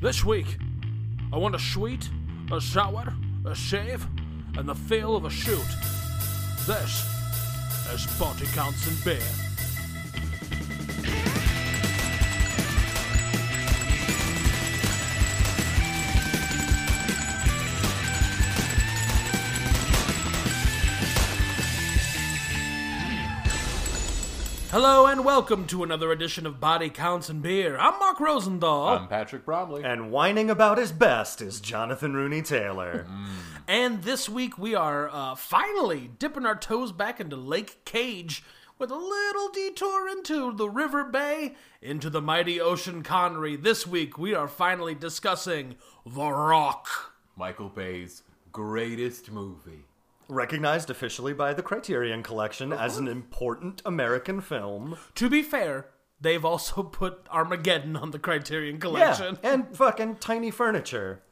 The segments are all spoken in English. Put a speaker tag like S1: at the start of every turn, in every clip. S1: This week, I want a sweet, a sour, a shave, and the feel of a shoot. This is Body Counts and Beer. Hello and welcome to another edition of Body Counts and Beer. I'm Mark Rosendahl.
S2: I'm Patrick Bromley.
S3: And whining about his best is Jonathan Rooney Taylor.
S1: And this week we are uh, finally dipping our toes back into Lake Cage with a little detour into the River Bay, into the mighty Ocean Connery. This week we are finally discussing The Rock.
S2: Michael Bay's greatest movie.
S3: Recognized officially by the Criterion Collection as an important American film.
S1: To be fair, they've also put Armageddon on the Criterion Collection.
S3: Yeah, and fucking tiny furniture.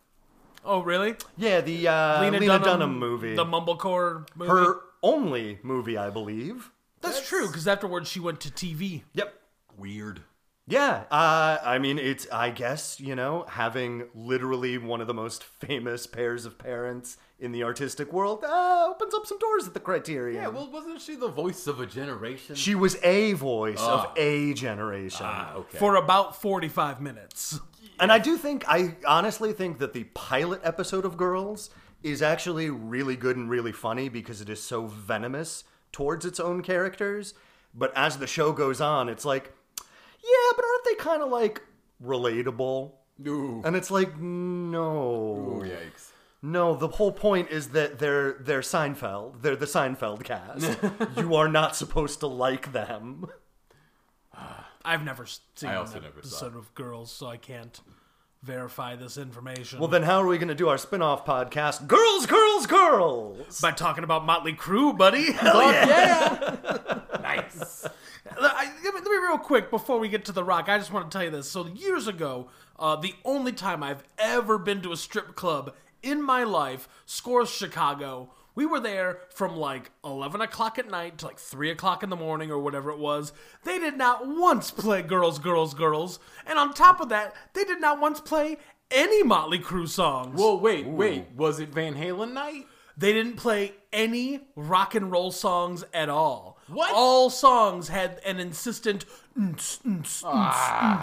S1: Oh, really?
S3: Yeah, the uh, Lena, Dunham, movie.
S1: The Mumblecore movie.
S3: Her only movie, I believe.
S1: That's, true, because afterwards she went to TV.
S3: Yep.
S2: Weird.
S3: Yeah, uh, I mean, it's, I guess, you know, having literally one of the most famous pairs of parents in the artistic world uh, opens up some doors at the Criterion.
S2: Yeah, well, wasn't she the voice of a generation?
S3: she was a voice of a generation.
S2: ah, okay.
S1: For about 45 minutes.
S3: And I do think, I honestly think that the pilot episode of Girls is actually really good and really funny because it is so venomous towards its own characters. But as the show goes on, it's like, yeah, but aren't they kind of like relatable?
S2: Ooh.
S3: And it's like, no.
S2: Ooh, yikes.
S3: No, the whole point is that they're they're Seinfeld. They're the Seinfeld cast. you are not supposed to like them.
S1: I've never s- seen
S2: I
S1: an
S2: also never saw
S1: episode of Girls, so I can't verify this information.
S3: Well, then how are we going to do our spin-off podcast? Girls, girls, girls.
S1: by talking about Motley Crue, buddy.
S2: nice.
S1: I, let, me, let me real quick before we get to the rock. I just want to tell you this. So years ago, uh, the only time I've ever been to a strip club in my life, Scores Chicago. We were there from like eleven o'clock at night to like three o'clock in the morning or whatever it was. They did not once play "Girls, Girls, Girls," and on top of that, they did not once play any Motley Crue songs.
S2: Well, wait, wait. Was it Van Halen night?
S1: They didn't play any rock and roll songs at all.
S2: What?
S1: All songs had an insistent "Nts, nts,
S2: Ah.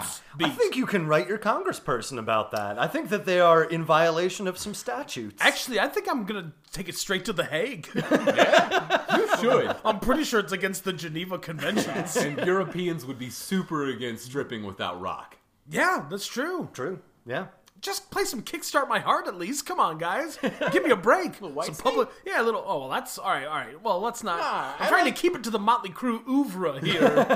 S1: nts, nts" beat.
S3: I think you can write your congressperson about that. I think that they are in violation of some statutes.
S1: Actually, I think I'm gonna take it straight to the Hague.
S2: You should.
S1: I'm pretty sure it's against the Geneva Conventions.
S2: and Europeans would be super against stripping without rock.
S1: yeah, that's true.
S3: true. Yeah.
S1: Just play some "Kickstart My Heart" at least. Come on, guys, give me a break.
S2: white
S1: some public, yeah, a little. Oh well, that's all right. All right. Well, let's not.
S2: Nah,
S1: I'm
S2: I
S1: trying
S2: like-
S1: to keep it to the Motley Crue oeuvre here,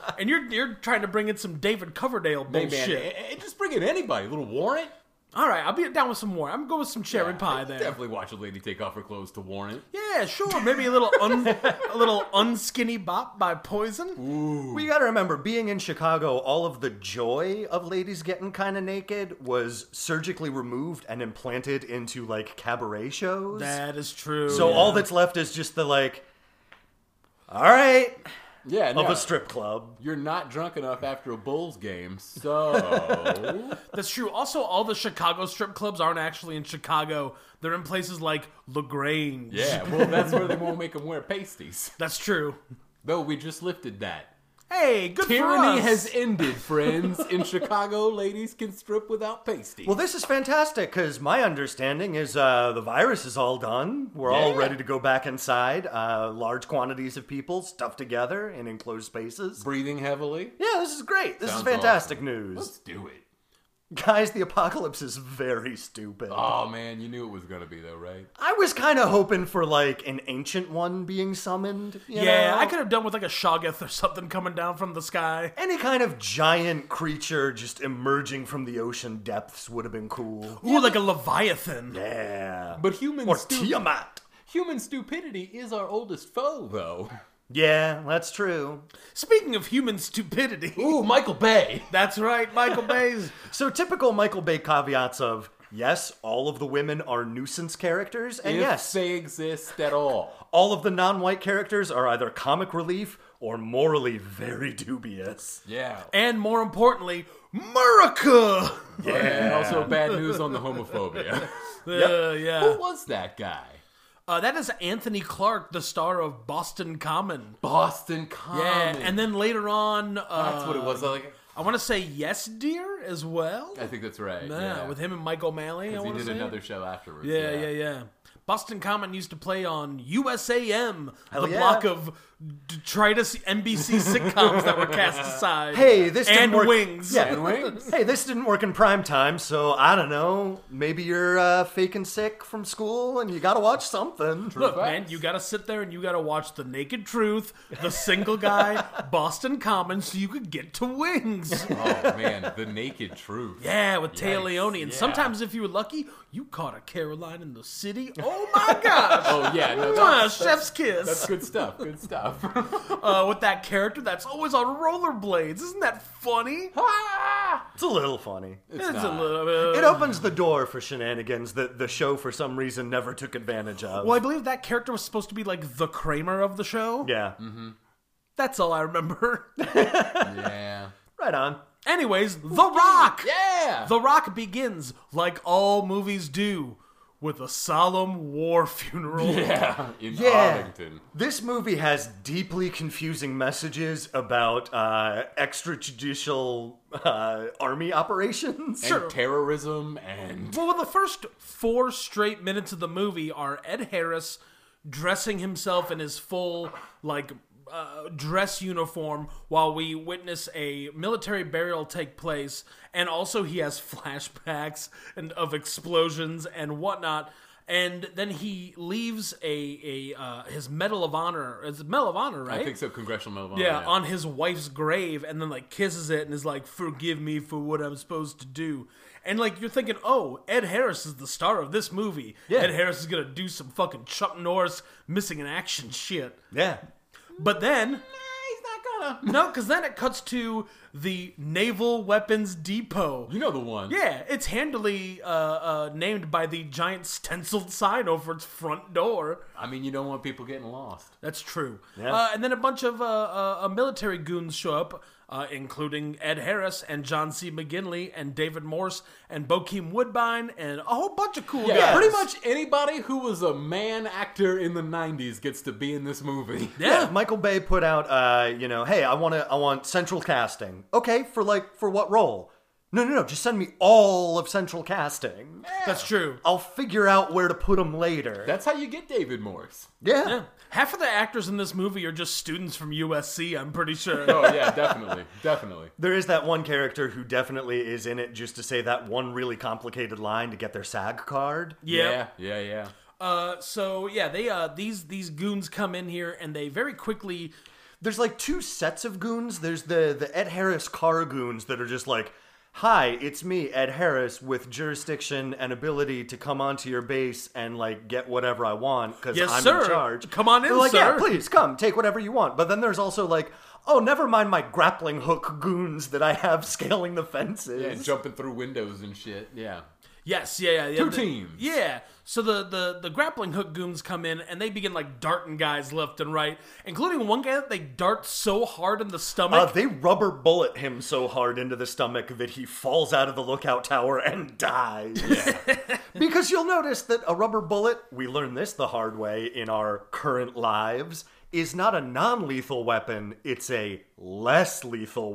S1: and you're you're trying to bring in some David Coverdale
S2: Hey,
S1: bullshit.
S2: man, eh, eh, just bring in anybody. little Warrant.
S1: All right, I'll be down with some more. I'm going with some cherry pie
S2: I'd
S1: there.
S2: Definitely watch a lady take off her clothes to Warrant.
S1: Yeah, sure. Maybe a little un, a little unskinny bop by Poison.
S3: We got to remember being in Chicago, all of the joy of ladies getting kind of naked was surgically removed and implanted into like cabaret shows.
S1: That is true.
S3: so
S1: yeah.
S3: all that's left is just the like all right
S2: Yeah,
S3: of
S2: no,
S3: a strip club.
S2: you're not drunk enough after a Bulls game, so
S1: that's true. Also, all the Chicago strip clubs aren't actually in Chicago. They're in places like Lagrange.
S2: yeah. Well, that's where they won't make them wear pasties.
S1: that's true.
S2: Though we just lifted that.
S1: Hey, good for
S2: Tyranny
S1: us.
S2: has ended, friends. In Chicago, ladies can strip without pasties.
S3: Well, this is fantastic because my understanding is uh, the virus is all done. We're all
S2: Yeah.
S3: ready to go back inside. Uh, large quantities of people stuffed together in enclosed spaces.
S2: breathing heavily.
S3: Yeah, this is great. This
S2: Sounds
S3: is fantastic
S2: awesome.
S3: news.
S2: Let's do it.
S3: Guys, the apocalypse is very stupid.
S2: Oh man, you knew it was gonna be though, right?
S3: I was kind of hoping for like an ancient one being summoned. you
S1: yeah,
S3: know?
S1: I could have done with like a Shoggoth or something coming down from the sky.
S3: Any kind of giant creature just emerging from the ocean depths would have been cool.
S1: Ooh, like a Leviathan.
S3: Yeah.
S2: But human
S3: or
S2: stu-
S3: Tiamat.
S2: human stupidity is our oldest foe, though.
S3: Yeah, that's true.
S1: Speaking of human stupidity,
S2: Ooh, Michael Bay.
S1: that's right, Michael Bay's.
S3: So typical Michael Bay caveats of yes, all of the women are nuisance characters,
S1: Uh,
S3: and
S2: If
S3: yes,
S2: they exist at all.
S3: all of the non-white characters are either comic relief or morally very dubious.
S2: Yeah.
S1: and more importantly, America.
S2: And also bad news on the homophobia.
S1: Uh, yeah.
S2: Who was that guy?
S1: Uh, that is Anthony Clark, the star of Boston Common.
S2: Boston
S1: Yeah,
S2: Common.
S1: and then later on, uh,
S2: Oh, that's what it was. I Like,
S1: I want to say Yes, Dear, as well.
S2: I think that's right.
S1: yeah,
S2: yeah.
S1: with him and Mike O'Malley. I
S2: he
S1: want to
S2: did
S1: say.
S2: another show afterwards.
S1: yeah, yeah, yeah. Boston Common used to play on USAM, the
S3: yeah.
S1: block of detritus NBC sitcoms that were cast aside.
S3: Hey, this didn't
S1: and
S3: work.
S1: Wings.
S3: Yeah.
S2: And wings.
S3: Hey, this didn't work in prime time, so I don't know. Maybe you're uh, faking sick from school and you gotta watch something.
S1: Look,
S2: Facts.
S1: man, you gotta sit there and you gotta watch The Naked Truth, The Single Guy, Boston Common, so you could get to Wings.
S2: oh man, the naked truth.
S1: Yeah, with Taya
S2: Yikes.
S1: Leone. And
S2: Yeah.
S1: sometimes, if you were lucky, you caught a Caroline in the city. Oh my gosh!
S2: Oh yeah, no,
S1: Mwah,
S2: that's,
S1: chef's
S2: that's
S1: kiss
S2: good stuff. Good stuff.
S1: uh, with that character that's always on rollerblades. Isn't that funny?
S2: Ah!
S3: It's a little funny.
S1: It's, a
S2: not.
S1: little
S3: It opens the door for shenanigans that the show, for some reason, never took advantage of.
S1: Well, I believe that character was supposed to be like the Kramer of the show.
S3: Yeah.
S1: That's all I remember.
S2: yeah.
S3: Right on.
S1: Anyways, The Rock.
S2: Yeah.
S1: The Rock begins, like all movies do, with a solemn war funeral.
S2: yeah. In Arlington.
S3: This movie has deeply confusing messages about uh, extrajudicial uh, army operations.
S2: And terrorism and
S1: Well, the first four straight minutes of the movie are Ed Harris dressing himself in his full, like, uh, dress uniform while we witness a military burial take place, and also he has flashbacks and of explosions and whatnot. And then he leaves a, a uh, his Medal of Honor. It's a Medal of Honor, right?
S2: I think so. Congressional Medal of Honor,
S1: Yeah, on his wife's grave, and then like kisses it and is like, "Forgive me for what I'm supposed to do." And like you're thinking, "Oh, Ed Harris is the star of this movie. Ed Harris is gonna do some fucking Chuck Norris missing in action shit."
S3: Yeah.
S1: But then,
S2: he's not gonna.
S1: no, because then it cuts to the Naval Weapons Depot.
S2: You know the one.
S1: Yeah, it's handily uh, uh, named by the giant stenciled sign over its front door.
S2: I mean, you don't want people getting lost.
S1: That's true.
S3: Yeah.
S1: Uh, and then a bunch of uh, uh, uh, military goons show up, uh, including Ed Harris and John C. McGinley and David Morse and Bokeem Woodbine and a whole bunch of cool guys.
S2: Pretty much anybody who was a man actor in the '90s gets to be in this movie.
S1: Yeah.
S3: Michael Bay put out, uh, you know, hey, I want to, I want central casting. Okay, for like, for what role? No, no, no. Just send me all of central casting.
S1: That's true.
S3: I'll figure out where to put them later.
S2: That's how you get David Morse.
S3: yeah.
S1: Yeah. Half of the actors in this movie are just students from USC, I'm pretty sure.
S2: Oh yeah, definitely, definitely.
S3: There is that one character who definitely is in it just to say that one really complicated line to get their SAG card.
S1: yeah.
S2: yeah, yeah. yeah.
S1: Uh, so yeah, they uh these these goons come in here and they very quickly
S3: There's like two sets of goons. There's the the Ed Harris car goons that are just like, "Hi, it's me, Ed Harris, with jurisdiction and ability to come onto your base and like get whatever I want because
S1: Yes,
S3: I'm
S1: sir.
S3: in charge."
S1: Come on in,
S3: They're like,
S1: sir."
S3: Yeah, please come, take whatever you want. But then there's also like, "Oh, never mind my grappling hook goons that I have scaling the fences."
S2: Yeah, jumping through windows and shit. Yeah.
S1: Yes, yeah, yeah. yeah.
S2: Two
S1: The-
S2: teams.
S1: Yeah. So the, the the grappling hook goons come in and they begin like darting guys left and right, including one guy that they dart so hard in the
S3: Uh,
S1: stomach.
S3: they rubber bullet him so hard into the stomach that he falls out of the lookout tower and dies. because you'll notice that a rubber bullet, we learned this the hard way in our current lives, is not a non lethal weapon, it's a less lethal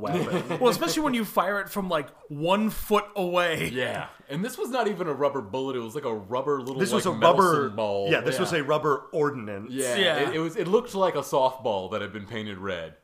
S3: weapon.
S1: well, especially when you fire it from like one foot away.
S2: Yeah. And this was not even a rubber bullet. It was like a rubber little.
S3: This
S2: like,
S3: was a
S2: medicine
S3: rubber
S2: ball.
S3: Yeah, this was a rubber ordinance.
S2: Yeah.
S1: Yeah.
S2: It, it was. It looked like a softball that had been painted red.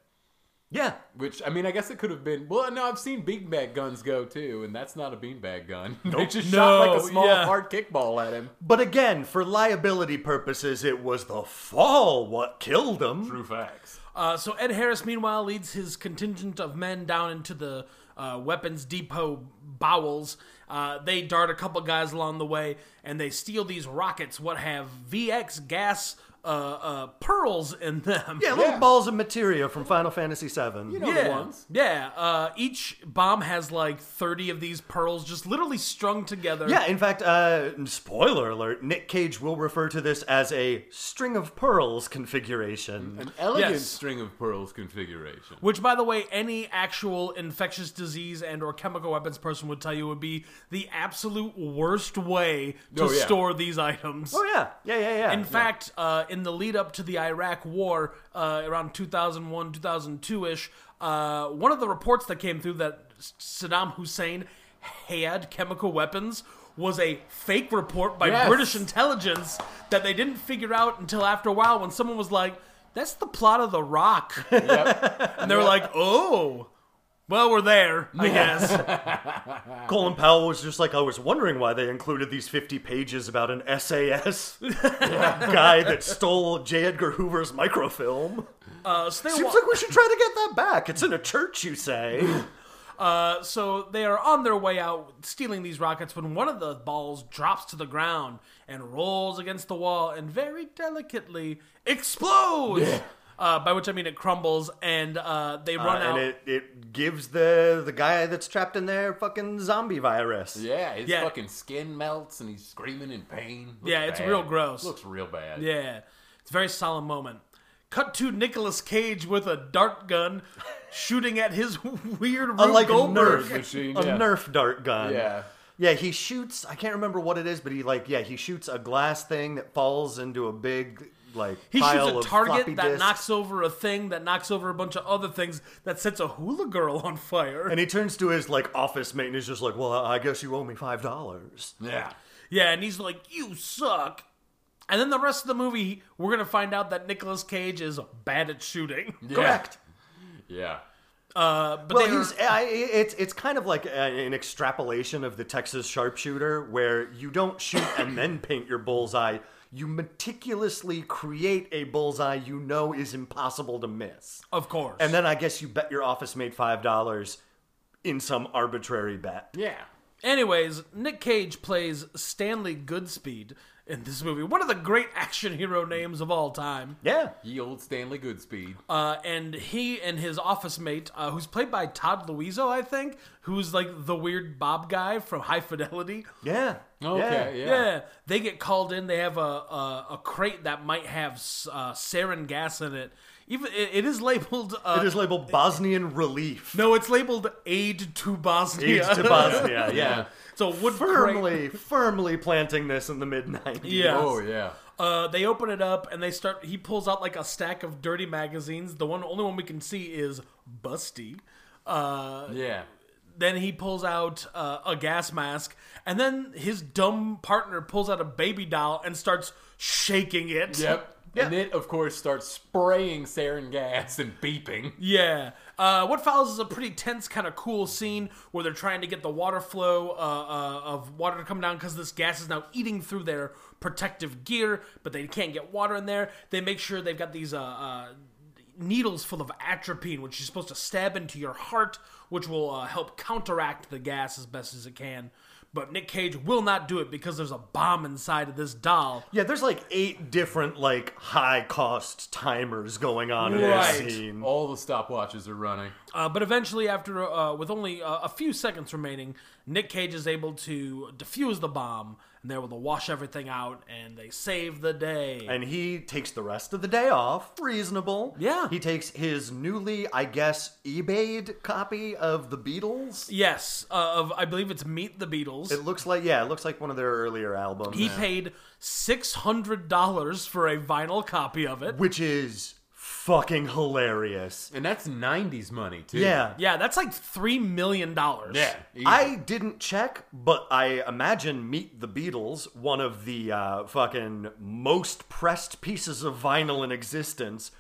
S3: Yeah.
S2: Which I mean, I guess it could have been. Well, no, I've seen beanbag guns go too, and that's not a beanbag gun. they just shot like
S1: No,
S2: a small
S1: yeah.
S2: hard kickball at him.
S3: But again, for liability purposes, it was the fall what killed him.
S2: True facts.
S1: Uh, so Ed Harris, meanwhile, leads his contingent of men down into the uh, weapons depot bowels. Uh, they dart a couple guys along the way, and they steal these rockets, what have VX gas uh, uh, pearls in them.
S3: Yeah, little balls of materia from Final Fantasy VII.
S2: You know
S1: yeah.
S2: the ones.
S1: Yeah. Uh, each bomb has like 30 of these pearls just literally strung together.
S3: Yeah, in fact, uh, spoiler alert, Nick Cage will refer to this as a string of pearls configuration.
S2: An elegant
S1: Yes.
S2: string of pearls configuration.
S1: Which, by the way, any actual infectious disease and or chemical weapons person would tell you would be the absolute worst way to
S2: Oh, yeah.
S1: store these items.
S3: Oh, yeah. Yeah, yeah, yeah.
S1: In fact, uh, in the lead up to the Iraq War, uh, around 2001, 2002 ish, uh, one of the reports that came through that S- Saddam Hussein had chemical weapons was a fake report by
S2: Yes.
S1: British intelligence that they didn't figure out until after a while when someone was like, that's the plot of The Rock. and they were like, oh, well, we're there, I guess.
S3: Colin Powell was just like, I was wondering why they included these 50 pages about an SAS guy that stole J. Edgar Hoover's microfilm.
S1: Uh, so they
S3: Seems
S1: wa-
S3: like we should try to get that back. It's in a church, you say.
S1: Uh, so they are on their way out stealing these rockets when one of the balls drops to the ground and rolls against the wall and very delicately explodes. Uh, by which I mean it crumbles and uh, they
S3: Uh,
S1: run out.
S3: and it, it gives the the guy that's trapped in there fucking zombie virus.
S2: Yeah, his
S1: Yeah.
S2: fucking skin melts and he's screaming in pain. Looks
S1: Yeah, it's
S2: bad.
S1: real gross.
S2: Looks real bad.
S1: yeah, it's a very solemn moment. Cut to Nicolas Cage with a dart gun shooting at his weird Rube
S3: Unlike a
S1: Goldberg.
S3: Nerf,
S2: machine,
S3: a
S2: yeah.
S3: Nerf dart gun.
S2: Yeah.
S3: Yeah, he shoots. I can't remember what it is, but he like yeah he shoots a glass thing that falls into a big like
S1: He
S3: pile
S1: shoots
S3: of
S1: a
S3: floppy
S1: target that
S3: disks.
S1: knocks over a thing that knocks over a bunch of other things that sets a hula girl on fire.
S3: And he turns to his like office mate and he's just like, "Well, I guess you owe me five dollars."
S2: Yeah.
S1: Yeah, and he's like, "You suck." And then the rest of the movie, we're gonna find out that Nicolas Cage is bad at shooting.
S2: Yeah.
S3: Correct.
S2: Yeah.
S1: Uh, but
S3: Well,
S1: they are-
S3: he's I, it's it's kind of like a, an extrapolation of the Texas sharpshooter, where you don't shoot and then paint your bullseye. You meticulously create a bullseye you know is impossible to miss,
S1: of course,
S3: and then I guess you bet your office made five dollars in some arbitrary bet.
S2: Yeah.
S1: Anyways, Nick Cage plays Stanley Goodspeed in this movie, one of the great action hero names of all time.
S3: Yeah,
S2: Ye old Stanley Goodspeed.
S1: Uh, and he and his office mate, uh, who's played by Todd Luizo, I think, who's like the weird Bob guy from High Fidelity.
S3: yeah,
S2: Okay.
S3: yeah.
S2: Yeah.
S1: Yeah. they get called in. They have a a, a crate that might have uh, sarin gas in it. Even it, it is labeled. Uh,
S3: It is labeled Bosnian relief.
S1: no, it's labeled aid to Bosnia.
S3: Aids to Bosnia. Yeah,
S2: Yeah.
S1: it's a wood crate.
S3: firmly, firmly planting this in the mid nineties.
S1: Yeah.
S2: Oh yeah.
S1: Uh, they open it up and they start. He pulls out like a stack of dirty magazines. The one, only one we can see is Busty. Uh,
S2: Yeah.
S1: then he pulls out uh, a gas mask, and then his dumb partner pulls out a baby doll and starts shaking it.
S2: Yep.
S3: Yeah.
S2: And it, of course, starts spraying sarin gas and beeping.
S1: Yeah. Uh, what follows is a pretty tense, kind of cool scene where they're trying to get the water flow uh, uh, of water to come down because this gas is now eating through their protective gear, but they can't get water in there. They make sure they've got these uh, uh, needles full of atropine, which is supposed to stab into your heart, which will uh, help counteract the gas as best as it can. But Nick Cage will not do it because there's a bomb inside of this doll.
S3: Yeah, there's like eight different like high cost timers going on in
S1: Right.
S3: this scene.
S2: All the stopwatches are running.
S1: Uh, but eventually, after uh, with only uh, a few seconds remaining, Nick Cage is able to defuse the bomb, and they're able to wash everything out, and they save the day.
S3: And he takes the rest of the day off. Reasonable.
S1: Yeah.
S3: He takes his newly, I guess, eBayed copy of the Beatles.
S1: yes, uh, of I believe it's Meet the Beatles.
S3: It looks like yeah, it looks like one of their earlier albums.
S1: he paid six hundred dollars for a vinyl copy of it.
S3: which is fucking hilarious.
S2: And that's 90s money, too.
S3: Yeah.
S1: Yeah, that's like three million dollars.
S2: Yeah. easy.
S3: I didn't check, but I imagine Meet the Beatles, one of the uh, fucking most pressed pieces of vinyl in existence,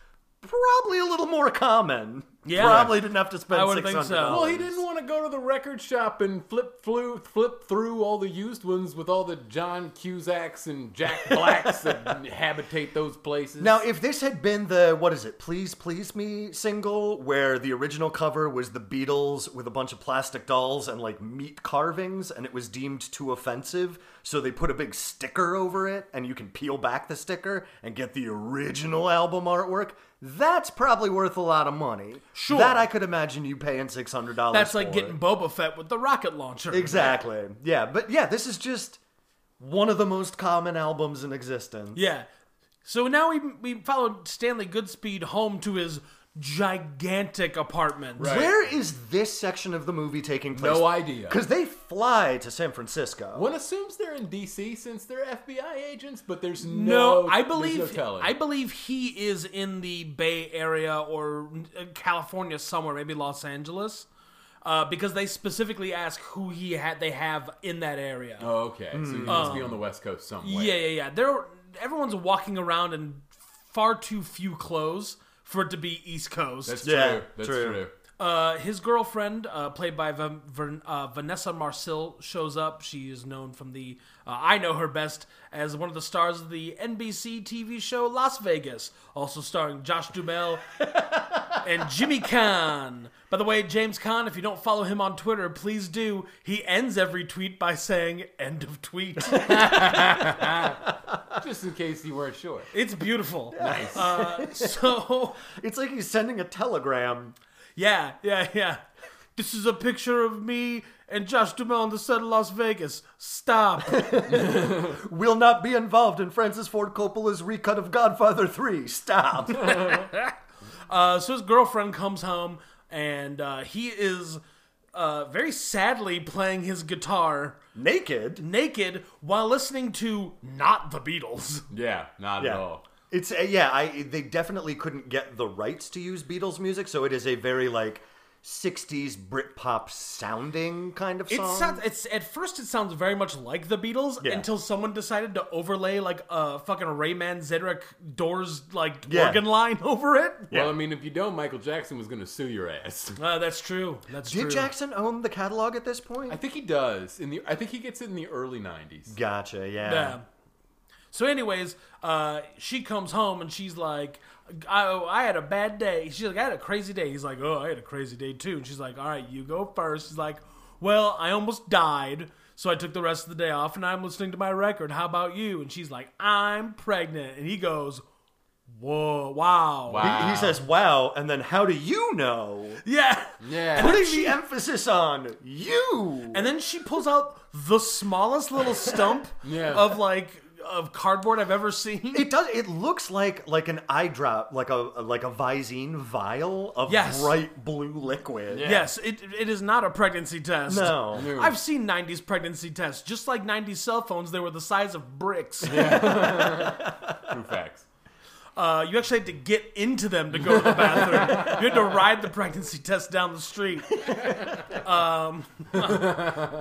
S3: probably a little more common.
S1: Yeah.
S3: Probably didn't have to spend
S1: I
S3: six
S1: would
S3: hundred
S1: think so.
S3: dollars.
S2: Well, he didn't want to go to the record shop and flip flew, flip through all the used ones with all the John Cusacks and Jack Blacks that habitate those places.
S3: Now, if this had been the what is it, "Please Please Me" single, where the original cover was the Beatles with a bunch of plastic dolls and like meat carvings, and it was deemed too offensive, so they put a big sticker over it, and you can peel back the sticker and get the original album artwork. That's probably worth a lot of money.
S1: Sure.
S3: that I could imagine you paying six hundred dollars.
S1: That's like getting Boba Fett with the rocket launcher.
S3: exactly, yeah, but yeah, this is just one of the most common albums in existence.
S1: Yeah. So now we we followed Stanley Goodspeed home to his gigantic apartment.
S2: Right.
S3: Where is this section of the movie taking place?
S2: No idea.
S3: Because they fly to San Francisco.
S2: One assumes they're in D.C. since they're FBI agents, but there's no.
S1: No, I
S2: there's
S1: believe
S2: no telling.
S1: I believe he is in the Bay Area or uh, California somewhere, maybe Los Angeles, uh, because they specifically ask who he had they have in that area.
S2: Oh, okay, so you must be on the West Coast somewhere.
S1: Yeah, yeah, yeah. There, everyone's walking around in far too few clothes for it to be East Coast.
S2: that's
S3: Yeah,
S2: true. That's
S3: true.
S2: true.
S1: Uh, his girlfriend, uh, played by Van, Van, uh, Vanessa Marcil, shows up. She is known from the, uh, I know her best as one of the stars of the NBC TV show Las Vegas, also starring Josh Dumel and Jimmy Kahn. By the way, James Kahn, if you don't follow him on Twitter, please do. He ends every tweet by saying, end of tweet.
S2: Just in case you weren't sure.
S1: it's beautiful. Nice. Uh, so,
S3: It's like he's sending a telegram.
S1: Yeah, yeah, yeah. This is a picture of me and Josh Dumel on the set of Las Vegas. Stop.
S3: Will not be involved in Francis Ford Coppola's recut of Godfather 3. Stop.
S1: Uh, so his girlfriend comes home, and uh, he is uh, very sadly playing his guitar
S3: Naked.
S1: naked while listening to not the Beatles.
S2: Yeah, not at
S3: Yeah.
S2: all.
S3: It's a, yeah, I they definitely couldn't get the rights to use Beatles music, so it is a very like 60s Britpop sounding kind of
S1: It
S3: song.
S1: sounds. It's at first it sounds very much like the Beatles
S3: Yeah.
S1: until someone decided to overlay like a fucking Rayman Zedrick Doors like
S3: Yeah.
S1: organ line over it.
S3: Yeah.
S2: Well, I mean, if you don't, Michael Jackson was going to sue your ass.
S1: Uh, that's true. That's
S3: Did
S1: true.
S3: Jackson own the catalog at this point?
S2: I think he does. In the, I think he gets it in the early '90s.
S3: gotcha, yeah.
S1: Yeah. So, anyways, uh, she comes home and she's like, I, I had a bad day. She's like, I had a crazy day. He's like, Oh, I had a crazy day too. And she's like, All right, you go first. He's like, Well, I almost died. So I took the rest of the day off and I'm listening to my record. How about you? And she's like, I'm pregnant. And he goes, Whoa, wow.
S2: Wow.
S3: He, he says, wow, and then how do you know?
S1: Yeah.
S2: Yeah.
S3: Putting the emphasis on you.
S1: And then she pulls out the smallest little stump
S2: Yeah.
S1: of like, of cardboard I've ever seen.
S3: It does. It looks like like an eye drop, like a like a Visine vial of
S1: Yes.
S3: bright blue liquid.
S2: Yeah.
S1: Yes, it, it is not a pregnancy test.
S3: No.
S2: No.
S1: I've seen 90s pregnancy tests. Just like 90s cell phones, they were the size of bricks.
S2: True facts.
S1: Uh, you actually had to get into them to go to the bathroom. you had to ride the pregnancy test down the street. Um,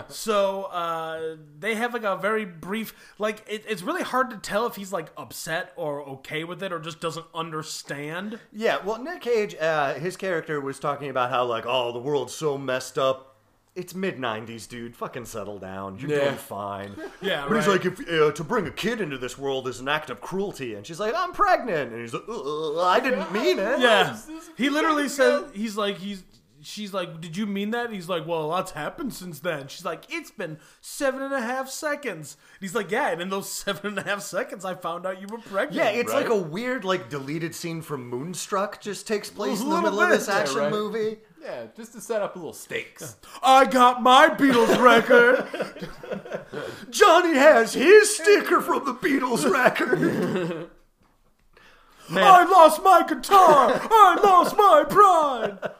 S1: so uh, they have like a very brief, like, it, it's really hard to tell if he's like upset or okay with it or just doesn't understand.
S3: Yeah. Well, Nick Cage, uh, his character was talking about how like, oh, the world's so messed up. It's mid '90s, dude. Fucking settle down. You're
S2: Yeah.
S3: doing fine.
S1: Yeah,
S3: But he's
S1: right.
S3: like, if uh, to bring a kid into this world is an act of cruelty, and she's like, I'm pregnant, and he's like, "Uh, I didn't mean it.
S1: Yeah.
S2: this
S1: He literally says he's like he's she's like, Did you mean that? And he's like, Well, a lot's happened since then. She's like, It's been seven and a half seconds. And he's like, Yeah, and in those seven and a half seconds I found out you were pregnant.
S3: Yeah, it's
S2: Right.
S3: like a weird, like deleted scene from Moonstruck just takes place in the
S1: Little
S3: middle of
S1: bit,
S3: this
S1: yeah,
S3: action
S2: right.
S3: movie.
S2: Yeah, just to set up a little stakes.
S1: I got my Beatles record.
S3: Johnny has his sticker from the Beatles record.
S1: I lost my guitar. I lost my pride.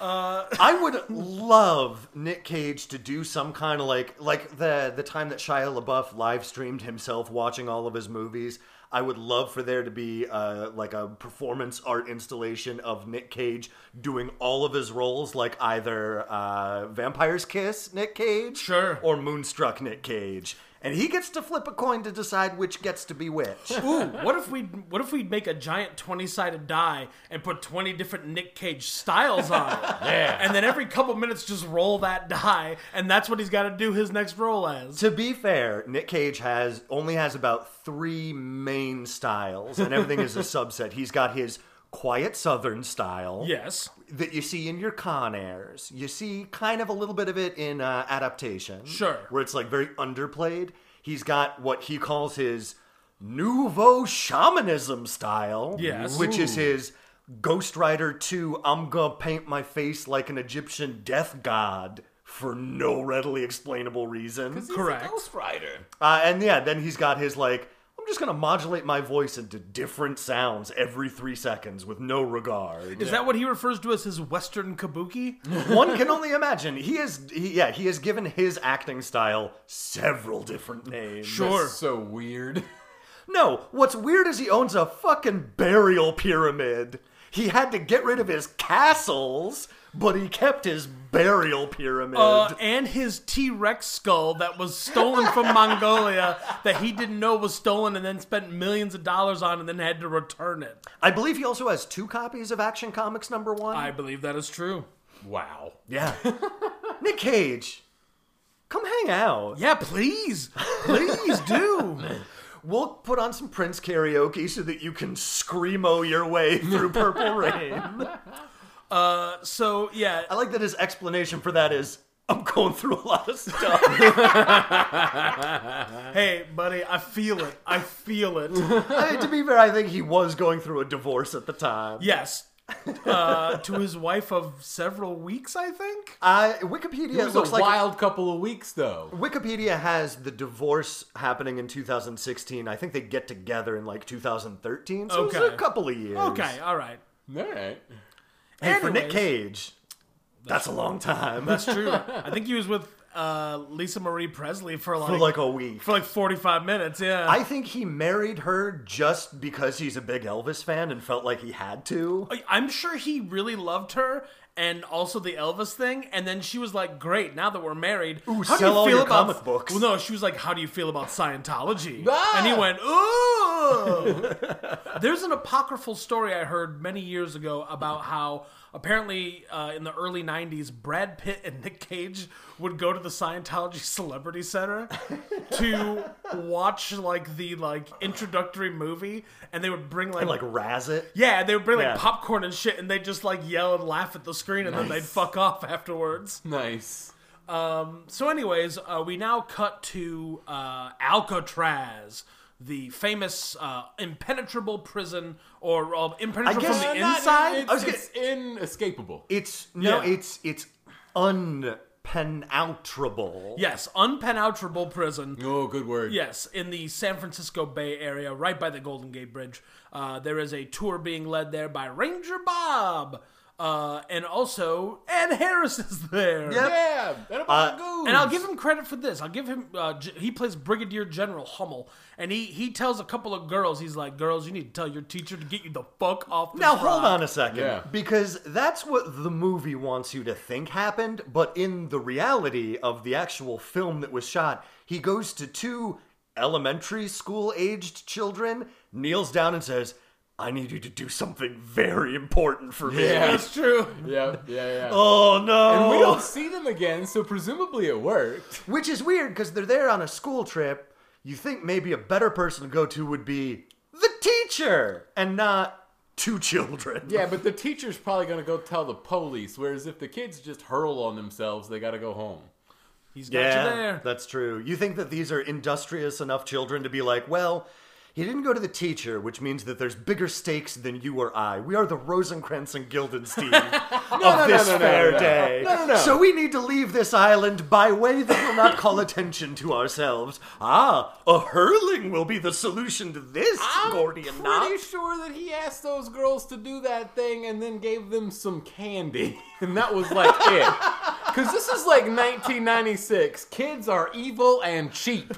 S3: I would love Nick Cage to do some kind of like like the the time that Shia LaBeouf live streamed himself watching all of his movies. I would love for there to be uh, like a performance art installation of Nick Cage doing all of his roles, like either uh, Vampire's Kiss Nick Cage,
S1: Sure.
S3: or Moonstruck Nick Cage, and he gets to flip a coin to decide which gets to be which.
S1: Ooh, what if we what if we make a giant twenty sided die and put twenty different Nick Cage styles on it?
S2: Yeah.
S1: And then every couple minutes just roll that die, and that's what he's got to do his next roll as.
S3: to be fair, Nick Cage has only has about three main styles, and everything is a subset. He's got his quiet Southern style,
S1: Yes.
S3: that you see in your Con Airs. You see kind of a little bit of it in uh, adaptation.
S1: Sure.
S3: Where it's like very underplayed. He's got what he calls his nouveau shamanism style.
S1: Yes.
S3: Which is his Ghost Rider 2, I'm gonna paint my face like an Egyptian death god for no readily explainable reason.
S2: He's a
S1: Correct.
S2: Ghost Rider.
S3: Uh, and yeah, then he's got his like, I'm just gonna modulate my voice into different sounds every three seconds with no regard.
S1: Is that what he refers to as his Western Kabuki?
S3: One can only imagine. He is, he, yeah, he has given his acting style several different names.
S1: Sure.
S2: That's so weird.
S3: No, what's weird is he owns a fucking burial pyramid. He had to get rid of his castles, but he kept his burial pyramid.
S1: Uh, and his T Rex skull that was stolen from Mongolia that he didn't know was stolen and then spent millions of dollars on and then had to return it.
S3: I believe he also has two copies of Action Comics number one.
S1: I believe that is true.
S2: Wow.
S3: yeah. Nick Cage, come hang out.
S1: Yeah, please. Please do.
S3: We'll put on some Prince karaoke so that you can screamo your way through Purple Rain.
S1: So, yeah.
S3: I like that his explanation for that is I'm going through a lot of stuff.
S1: Hey, buddy, I feel it. I feel it.
S3: I mean, to be fair, I think he was going through a divorce at the time.
S1: Yes. Uh, to his wife of several weeks, I think.
S3: Uh,
S2: It
S3: Wikipedia
S2: was
S3: looks
S2: a
S3: like
S2: wild couple of weeks though.
S3: Wikipedia has the divorce happening in 2016. I think they get together in like 2013, so it was
S1: Okay.
S3: a couple of years.
S1: Okay, all right.
S2: All right.
S3: Hey, for Nick
S1: Anyways.
S3: Cage, that's a long time.
S1: That's true. I think he was with uh, Lisa Marie Presley for like,
S3: for like a week.
S1: for like 45 minutes, yeah.
S3: I think he married her just because he's a big Elvis fan and felt like he had to.
S1: I- I'm sure he really loved her and also the Elvis thing. And then she was like, "Great, now that we're married,
S3: Ooh,
S1: how
S3: sell all
S1: do you feel
S3: your
S1: about
S3: comic books."
S1: Well, no, she was like, "How do you feel about Scientology?"
S2: Ah!
S1: And he went, "Ooh." There's an apocryphal story I heard many years ago about how apparently uh, in the early '90s, Brad Pitt and Nick Cage would go to the Scientology Celebrity Center to watch like the like introductory movie, and they would bring like
S3: Like, razz it.
S1: yeah, they would bring like
S3: Yeah.
S1: popcorn and shit, and they just like yell and laugh at the screen, and then they'd fuck off afterwards.
S2: Nice.
S1: So, anyways, uh, we now cut to uh, Alcatraz, the famous uh, impenetrable prison, or uh, impenetrable
S3: guess-
S1: from the
S3: Uh,
S2: not-
S1: inside.
S2: It's,
S3: I was gonna-
S2: it's inescapable.
S3: It's no,
S1: Yeah.
S3: it's it's unpenetrable.
S1: yes, unpenetrable prison.
S2: Oh, good word.
S1: Yes, in the San Francisco Bay Area, right by the Golden Gate Bridge, uh, there is a tour being led there by Ranger Bob, uh, and also Ed Harris is there.
S2: Yeah. And about the goose.
S1: Uh, And I'll give him credit for this. I'll give him. Uh, G- he plays Brigadier General Hummel, and he he tells a couple of girls. He's like, "Girls, you need to tell your teacher to get you the fuck off." This
S3: Now hold
S1: ride."
S3: on a second,
S2: Yeah.
S3: because that's what the movie wants you to think happened, but in the reality of the actual film that was shot, he goes to two elementary school aged children, kneels down and says, "I need you to do something very important for me."
S2: Yeah.
S1: That's true.
S2: Yeah, yeah, yeah.
S3: Oh no!
S2: And we don't see them again, so presumably it worked.
S3: Which is weird because they're there on a school trip. You think maybe a better person to go to would be the teacher and not two children.
S2: Yeah, but the teacher's probably gonna go tell the police. Whereas if the kids just hurl on themselves, they gotta go home.
S1: He's got
S3: Yeah,
S1: you there.
S3: that's true. You think that these are industrious enough children to be like, well, he didn't go to the teacher, which means that there's bigger stakes than you or I. We are the Rosencrantz and Guildenstein of
S2: no,
S3: this
S2: no, no,
S3: fair
S2: no, no.
S3: day.
S2: No, no, no.
S3: So we need to leave this island by way that will not call attention to ourselves. Ah, a hurling will be the solution to this Gordian knot.
S2: pretty sure that he asked those girls to do that thing and then gave them some candy, and that was like it. Because this is like 1996. Kids are evil and cheap.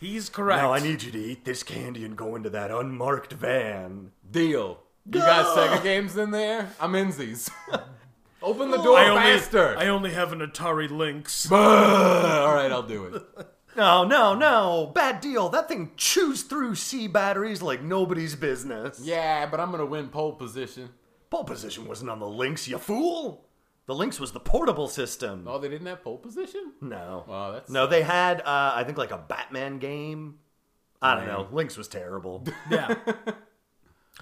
S1: He's correct.
S3: Now I need you to eat this candy and go into that unmarked van.
S2: Deal. You got Sega games in there? I'm insies. Open the door
S1: I only,
S2: faster.
S1: I only have an Atari Lynx.
S2: All right, I'll do it.
S3: No, no, no. Bad deal. That thing chews through C batteries like nobody's business.
S2: Yeah, but I'm gonna win pole position.
S3: Pole position wasn't on the Lynx, you fool. The Lynx was the portable system.
S2: Oh, they didn't have pole position?
S3: No.
S2: Wow, that's-
S3: No, they had, uh, I think, like a Batman game. I don't know. Lynx was terrible.
S1: Yeah.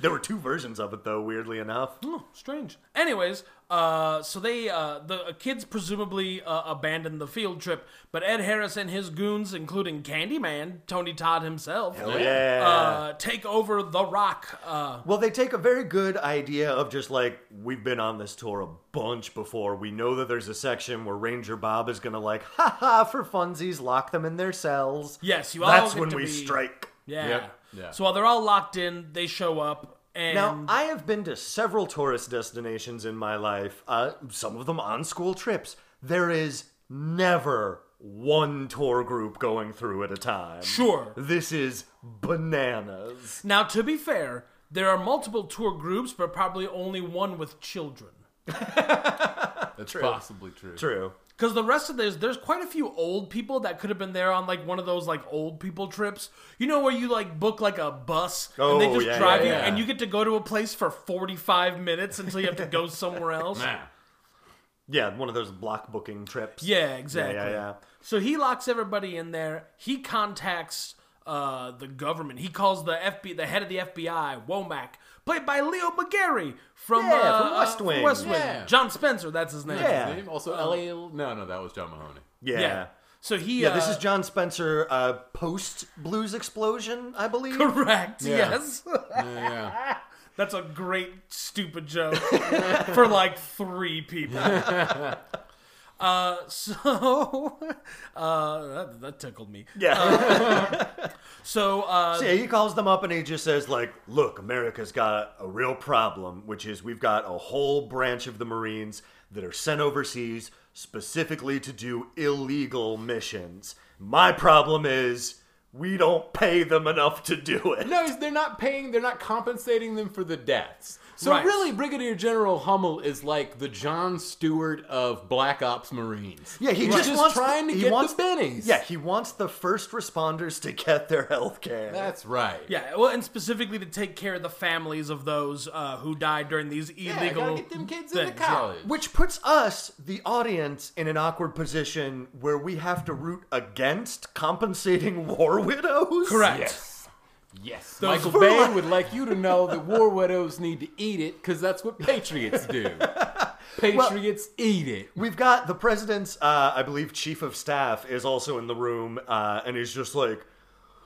S3: there were two versions of it, though, weirdly enough.
S2: Hmm.
S1: Oh, strange. Anyways, uh, so they uh, the uh, kids presumably uh, abandoned the field trip, but Ed Harris and his goons, including Candyman, Tony Todd himself,
S3: Hell yeah.
S1: uh, take over the Rock. Uh,
S3: Well, they take a very good idea of just like we've been on this tour a bunch before. We know that there's a section where Ranger Bob is gonna like, ha ha, for funsies, lock them in their cells.
S1: Yes, you all
S3: That's
S1: get
S3: when
S1: to
S3: we
S1: be-
S3: strike.
S1: yeah.
S2: Yep. Yeah.
S1: So while they're all locked in, they show up and
S3: Now, I have been to several tourist destinations in my life. Uh, some of them on school trips. There is never one tour group going through at a time.
S1: sure.
S3: This is bananas.
S1: Now, to be fair, there are multiple tour groups, but probably only one with children.
S2: That's possibly true.
S3: True.
S1: Because the rest of this, there's quite a few old people that could have been there on like one of those like old people trips. You know where you like book like a bus and they
S3: Oh,
S1: just
S3: yeah,
S1: drive
S3: yeah,
S1: you,
S2: yeah.
S1: and you get to go to a place for 45 minutes until you have to go somewhere else.
S2: Nah.
S3: Yeah, one of those block booking trips.
S1: Yeah, exactly.
S3: Yeah, yeah, yeah.
S1: So he locks everybody in there. He contacts uh, the government. He calls the FBI, the head of the FBI, Womack, played by Leo McGarry from,
S3: Yeah,
S1: uh,
S3: from West
S1: uh,
S3: Wing.
S1: West Wing.
S2: Yeah.
S1: John Spencer, that's his name.
S3: Yeah.
S2: Name? Also, LA. No, no, that was John Mahoney.
S3: Yeah.
S1: Yeah.
S3: Yeah.
S1: So he. uh,
S3: this is John Spencer uh, post Blues Explosion, I believe.
S1: Correct.
S2: Yeah.
S1: Yes.
S2: Yeah, yeah.
S1: That's a great stupid joke for like three people. Uh, so uh, that, that tickled me.
S3: Yeah.
S1: So uh,
S3: So, Um, yeah, he calls them up and he just says, like, look, America's got a real problem, which is we've got a whole branch of the Marines that are sent overseas specifically to do illegal missions. My problem is we don't pay them enough to do it.
S2: No, he's- they're not paying. They're not compensating them for the deaths. So
S1: Right.
S2: really, Brigadier General Hummel is like the John Stewart of Black Ops Marines.
S3: Yeah, he
S2: He's
S3: just,
S2: just
S3: wants
S2: trying to
S3: he
S2: get the
S3: wants,
S2: bennies.
S3: Yeah, he wants the first responders to get their health care.
S2: that's right.
S1: yeah, well, and specifically to take care of the families of those uh, who died during these
S2: yeah
S1: illegal.
S2: gotta get them kids into
S1: things, yeah.
S2: college.
S3: Which puts us, the audience, in an awkward position where we have to root against compensating war widows.
S1: Correct.
S2: Yes. Yes.
S1: Those-
S2: Michael Bay would like you to know that war widows need to eat it because that's what patriots do. Patriots eat it.
S3: We've got the president's, uh, I believe, chief of staff is also in the room, uh, and he's just like,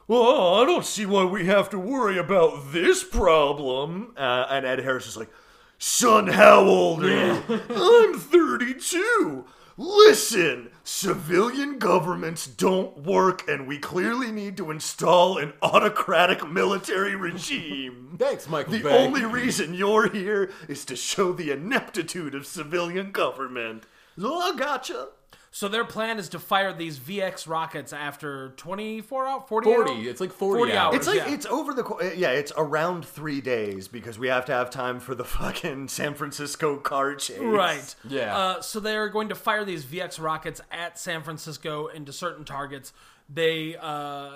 S3: well, I don't see why we have to worry about this problem. Uh, and Ed Harris is like, son, how old are you? I'm 32. Listen, civilian governments don't work, and we clearly need to install an autocratic military regime.
S2: Thanks, Michael
S3: The
S2: Bay.
S3: only reason you're here is to show the ineptitude of civilian government. Oh, gotcha.
S1: So their plan is to fire these VX rockets after 24 hours, 40,
S2: 40. It's like 40,
S1: 40 hours.
S2: hours.
S3: It's like
S1: Yeah.
S3: it's over the co- uh, yeah. It's around three days because we have to have time for the fucking San Francisco car chase.
S1: Right.
S2: Yeah.
S1: Uh, so they are going to fire these VX rockets at San Francisco into certain targets. They uh,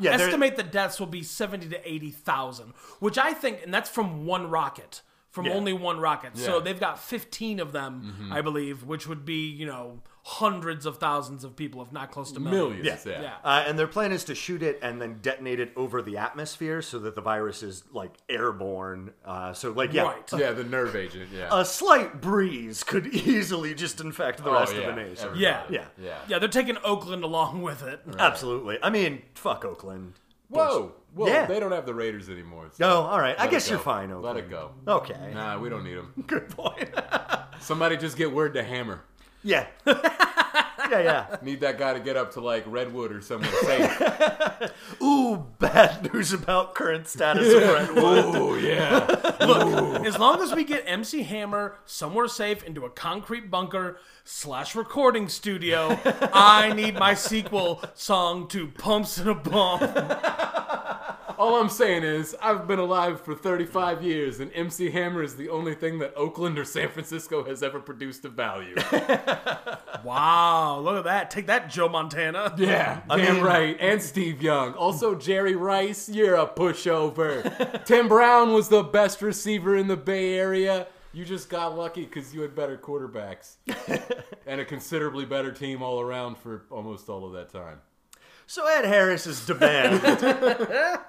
S3: Yeah. they're-
S1: estimate the deaths will be seventy to eighty thousand, which I think, and that's from one rocket, from
S3: Yeah.
S1: only one rocket. So
S2: Yeah.
S1: they've got fifteen of them, I believe, which would be you know hundreds of thousands of people, if not close to millions.
S2: Millions. Yeah.
S1: Yeah.
S3: Uh, and their plan is to shoot it and then detonate it over the atmosphere so that the virus is like airborne. Uh, so like yeah,
S1: Right.
S2: Yeah, the nerve agent. Yeah.
S3: a slight breeze could easily just infect the
S2: Oh,
S3: rest
S2: yeah,
S3: of the nation.
S2: everybody.
S1: Yeah.
S3: Yeah.
S2: Yeah.
S1: Yeah, they're taking Oakland along with it.
S3: Absolutely. I mean, fuck Oakland.
S2: Whoa. Whoa.
S3: Yeah.
S2: They don't have the Raiders anymore. so
S3: Oh, all right. I
S2: let it
S3: guess
S2: go.
S3: you're fine. Oakland.
S2: Let it go.
S3: Okay.
S2: Nah, we don't need them.
S3: Good point.
S2: Somebody just get word to Hammer.
S3: yeah. yeah, yeah.
S2: Need that guy to get up to like Redwood or somewhere safe.
S3: Ooh, bad news about current status of Redwood.
S2: oh yeah.
S1: Look, as long as we get MC Hammer somewhere safe into a concrete bunker slash recording studio, I need my sequel song to Pumps in a Bump.
S2: All I'm saying is, I've been alive for 35 years, and MC Hammer is the only thing that Oakland or San Francisco has ever produced of value.
S1: Wow, look at that. Take that, Joe Montana.
S2: Yeah, damn
S3: mean-
S2: right. And Steve Young. Also, Jerry Rice, you're a pushover. Tim Brown was the best receiver in the Bay Area. You just got lucky because you had better quarterbacks and a considerably better team all around for almost all of that time.
S3: So Ed Harris's demand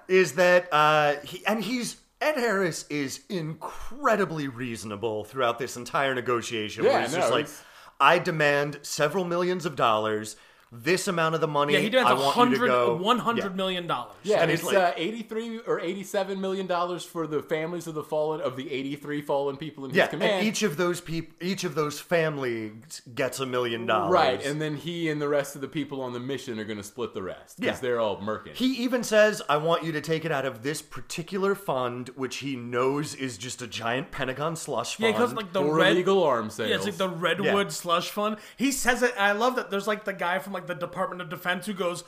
S3: is that uh, he and he's Ed Harris is incredibly reasonable throughout this entire negotiation. where
S2: Yeah,
S3: he's
S2: no,
S3: just like,
S2: it's-
S3: I demand several millions of dollars, this amount of the money.
S1: Yeah, he demands
S3: I
S1: a
S3: want you to
S1: hundred,
S3: go.
S1: one hundred
S3: Yeah.
S1: million dollars.
S2: Yeah,
S3: And
S2: and
S3: he's
S2: it's
S3: like-
S2: uh, 83 or 87 million dollars for the families of the fallen of the 83 fallen people in his
S3: Yeah,
S2: command.
S3: and each of those people, each of those families gets a million dollars.
S2: right, and then he and the rest of the people on the mission are going to split the rest
S3: Yeah.
S2: because they're all merkin.
S3: he even says, "I want you to take it out of this particular fund, which he knows is just a giant Pentagon slush
S1: Yeah,
S3: fund."
S1: because like the
S2: or
S1: red.
S2: illegal arms sales.
S1: Yeah, it's like the Redwood slush fund. He says it. and I love that. There's like the guy from like the Department of Defense who goes,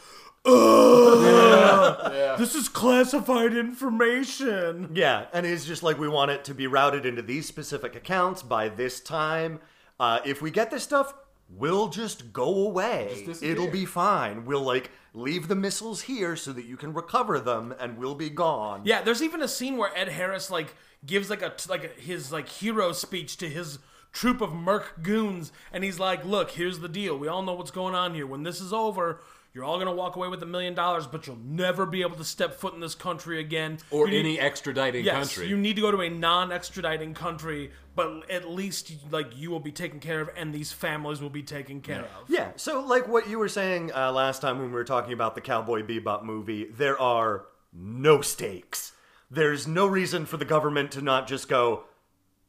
S1: "Ugh, this is classified information."
S3: Yeah, and it's just like we want it to be routed into these specific accounts by this time. Uh, if we get this stuff, we'll just go away.
S2: disappear.
S3: It'll be fine. We'll like leave the missiles here so that you can recover them, and we'll be gone.
S1: Yeah, there's even a scene where Ed Harris like gives like a t- like a, his like hero speech to his troop of merc goons, and he's like, "Look, here's the deal. We all know what's going on here. When this is over." You're all gonna walk away with a million dollars, but you'll never be able to step foot in this country again.
S2: or
S1: You need-
S2: any extraditing country.
S1: You need to go to a non-extraditing country, but at least like you will be taken care of, and these families will be taken care of.
S3: Yeah, so like what you were saying uh, last time when we were talking about the Cowboy Bebop movie, there are no stakes. There's no reason for the government to not just go,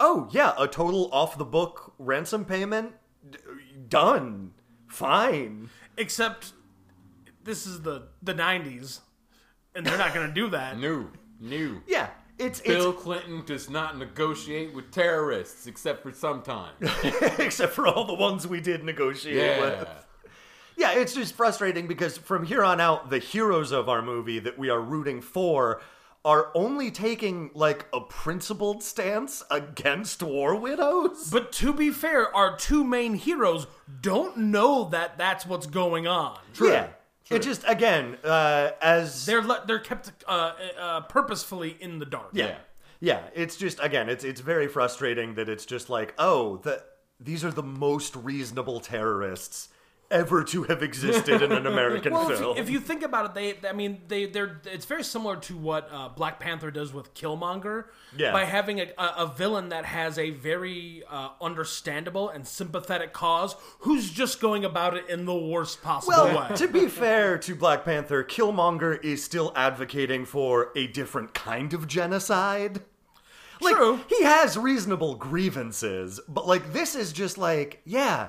S3: oh, yeah, a total off the book ransom payment? D- done. Fine.
S1: Except this is the the '90s, and they're not going to do that.
S2: new, new.
S3: Yeah, it's,
S2: Bill Clinton does not negotiate with terrorists except for sometimes.
S3: it's except for all the ones we did negotiate
S2: Yeah.
S3: with. Yeah, it's just frustrating because from here on out, the heroes of our movie that we are rooting for are only taking like a principled stance against war widows.
S1: But to be fair, our two main heroes don't know that that's what's going on.
S3: Yeah. It just again uh, as
S1: They're le- they're kept uh, uh, purposefully in the dark.
S3: yeah. yeah it's just again it's it's very frustrating that it's just like oh the these are the most reasonable terrorists ever to have existed in an American
S1: Well, if you,
S3: film.
S1: if you think about it, they, I mean, they, they're, it's very similar to what uh, Black Panther does with Killmonger.
S3: Yeah.
S1: By having a, a, a villain that has a very uh, understandable and sympathetic cause who's just going about it in the worst possible
S3: Well,
S1: way.
S3: to be fair to Black Panther, Killmonger is still advocating for a different kind of genocide. Like,
S1: True.
S3: He has reasonable grievances, but like this is just like, yeah,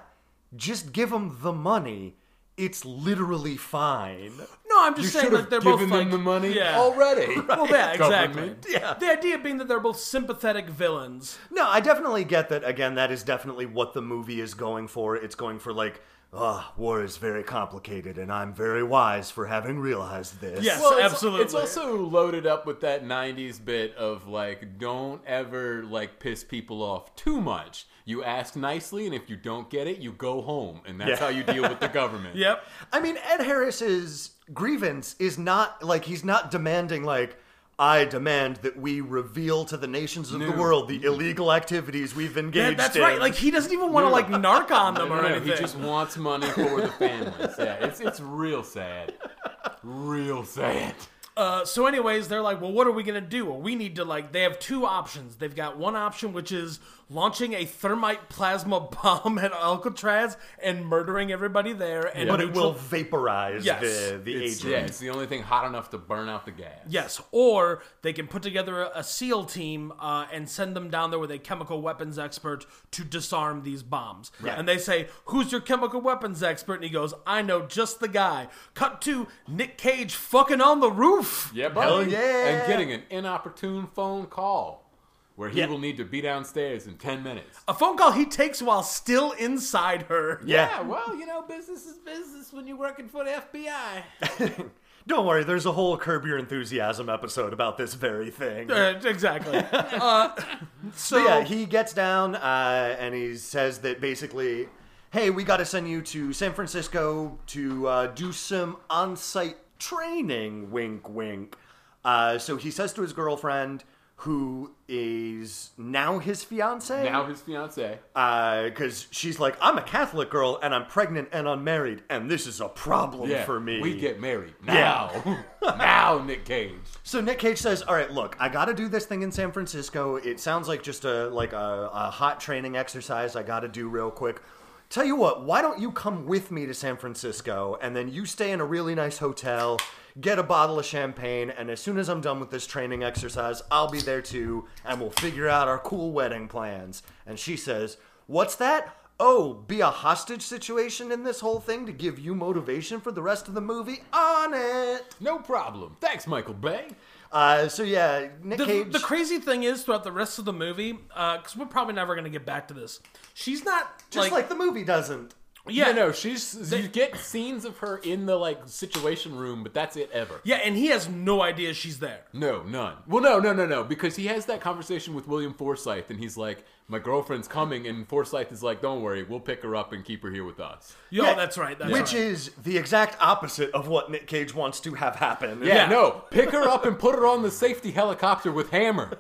S3: just give him the money. It's literally fine.
S1: No, I'm
S2: You
S1: just saying
S2: should
S1: that
S2: have
S1: they're
S2: given
S1: both
S2: them
S1: like,
S2: the money
S1: yeah.
S2: already.
S1: Well, yeah, exactly.
S2: government.
S3: Yeah.
S1: The idea being that they're both sympathetic villains.
S3: No, I definitely get that. Again, that is definitely what the movie is going for. It's going for like, ah, war is very complicated, and I'm very wise for having realized this.
S1: Yes.
S2: Well, it's,
S1: absolutely.
S2: It's also loaded up with that '90s bit of like, don't ever like piss people off too much. You ask nicely, and if you don't get it, you go home, and that's
S3: Yeah.
S2: how you deal with the government.
S1: Yep.
S3: I mean, Ed Harris's grievance is not like he's not demanding like I demand that we reveal to the nations of the
S2: No.
S3: world the illegal activities we've engaged
S1: Yeah, that's
S3: in.
S1: right. Like, he doesn't even want to, like, narc on them
S2: No,
S1: or
S2: no,
S1: anything.
S2: he just wants money for the families. Yeah, it's it's real sad, real sad.
S1: Uh, so anyways they're like well what are we gonna do well we need to like they have two options they've got one option which is launching a thermite plasma bomb at alcatraz and murdering everybody there and
S3: but it
S1: neutral-
S3: will vaporize
S1: Yes.
S3: the the
S2: It's,
S3: agent.
S2: yeah, it's the only thing hot enough to burn out the gas.
S1: yes or they can put together a, a seal team uh, and send them down there with a chemical weapons expert to disarm these bombs and they say who's your chemical weapons expert and he goes i know just the guy cut to nick cage fucking on the roof
S2: Yeah, buddy.
S3: Hell yeah.
S2: And getting an inopportune phone call. where he
S3: Yeah.
S2: will need to be downstairs in 10 minutes.
S1: A phone call he takes while still inside her.
S3: Yeah.
S2: well, you know, business is business when you're working for the FBI.
S3: Don't worry, there's a whole Curb Your Enthusiasm episode about this very thing.
S1: Uh, exactly. uh, so
S3: So yeah, he gets down uh, and he says that basically, hey, we got to send you to San Francisco to uh, do some on site training. Wink, wink. Uh, so he says to his girlfriend, who is now his fiance,
S2: Now his fiance.
S3: because she's like, I'm a Catholic girl and I'm pregnant and unmarried, and this is a problem
S2: Yeah,
S3: Oh, for me.
S2: We get married. Now. now, Nick Cage.
S3: So Nick Cage says, "All right, look, I got to do this thing in San Francisco. It sounds like just a like a, a hot training exercise I got to do real quick. Tell you what, why don't you come with me to San Francisco and then you stay in a really nice hotel, get a bottle of champagne, and as soon as I'm done with this training exercise, I'll be there too, and we'll figure out our cool wedding plans." And she says, "What's that?" Oh, be a hostage situation in this whole thing to give you motivation for the rest of the movie? On it!
S2: No problem. Thanks, Michael Bay.
S3: Uh, so yeah, Nick
S1: the,
S3: Cage.
S1: the crazy thing is throughout the rest of the movie, because we're probably never going to get back to this. She's not
S3: just like,
S1: like
S3: the movie doesn't.
S1: yeah,
S2: No, no, she's. you get scenes of her in the, like, situation room, but that's it ever.
S1: yeah, and he has no idea she's there.
S2: No, none. Well, no, no, no, no, because he has that conversation with William Forsythe, and he's like, "My girlfriend's coming," and Forsythe is like, "Don't worry, we'll pick her up and keep her here with us."
S1: Yo,
S3: Yeah.
S1: Oh, that's right. That's
S3: Which
S1: right.
S3: is the exact opposite of what Nick Cage wants to have happen.
S2: Yeah,
S1: Yeah.
S2: no, pick her up and put her on the safety helicopter with Hammer.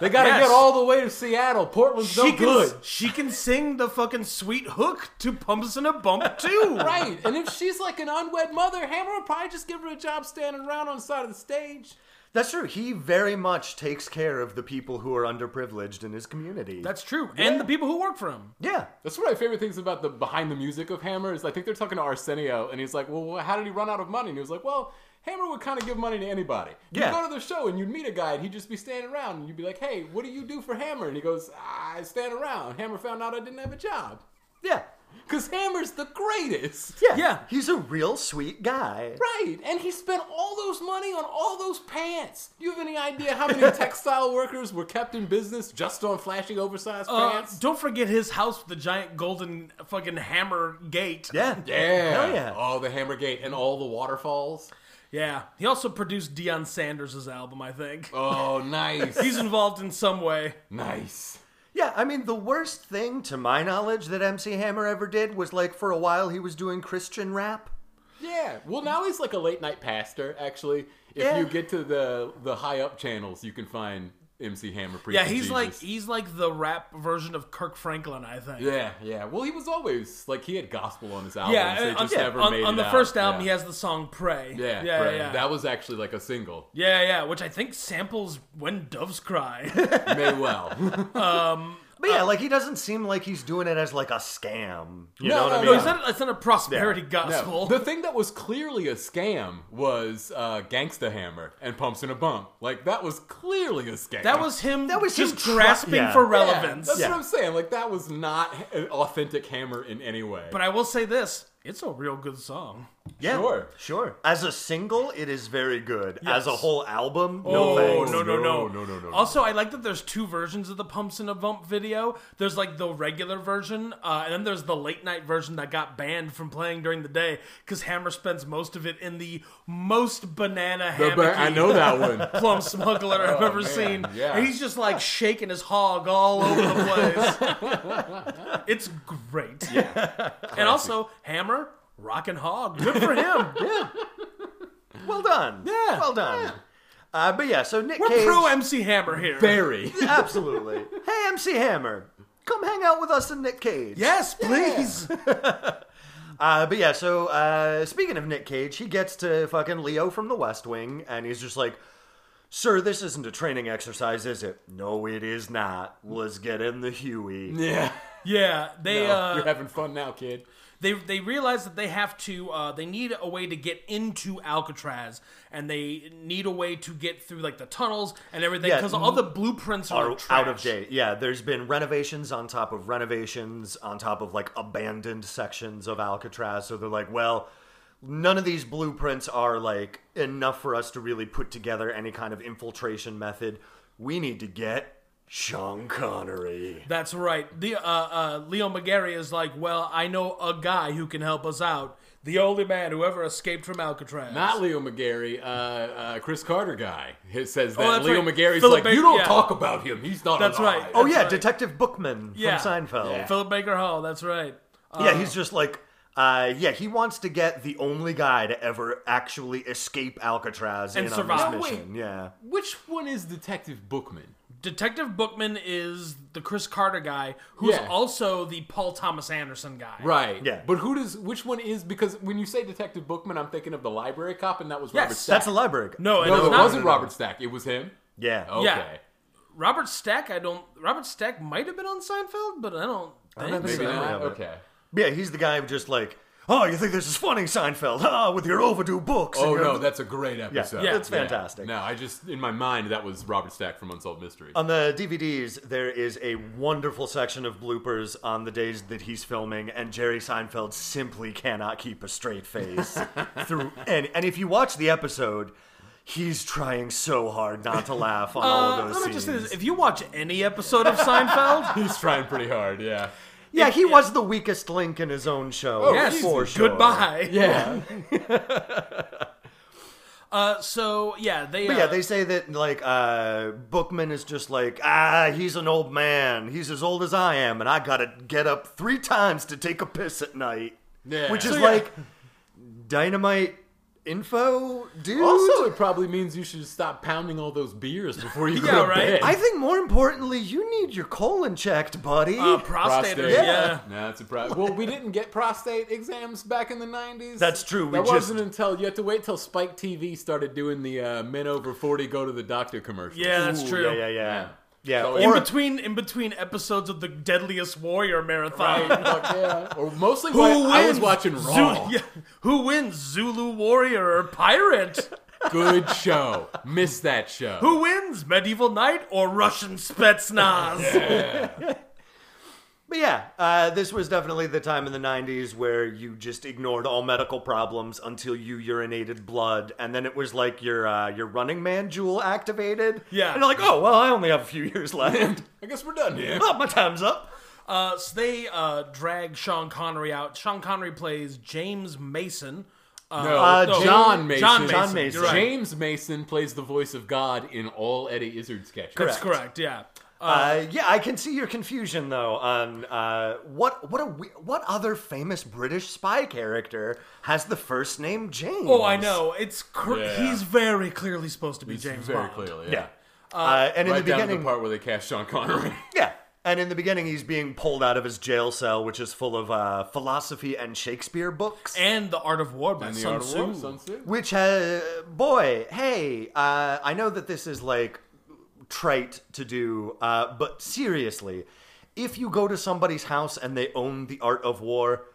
S2: They got to
S1: Yes.
S2: get all the way to Seattle. Portland's
S1: she
S2: no
S1: can
S2: good.
S1: she can sing the fucking sweet hook to "Pumps in a Bump" too.
S2: Right, and if she's like an unwed mother, Hammer will probably just give her a job standing around on the side of the stage.
S3: That's true. He very much takes care of the people who are underprivileged in his community.
S1: That's true. And the people who work for him.
S3: yeah.
S2: That's one of my favorite things about the behind the music of Hammer is I think they're talking to Arsenio and he's like, "Well, how did he run out of money?" And he was like, "Well, Hammer would kind of give money to anybody. You
S3: Yeah.
S2: go to the show and you'd meet a guy and he'd just be standing around and you'd be like, "Hey, what do you do for Hammer?" And he goes, "I stand around. Hammer found out I didn't have a job
S3: Yeah.
S2: because Hammer's the greatest."
S3: Yeah.
S1: Yeah.
S3: He's a real sweet guy.
S2: Right, and he spent all those money on all those pants. Do you have any idea how many textile workers were kept in business just on flashing oversized
S1: Uh,
S2: pants?
S1: don't forget his house with the giant golden fucking hammer gate.
S3: Yeah.
S2: Yeah.
S3: Hell yeah.
S2: Oh, the Hammergate and all the waterfalls.
S1: Yeah. He also produced Deion Sanders' album, I think.
S2: Oh, nice.
S1: He's involved in some way.
S2: nice.
S3: Yeah, I mean, the worst thing, to my knowledge, that MC Hammer ever did was like for a while he was doing Christian rap.
S2: Yeah. Well, now he's like a late night pastor. Actually, if
S3: Yeah.
S2: you get to the the high up channels, you can find MC Hammer preaching.
S1: Yeah, he's
S2: Jesus.
S1: like he's like the rap version of Kirk Franklin, I think.
S2: Yeah, yeah. Well, he was always like he had gospel on his albums.
S1: Yeah,
S2: they
S1: uh,
S2: just
S1: on,
S2: never
S1: on-
S2: made
S1: on
S2: it
S1: the
S2: out.
S1: first album,
S2: yeah.
S1: he has the song "Pray."
S2: Yeah,
S1: yeah,
S2: right.
S1: yeah.
S2: That was actually like a single.
S1: yeah, yeah, which I think samples "When Doves Cry."
S2: May well.
S3: But
S1: Uh,
S3: yeah, like he doesn't seem like he's doing it as like a scam. You
S2: No,
S3: know what
S2: no,
S3: I
S1: no,
S3: mean?
S1: it's not. It's not a prosperity gospel.
S2: No, the thing that was clearly a scam was uh, Gangsta Hammer and Pumps in a Bump. Like that was clearly a scam.
S1: that was him.
S3: That was
S1: just
S3: him try-
S1: grasping
S3: yeah.
S1: for
S2: Yeah,
S1: relevance.
S2: that's
S3: Yeah.
S2: what I'm saying. Like that was not an authentic Hammer in any way.
S1: But I will say this: it's a real good song.
S3: Yeah,
S2: Sure.
S3: sure. As a single, it is very good. As a
S1: Yes.
S3: whole album,
S1: Oh,
S3: no thanks.
S1: no, no, no,
S2: No, no, no, no, no.
S1: Also, I like that there's two versions of the Pumps in a Bump video. There's like the regular version, uh, and then there's the late night version that got banned from playing during the day because Hammer spends most of it in the most banana
S2: The ba-
S1: hammocky
S2: I know that one.
S1: plum smuggler
S3: Oh,
S1: I've ever
S2: man,
S1: seen.
S2: yeah.
S1: And he's just like shaking his hog all over the place. it's great. and also, Hammer, rockin' hog. Good for him.
S3: Well done.
S1: Yeah.
S3: Well done. Uh, but yeah, so Nick
S1: We're
S3: Cage.
S1: pro MC Hammer here.
S2: Very.
S3: absolutely. hey, MC Hammer, come hang out with us and Nick Cage.
S1: Yes, please.
S3: Uh, but yeah, so uh, speaking of Nick Cage, he gets to fucking Leo from the West Wing, and he's just like, "Sir, this isn't a training exercise, is it? No, it is not. Let's get in the Huey."
S2: Yeah. Oh,
S1: Yeah, they uh,
S2: You're having fun now, kid.
S1: they they realize that they have to uh, they need a way to get into Alcatraz and they need a way to get through like the tunnels and everything
S3: Yeah,
S1: because all the blueprints are,
S3: are
S1: like,
S3: out of
S1: trash.
S3: date. Yeah, there's been renovations on top of renovations on top of like abandoned sections of Alcatraz. So they're like, well, none of these blueprints are like enough for us to really put together any kind of infiltration method. We need to get Sean Connery.
S1: That's right. The uh, uh, Leo McGarry is like, well, I know a guy who can help us out. The only man who ever escaped from Alcatraz.
S2: Not Leo McGarry, uh, uh, Chris Carter guy. It says that
S1: Oh, that's
S2: Leo
S1: right.
S2: McGarry's
S1: Philip
S2: like,
S1: Baker-
S2: you don't
S1: yeah.
S2: talk about him. He's not
S1: That's
S2: alive."
S1: right.
S3: Oh yeah,
S1: right.
S3: Detective Bookman
S1: Yeah. Um,
S3: from Seinfeld. Yeah.
S1: Philip Baker Hall. That's right.
S3: he's just like uh, yeah, he wants to get the only guy to ever actually escape Alcatraz
S1: And
S3: in on
S1: survive.
S3: this
S2: Wait.
S3: mission. Yeah.
S2: Which one is Detective Bookman?
S1: Detective Bookman is the Chris Carter guy, who's
S2: Yeah.
S1: also the Paul Thomas Anderson guy.
S2: Right.
S3: Yeah.
S2: But who does? Which one is? Because when you say Detective Bookman, I'm thinking of the library cop, and that was
S1: Yes,
S2: Robert Stack.
S3: That's a library.
S1: No, and
S2: no,
S1: it's
S2: it
S1: not-
S2: wasn't Robert Stack. It was him.
S3: Yeah.
S2: Okay.
S1: Yeah. Robert Stack. I don't. Robert Stack might have been on Seinfeld, but I don't think
S3: never
S1: so.
S2: Maybe
S3: seen
S2: not.
S3: Robert.
S2: Okay.
S3: Yeah, he's the guy who just like, oh, you think this is funny, Seinfeld? Ah, with your overdue books. and
S2: Oh
S3: your-
S2: no, that's a great episode.
S1: yeah, it's
S3: fantastic.
S2: No, I just in my mind that was Robert Stack from Unsolved Mysteries.
S3: On the DVDs, there is a wonderful section of bloopers on the days that he's filming, and Jerry Seinfeld simply cannot keep a straight face through. And and if you watch the episode, he's trying so hard not to laugh on all
S1: Uh,
S3: of those
S1: let me
S3: scenes.
S1: just say this: if you watch any episode of Seinfeld,
S2: He's trying pretty hard. Yeah.
S3: yeah, he was the weakest link in his own show.
S1: yes,
S3: for sure.
S1: Oh, goodbye.
S2: Yeah.
S1: Uh, so yeah, they.
S3: But
S1: uh,
S3: yeah, they say that like uh, Bookman is just like ah, he's an old man. He's as old as I am, and I gotta get up three times to take a piss at night.
S2: Yeah.
S3: which is
S2: So,
S1: yeah.
S3: like dynamite info, dude.
S2: Also, it probably means you should stop pounding all those beers before you go
S1: Yeah,
S2: to
S1: right?
S2: bed.
S3: I think more importantly, you need your colon checked, buddy.
S1: uh, prostate.
S2: prostate.
S1: Yeah.
S2: No, it's a problem. Well, we didn't get prostate exams back in the 90s.
S3: That's true, we
S2: that
S3: just-
S2: wasn't until you had to wait till Spike TV started doing the uh, men over 40 go to the doctor commercials.
S1: Yeah, that's true.
S3: yeah, yeah, yeah, yeah.
S2: So
S1: In
S3: or
S1: between, in between episodes of the Deadliest Warrior marathon,
S2: Right, fuck yeah. Or mostly
S1: who
S2: why
S1: wins?
S2: I was watching
S1: Zu-
S2: Raw.
S1: yeah. who wins, Zulu Warrior or Pirate?
S2: Good show. Missed that show.
S1: who wins, Medieval Knight or Russian Spetsnaz?
S3: but yeah, uh, this was definitely the time in the '90s where you just ignored all medical problems until you urinated blood, and then it was like your uh, your Running Man jewel activated.
S1: Yeah.
S3: and you're like, oh well, I only have a few years left.
S2: I guess we're done here.
S3: oh, my time's up.
S1: Uh, so they uh, drag Sean Connery out. Sean Connery plays James Mason. Uh,
S2: No,
S3: Uh,
S1: no,
S2: John Mason.
S1: John Mason.
S3: John Mason.
S1: You're right.
S2: James Mason plays the voice of God in all Eddie Izzard sketches.
S1: That's correct. Yeah. Uh,
S3: Uh, yeah, I can see your confusion though on uh, what what a we- what other famous British spy character has the first name James?
S1: oh, I know. It's cr-
S2: Yeah.
S1: he's very clearly supposed to be James
S2: Very
S1: Bond.
S2: clearly.
S3: Yeah, uh, and in
S2: Right
S3: the
S2: down to
S3: beginning,
S2: the part where they cast Sean Connery.
S3: yeah, and in the beginning, he's being pulled out of his jail cell, which is full of uh, philosophy and Shakespeare books.
S1: And the Art of War by
S2: And the
S1: Sun
S2: Art of War,
S1: Tzu.
S2: Sun Tzu.
S3: which has boy, hey, uh, I know that this is like trite to do, uh, but seriously, if you go to somebody's house and they own the Art of War.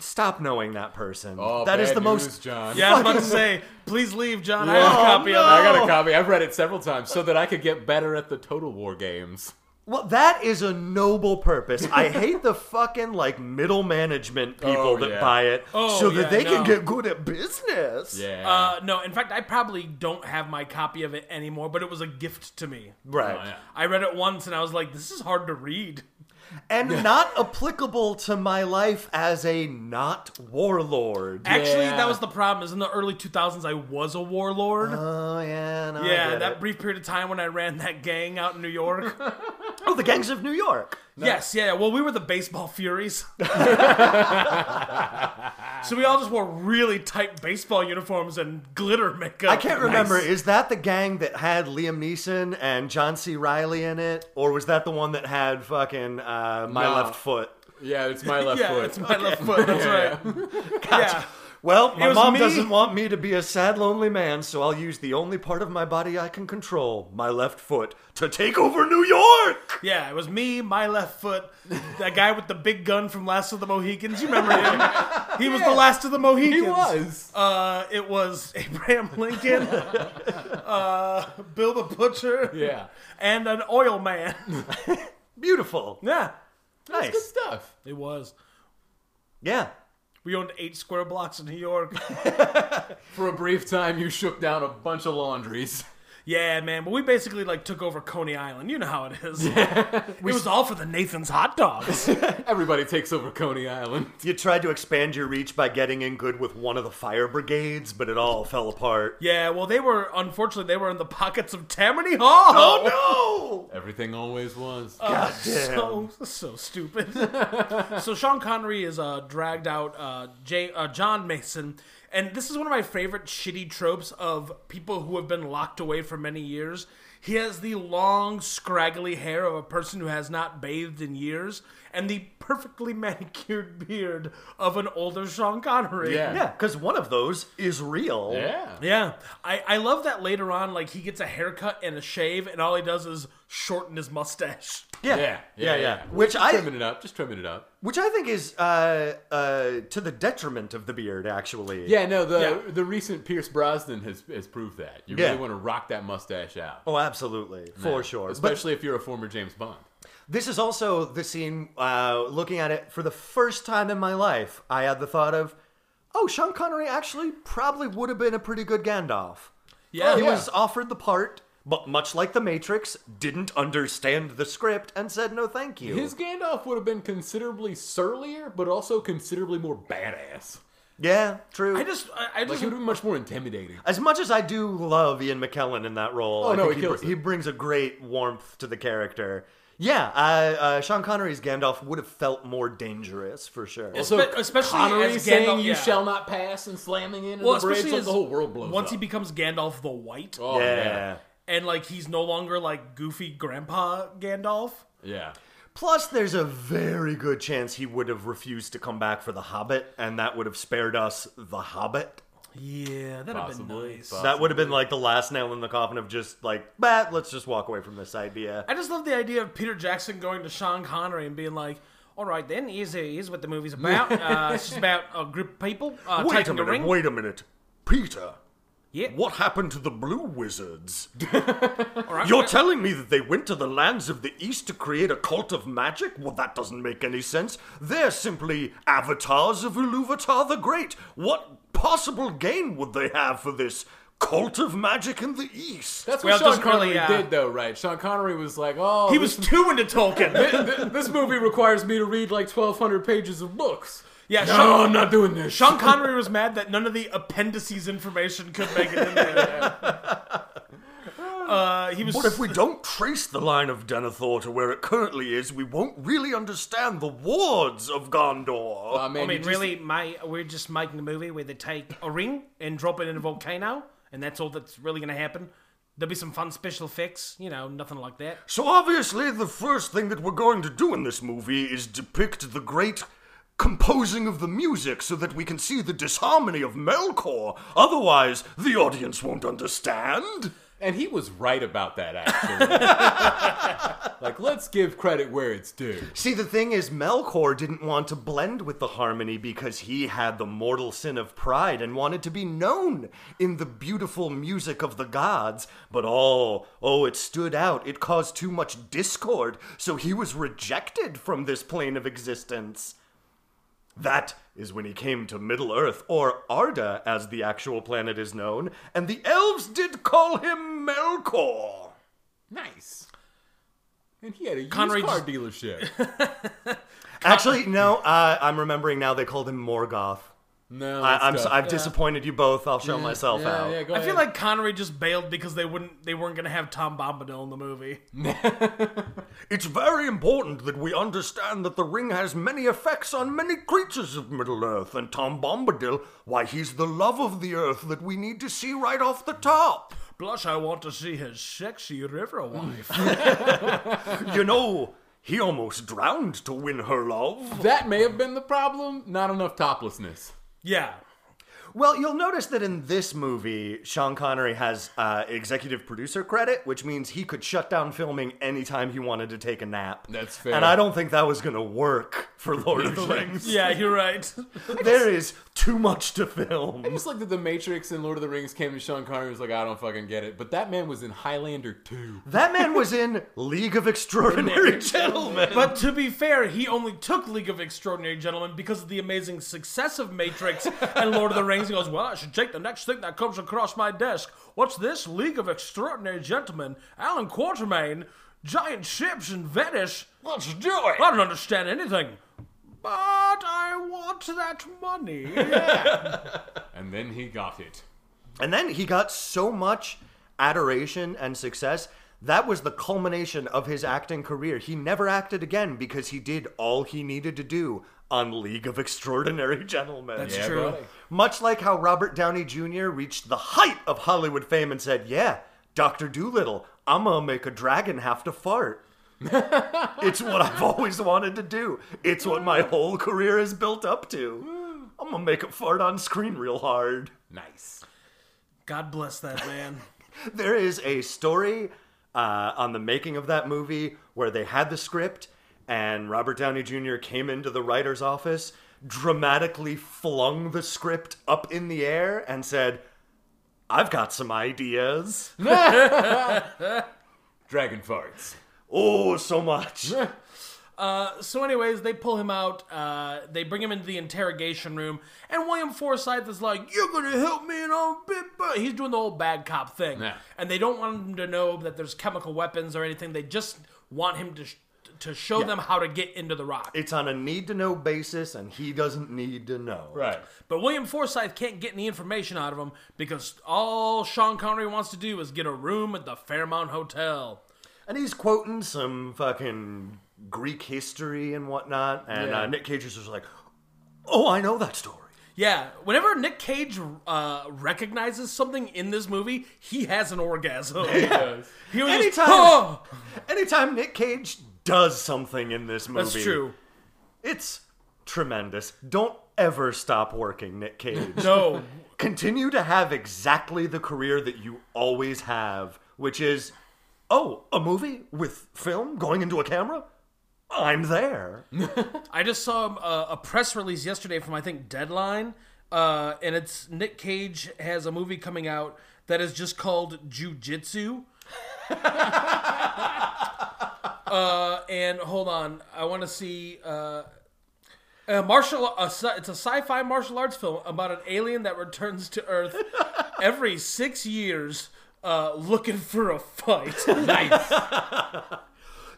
S3: Stop knowing that person.
S2: Oh,
S3: that is
S2: bad
S3: the
S2: news,
S3: most
S2: John.
S1: Yeah, I was about to say, please leave, John. I have a
S3: Oh,
S1: copy
S3: no.
S1: of
S2: I
S1: it.
S2: got a copy. I've read it several times so that I could get better at the Total War games.
S3: Well, that is a noble purpose. I hate the fucking like middle management people
S2: Oh,
S3: that
S2: yeah.
S3: buy it
S1: Oh,
S3: so that
S1: yeah,
S3: they
S1: no.
S3: can get good at business.
S2: Yeah.
S1: Uh, no, in fact, I probably don't have my copy of it anymore, but it was a gift to me.
S3: Right.
S2: Oh, yeah.
S1: I read it once and I was like, this is hard to read.
S3: And not applicable to my life as a not warlord.
S1: Actually,
S2: Yeah.
S1: that was the problem. Is in the early 2000s, I was a warlord.
S3: Oh yeah, no, I
S1: yeah,
S3: get
S1: that
S3: it.
S1: brief period of time when I ran that gang out in New York.
S3: Oh, the gangs of New York.
S1: Yes, yeah. Well, we were the baseball furies. so we all just wore really tight baseball uniforms and glitter makeup.
S3: I can't remember. Is that the gang that had Liam Neeson and John C. Riley in it, or was that the one that had fucking uh, my
S2: No.
S3: left foot?
S2: yeah, it's my left
S1: yeah,
S2: foot.
S1: it's my left foot. That's right. Yeah.
S3: Well, my
S1: was
S3: mom
S1: me.
S3: doesn't want me to be a sad, lonely man, so I'll use the only part of my body I can control, my left foot, to take over New York!
S1: Yeah, it was me, my left foot, that guy with the big gun from Last of the Mohicans. You remember him? He was the last of the Mohicans.
S2: he was.
S1: Uh, it was Abraham Lincoln, uh, Bill the Butcher,
S2: Yeah.
S1: and an oil man.
S3: Beautiful.
S1: Yeah,
S2: Good
S3: Nice.
S2: stuff.
S1: it was.
S3: Yeah.
S1: We owned eight square blocks in New York.
S2: For a brief time, you shook down a bunch of laundries.
S1: Yeah, man. But we basically like took over Coney Island. You know how it is. it was all for the Nathan's hot dogs.
S2: Everybody takes over Coney Island.
S3: You tried to expand your reach by getting in good with one of the fire brigades, but it all fell apart.
S1: yeah, well, they were unfortunately they were in the pockets of Tammany Hall.
S3: Oh
S2: Everything always was.
S3: no! God damn.
S1: So so stupid. so Sean Connery is uh, dragged out uh, Jay, uh, John Mason, and this is one of my favorite shitty tropes of people who have been locked away for many years. He has the long, scraggly hair of a person who has not bathed in years, and the perfectly manicured beard of an older Sean Connery.
S2: Yeah.
S3: yeah, because one of those is real.
S2: yeah.
S1: Yeah, I, I love that later on, like, he gets a haircut and a shave, and all he does is shorten his mustache.
S3: Yeah.
S2: Yeah,
S3: yeah,
S2: yeah,
S3: yeah.
S2: yeah.
S3: Which
S2: Just
S3: I
S2: trimming it up. Just trimming it up.
S3: which I think is uh, uh, to the detriment of the beard, actually.
S2: Yeah, no, the
S1: Yeah.
S2: the recent Pierce Brosnan has, has proved that. You
S3: Yeah.
S2: really want to rock that mustache out.
S3: Oh, absolutely, for sure. But
S2: Especially if you're a former James Bond.
S3: This is also the scene, uh, looking at it for the first time in my life, I had the thought of, oh, Sean Connery actually probably would have been a pretty good Gandalf.
S1: Yeah.
S3: He
S2: yeah.
S3: was offered the part, but much like The Matrix, didn't understand the script and said no thank you.
S2: His Gandalf would have been considerably surlier, but also considerably more badass.
S3: yeah, true.
S1: I just, I, I
S2: Like,
S1: just
S2: he would have been much more intimidating.
S3: as much as I do love Ian McKellen in that role, I
S2: Oh, no,
S3: think
S2: he
S3: he, br-
S2: kills it.
S3: he brings a great warmth to the character. Yeah, uh, uh, Sean Connery's Gandalf would have felt more dangerous for sure.
S2: So,
S1: Espe- especially
S2: Connery
S1: as
S2: saying
S1: Gandalf-
S2: you
S1: yeah.
S2: shall not pass and slamming into
S1: Well,
S2: the bridge,
S1: especially
S2: like
S1: as-
S2: the whole world blows
S1: once
S2: up.
S1: he becomes Gandalf the White,
S2: oh,
S3: yeah.
S1: and like he's no longer like goofy grandpa Gandalf.
S2: Yeah.
S3: Plus, there's a very good chance he would have refused to come back for The Hobbit, and that would have spared us The Hobbit.
S1: Yeah, that'd have
S2: Possibly,
S1: been nice.
S2: but-
S3: That would have been like the last nail in the coffin of just like, bah, let's just walk away from this idea.
S1: I just love the idea of Peter Jackson going to Sean Connery and being like, "All right, then here's, here's what the movie's about. Uh, it's just about a group of people uh,
S3: wait a
S1: taking a
S3: minute,
S1: ring.
S3: wait a minute. Peter,
S1: yeah,
S3: what happened to the Blue Wizards?
S1: all right,
S3: You're
S1: uh,
S3: telling me that they went to the lands of the East to create a cult of magic? Well, that doesn't make any sense. They're simply avatars of Iluvatar the Great. What possible gain would they have for this cult of magic in the East?
S2: That's
S1: Well, it
S2: what Sean
S1: doesn't
S2: Connery
S1: really, uh,
S2: did, though, right? Sean Connery was like, oh,
S1: he
S2: this
S1: was too into Tolkien.
S2: Th- th- this movie requires me to read like 1,200 pages of books.
S1: Yeah,
S2: no,
S1: Sean-
S2: I'm not doing this.
S1: Sean Connery was mad that none of the appendices information could make it in there. Uh, he was.
S3: But if we don't trace the line of Denethor to where it currently is, we won't really understand the wards of Gondor.
S2: Aw,
S1: I
S2: man, you
S1: mean,
S2: just-
S1: really, my we're just making a movie where they take a ring and drop it in a volcano, and that's all that's really going to happen. There'll be some fun special effects, you know, nothing like that.
S3: so obviously, the first thing that we're going to do in this movie is depict the great composing of the music so that we can see the disharmony of Melkor. Otherwise, the audience won't understand.
S2: And he was right about that, actually. like, let's give credit where it's due.
S3: See, the thing is, Melkor didn't want to blend with the harmony because he had the mortal sin of pride and wanted to be known in the beautiful music of the gods. But oh, oh, it stood out. It caused too much discord, so he was rejected from this plane of existence. That is when he came to Middle Earth, or Arda as the actual planet is known, and the elves did call him Melkor.
S2: Nice. And he had a used
S1: Connery
S2: car
S1: just-
S2: dealership.
S3: Actually, no, uh, I'm remembering now they called him Morgoth.
S2: No,
S3: I,
S2: that's
S3: I'm
S2: tough.
S3: so, I've disappointed you both. I'll show myself
S2: yeah,
S3: out.
S2: Yeah, go
S1: I feel
S2: ahead.
S1: like Connery just bailed because they wouldn't, they weren't going to have Tom Bombadil in the movie.
S3: It's very important that we understand that the ring has many effects on many creatures of Middle Earth, and Tom Bombadil, why, he's the love of the earth that we need to see right off the top.
S1: Blush, I want to see his sexy river wife.
S3: you know, he almost drowned to win her love.
S2: that may have been the problem. Not enough toplessness.
S1: yeah,
S3: Well, you'll notice that in this movie, Sean Connery has uh, executive producer credit, which means he could shut down filming anytime he wanted to take a nap.
S2: That's fair.
S3: And I don't think that was going to work for Lord of the Rings.
S1: yeah, you're right.
S3: There is too much to film.
S2: Just like that the Matrix and Lord of the Rings came to Sean Connery was like, I don't fucking get it. But that man was in Highlander 2.
S3: That man was in League of Extraordinary Gentlemen.
S1: But to be fair, he only took League of Extraordinary Gentlemen because of the amazing success of Matrix and Lord of the Rings. He goes, Well, I should take the next thing that comes across my desk. What's this? League of Extraordinary Gentlemen, Alan Quatermain, giant ships in Venice.
S2: Let's do it!
S1: I don't understand anything. But I want that money.
S2: And then he got it.
S3: And then he got so much adoration and success. That was the culmination of his acting career. He never acted again because he did all he needed to do on League of Extraordinary Gentlemen.
S1: That's true.
S2: buddy.
S3: Much like how Robert Downey Jr. reached the height of Hollywood fame and said, Yeah, Dr. Doolittle, I'm gonna make a dragon have to fart. it's what I've always wanted to do. It's what my whole career is built up to. I'm gonna make it fart on screen real hard.
S2: Nice.
S1: God bless that man.
S3: There is a story uh, on the making of that movie where they had the script and Robert Downey Jr. came into the writer's office, dramatically flung the script up in the air, and said, I've got some ideas.
S2: Dragon farts.
S3: Oh, so much.
S1: so anyways they pull him out uh, they bring him into the interrogation room and william forsythe is like you're gonna help me and i'll be bu-" he's doing the whole bad cop thing
S2: Yeah.
S1: and they don't want him to know that there's chemical weapons or anything they just want him to sh- to show them how to get into the rock
S3: It's on a need to know basis, and he doesn't need to know.
S2: Right.
S1: but william forsythe can't get any information out of him because all sean connery wants to do is get a room at the fairmount hotel
S3: And he's quoting some fucking Greek history and whatnot, and
S2: Yeah.
S3: uh, Nick Cage is just like, Oh, I know that story.
S1: yeah whenever nick cage uh, recognizes something in this movie he has an orgasm
S2: Yes.
S1: He was just,
S3: Anytime.
S1: "Oh!"
S3: Anytime Nick Cage does something in this movie,
S1: That's true.
S3: It's tremendous. Don't ever stop working, Nick Cage.
S1: No.
S3: Continue to have exactly the career that you always have, which is, oh, a movie with film going into a camera. I'm there.
S1: I just saw um, a, a press release yesterday from, I think, Deadline. Uh, and it's Nick Cage has a movie coming out that is just called Jujitsu. uh, and hold on. I want to see. Uh, a martial, a, sci- it's a sci-fi martial arts film about an alien that returns to Earth every six years, uh, looking for a fight.
S2: Nice.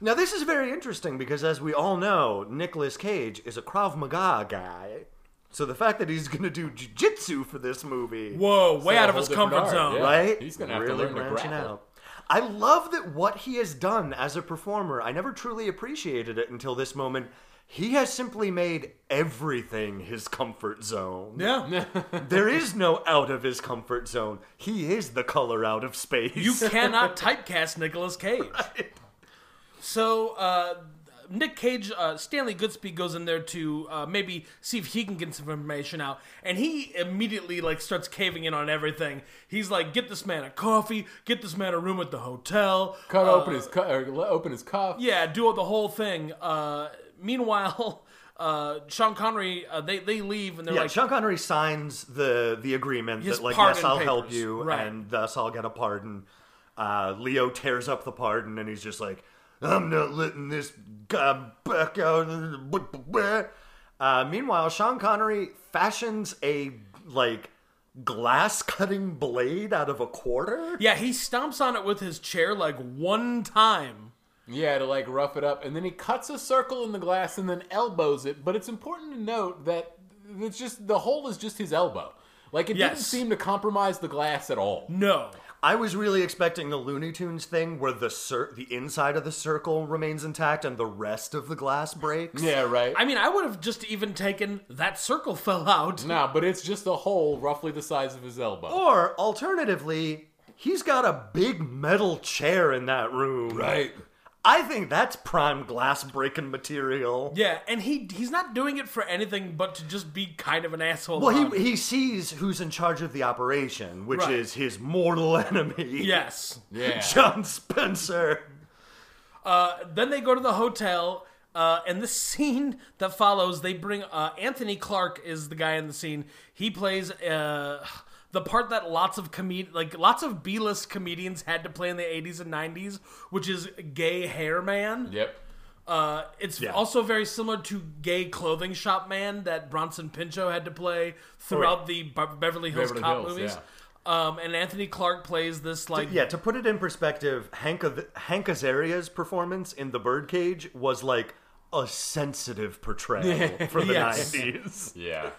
S3: Now this is very interesting because, as we all know, Nicolas Cage is a Krav Maga guy. So the fact that he's going to do jujitsu for this movie,
S1: Whoa, way
S2: a
S1: out of
S2: whole
S1: his
S2: different
S1: comfort
S2: art,
S1: zone.
S2: yeah.
S3: right?
S2: He's gonna have to learn to
S3: branching
S2: grapple.
S3: I love that what he has done as a performer. I never truly appreciated it until this moment. He has simply made everything his comfort zone.
S1: Yeah.
S3: There is no out of his comfort zone. He is the color out of space.
S1: You cannot typecast Nicolas Cage. So, uh, Nick Cage, uh, Stanley Goodspeed goes in there to uh, maybe see if he can get some information out, and he immediately like starts caving in on everything. He's like, "Get this man a coffee. Get this man a room at the hotel.
S2: Cut
S1: Uh,
S2: open his cu- or le- open his cuff.
S1: yeah, do the whole thing." Uh, meanwhile, uh, Sean Connery, uh, they they leave and they're
S3: yeah,
S1: like,
S3: Sean Connery signs the the agreement
S1: His
S3: that like
S1: pardon
S3: yes, I'll help
S1: papers,
S3: you,
S1: right.
S3: and thus I'll get a pardon. Uh, Leo tears up the pardon, and he's just like, "I'm not letting this guy back out." Uh, meanwhile, Sean Connery fashions a like glass cutting blade out of a quarter.
S1: "Yeah, he stomps on it with his chair like one time."
S2: Yeah, to like rough it up, and then he cuts a circle in the glass and then elbows it. But it's important to note that it's just the hole is just his elbow. Like it didn't
S1: Yes.
S2: seem to compromise the glass at all.
S1: No.
S3: I was really expecting the Looney Tunes thing where the cir- the inside of the circle remains intact and the rest of the glass breaks.
S2: Yeah, right.
S1: I mean, I would have just even taken that circle fell out.
S2: No, but it's just a hole roughly the size of his elbow.
S3: Or alternatively, he's got a big metal chair in that room. I think that's prime glass breaking material.
S1: Yeah, and he he's not doing it for anything but to just be kind of an asshole.
S3: Well,
S1: about it.
S3: he, he sees who's in charge of the operation, which
S1: Right.
S3: is his mortal enemy.
S1: yes.
S2: Yeah.
S3: John Spencer.
S1: Uh, then they go to the hotel. Uh, and this scene that follows, they bring uh, Anthony Clark is the guy in the scene. He plays uh, the part that lots of comed- like lots of B-list comedians had to play in the 80s and 90s, which is gay hair man.
S2: Yep.
S1: Uh, it's
S3: Yeah.
S1: also very similar to gay clothing shop man that Bronson Pinchot had to play throughout the Be- Beverly Hills
S2: Beverly
S1: Cop
S2: Hills,
S1: movies. Um, and Anthony Clark plays this like
S3: Yeah, to put it in perspective, Hank, Hank Azaria's performance in The Birdcage was like a sensitive portrayal for the
S1: Yes.
S3: 90s.
S2: Yeah.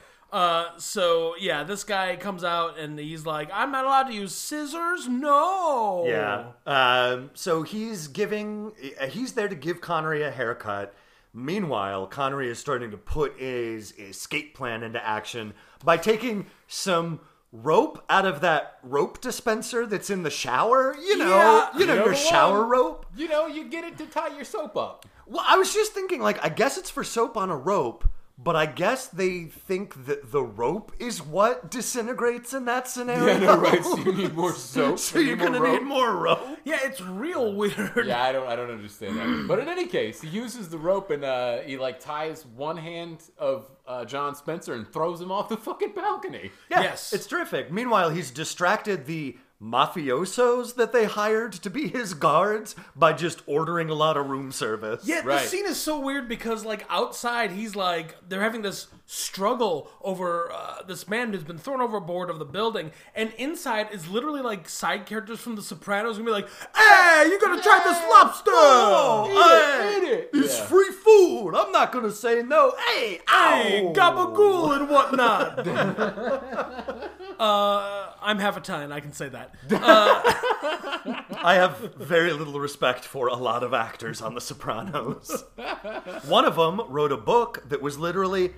S1: so yeah, this guy comes out and he's like, "I'm not allowed to use scissors." No.
S3: Yeah. Um, so he's giving, uh, he's there to give Connery a haircut. Meanwhile, Connery is starting to put his escape plan into action by taking some rope out of that rope dispenser that's in the shower. You know,
S1: Yeah.
S3: you know,
S2: You know
S3: your
S2: the
S3: shower
S2: one.
S3: rope.
S2: You know, you get it to tie your soap up.
S3: Well, I was just thinking, like, I guess it's for soap on a rope, but I guess they think that the rope is what disintegrates in that scenario.
S2: Yeah, no, right. So you need more soap.
S3: So
S2: you
S3: you're
S2: need more
S3: gonna
S2: rope.
S3: need more rope.
S1: Yeah, it's real weird.
S2: Yeah, I don't, I don't understand that. But in any case, he uses the rope and uh, he like ties one hand of uh, John Spencer and throws him off the fucking balcony.
S3: Yeah,
S1: Yes.
S3: it's terrific. Meanwhile, he's distracted the mafiosos that they hired to be his guards by just ordering a lot of room service.
S1: Yeah, the
S2: Right.
S1: scene is so weird because like outside, he's like they're having this struggle over uh, this man who's been thrown overboard of the building, and inside is literally like side characters from The Sopranos gonna be like, "Hey, you gonna try this lobster?
S3: Oh,
S2: Eat it,
S3: hey,
S2: eat it.
S3: It's
S2: Yeah.
S3: free food. I'm not gonna say no. Hey,
S1: Hey,
S3: ow.
S1: gabagool and whatnot." uh, I'm half Italian. I can say that.
S3: I have very little respect for a lot of actors on The Sopranos. One of them wrote a book that was literally,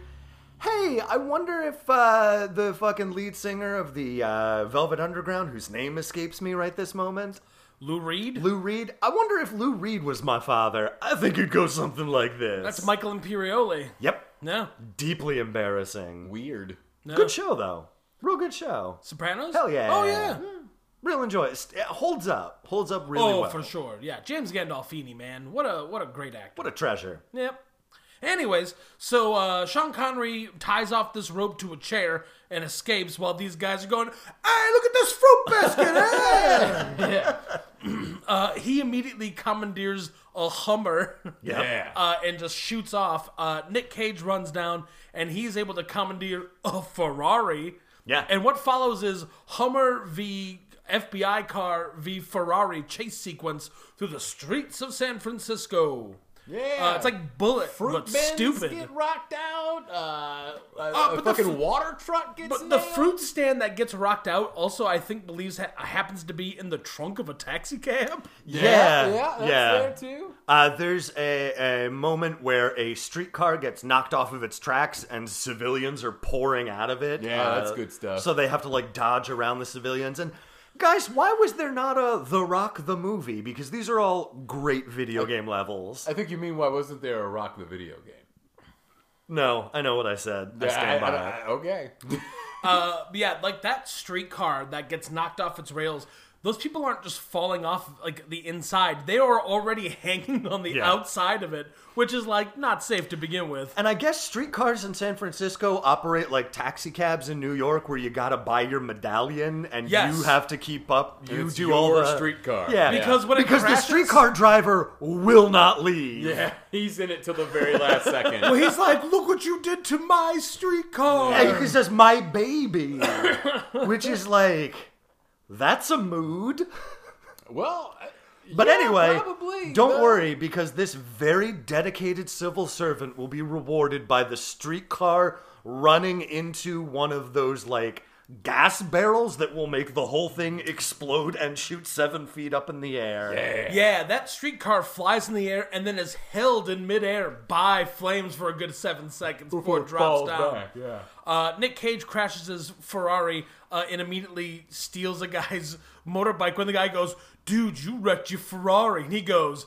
S3: "Hey, I wonder if uh, the fucking lead singer of the uh, Velvet Underground, whose name escapes me right this moment,
S1: Lou Reed.
S3: Lou Reed. I wonder if Lou Reed was my father. I think it'd go something like this."
S1: That's Michael Imperioli.
S3: Yep,
S1: No.
S3: deeply embarrassing.
S2: Weird.
S1: no.
S3: Good show though. Real good show.
S1: Sopranos?
S3: Hell yeah.
S1: Oh, yeah.
S3: Real enjoy it. St- It holds up. Holds up really
S1: Oh,
S3: well.
S1: for sure. Yeah. James Gandolfini, man. What a what a great actor.
S3: What a treasure.
S1: Yep. Anyways, so uh, Sean Connery ties off this rope to a chair and escapes while these guys are going, Hey, look at this fruit basket! Hey! uh, he immediately commandeers a Hummer.
S3: Yep.
S1: uh, and just shoots off. Uh, Nick Cage runs down, and he's able to commandeer a Ferrari.
S3: Yeah.
S1: And what follows is Hummer v FBI car v Ferrari chase sequence through the streets of San Francisco.
S2: Yeah.
S1: Uh, it's like Bullet,
S2: Fruit
S1: but
S2: bins
S1: stupid.
S2: get rocked out. Uh, a,
S1: Oh,
S2: a
S1: but the
S2: fucking
S1: fr-
S2: water truck gets.
S1: but the
S2: nailed.
S1: fruit stand that gets rocked out also, I think, believes ha- happens to be in the trunk of a taxi cab.
S3: Yeah,
S2: Yeah, that's
S3: yeah.
S2: there too.
S3: Uh, there's a, a moment where a streetcar gets knocked off of its tracks and civilians are pouring out of it.
S2: Yeah,
S3: Uh,
S2: that's good stuff.
S3: So they have to like dodge around the civilians. And guys, why was there not a The Rock the movie? Because these are all great video game levels.
S2: I think you mean why wasn't there a Rock the Video game?
S3: no, I know what I said. I
S2: I- I-
S3: stand by it.
S2: I- okay.
S1: Uh, But yeah, like that streetcar that gets knocked off its rails. Those people aren't just falling off like the inside; they are already hanging on the
S3: Yeah.
S1: outside of it, which is like not safe to begin with.
S3: And I guess streetcars in San Francisco operate like taxi cabs in New York, where you gotta buy your medallion and
S1: Yes.
S3: you have to keep up. You
S2: it's
S3: do all
S2: your
S3: the
S2: streetcar.
S3: Yeah,
S1: Because when it
S3: because
S1: crashes-
S3: the streetcar driver will not leave.
S2: Yeah, he's in it till the very last second.
S1: Well, he's like, "Look what you did to my streetcar!"
S3: Yeah, he says my baby, which is like that's a mood.
S2: Well, uh, I-
S3: But
S2: yeah,
S3: anyway,
S2: probably,
S3: don't
S2: but-
S3: worry because this very dedicated civil servant will be rewarded by the streetcar running into one of those like gas barrels that will make the whole thing explode and shoot seven feet up in the air.
S1: Yeah, that streetcar flies in the air and then is held in midair by flames for a good seven seconds before, it drops
S2: falls
S1: down.
S2: back, yeah.
S1: Uh, Nick Cage crashes his Ferrari uh, and immediately steals a guy's motorbike. When the guy goes, "Dude, you wrecked your Ferrari," and he goes,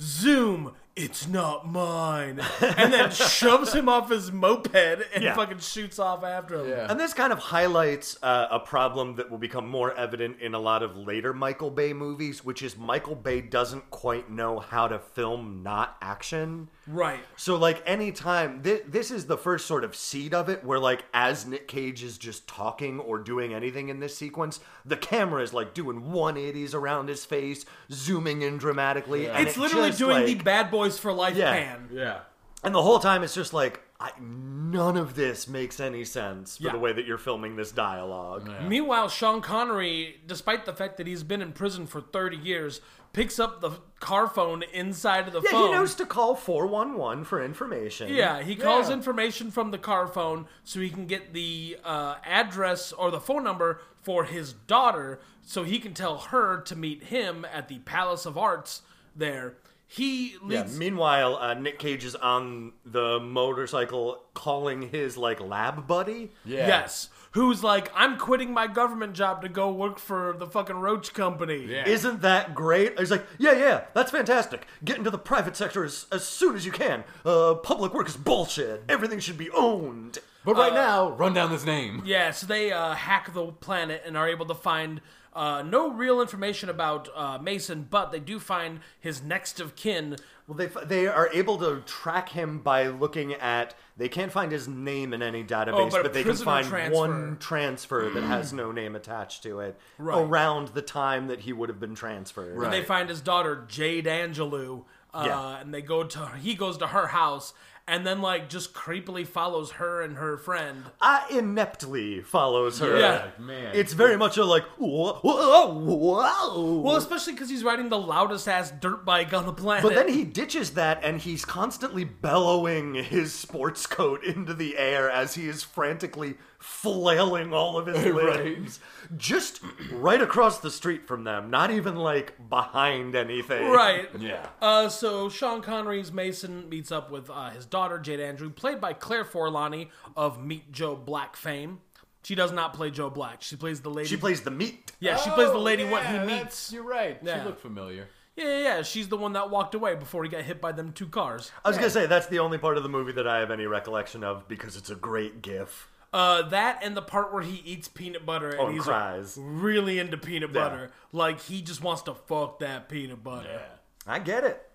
S1: "Zoom." it's not mine, and then shoves him off his moped and
S3: Yeah.
S1: fucking shoots off after him.
S2: Yeah.
S3: And this kind of highlights uh, a problem that will become more evident in a lot of later Michael Bay movies, which is Michael Bay doesn't quite know how to film not action.
S1: Right.
S3: So, like, anytime, th- this is the first sort of seed of it where, like, as Nick Cage is just talking or doing anything in this sequence, the camera is, like, doing 180s around his face, zooming in dramatically. And
S1: it's
S3: it
S1: literally
S3: just,
S1: doing the
S3: like-
S1: Bad Boys for Life
S3: Yeah.
S1: pan.
S2: Yeah.
S3: And the whole time, it's just like, I, none of this makes any sense for
S1: Yeah.
S3: the way that you're filming this dialogue.
S1: Meanwhile, Sean Connery, despite the fact that he's been in prison for 30 years, picks up the car phone inside of the
S3: Yeah,
S1: phone.
S3: he knows to call 411 for information.
S1: Yeah, he calls
S2: Yeah.
S1: information from the car phone so he can get the uh, address or the phone number for his daughter so he can tell her to meet him at the Palace of Arts there. He
S3: Yeah,
S1: leads.
S3: meanwhile, uh, Nick Cage is on the motorcycle calling his like lab buddy.
S2: Yeah.
S1: Yes. Who's like, I'm quitting my government job to go work for the fucking Roach Company.
S2: Yeah.
S3: Isn't that great? He's like, yeah, yeah, that's fantastic. Get into the private sector as, as soon as you can. Uh, public work is bullshit. Everything should be owned.
S2: But
S1: Uh,
S2: right now, run down this name.
S1: Yeah, so they uh, hack the planet and are able to find uh, no real information about uh, Mason, but they do find his next of kin.
S3: Well, they f- they are able to track him by looking at. They can't find his name in any database,
S1: a
S3: Oh, but, they can
S1: prisoner
S3: find
S1: transfer.
S3: one transfer that has no name attached to it
S1: Right.
S3: around the time that he would have been transferred.
S2: Right.
S1: They find his daughter Jade Angelou, uh,
S3: Yeah.
S1: and they go to he goes to her house, and then like just creepily follows her and her friend.
S3: I ineptly follows her.
S1: Yeah.
S2: man.
S3: It's very much a like, whoa, whoa, whoa.
S1: Well, especially because he's riding the loudest ass dirt bike on the planet.
S3: but then he ditches that and he's constantly bellowing his sports coat into the air as he is frantically flailing all of his limbs. Just right across the street from them, not even like behind anything.
S1: right.
S2: Yeah.
S1: Uh, so Sean Connery's Mason meets up with uh, his daughter Jade Andrew, played by Claire Forlani of Meet Joe Black fame. She does not play Joe Black. She plays the lady.
S3: She plays the meat.
S1: yeah, she plays the
S2: Oh,
S1: lady what he
S2: yeah, that's-
S1: meets.
S2: You're right.
S1: Yeah.
S2: She looked familiar.
S1: Yeah, yeah, yeah. She's the one that walked away before he got hit by them two cars.
S3: I was gonna say that's the only part of the movie that I have any recollection of because it's a great gif.
S1: Uh, that and the part where he eats peanut butter and
S3: Oh, and
S1: he's
S3: cries.
S1: really into peanut butter. Like he just wants to fuck that peanut butter.
S3: I get it.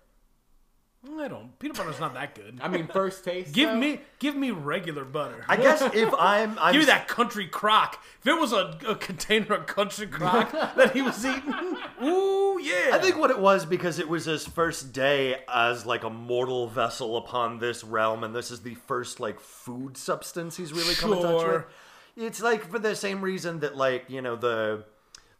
S1: I don't. Peanut butter's not that good.
S2: I mean, first taste.
S1: Give
S2: though?
S1: me, give me regular butter.
S3: I guess if I'm, I'm
S1: Give me that country crock. If it was a, a container of country crock that he was eating, ooh yeah.
S3: I think what it was because it was his first day as like a mortal vessel upon this realm, and this is the first like food substance he's really come in touch with.
S1: Sure.
S3: It's like for the same reason that like you know the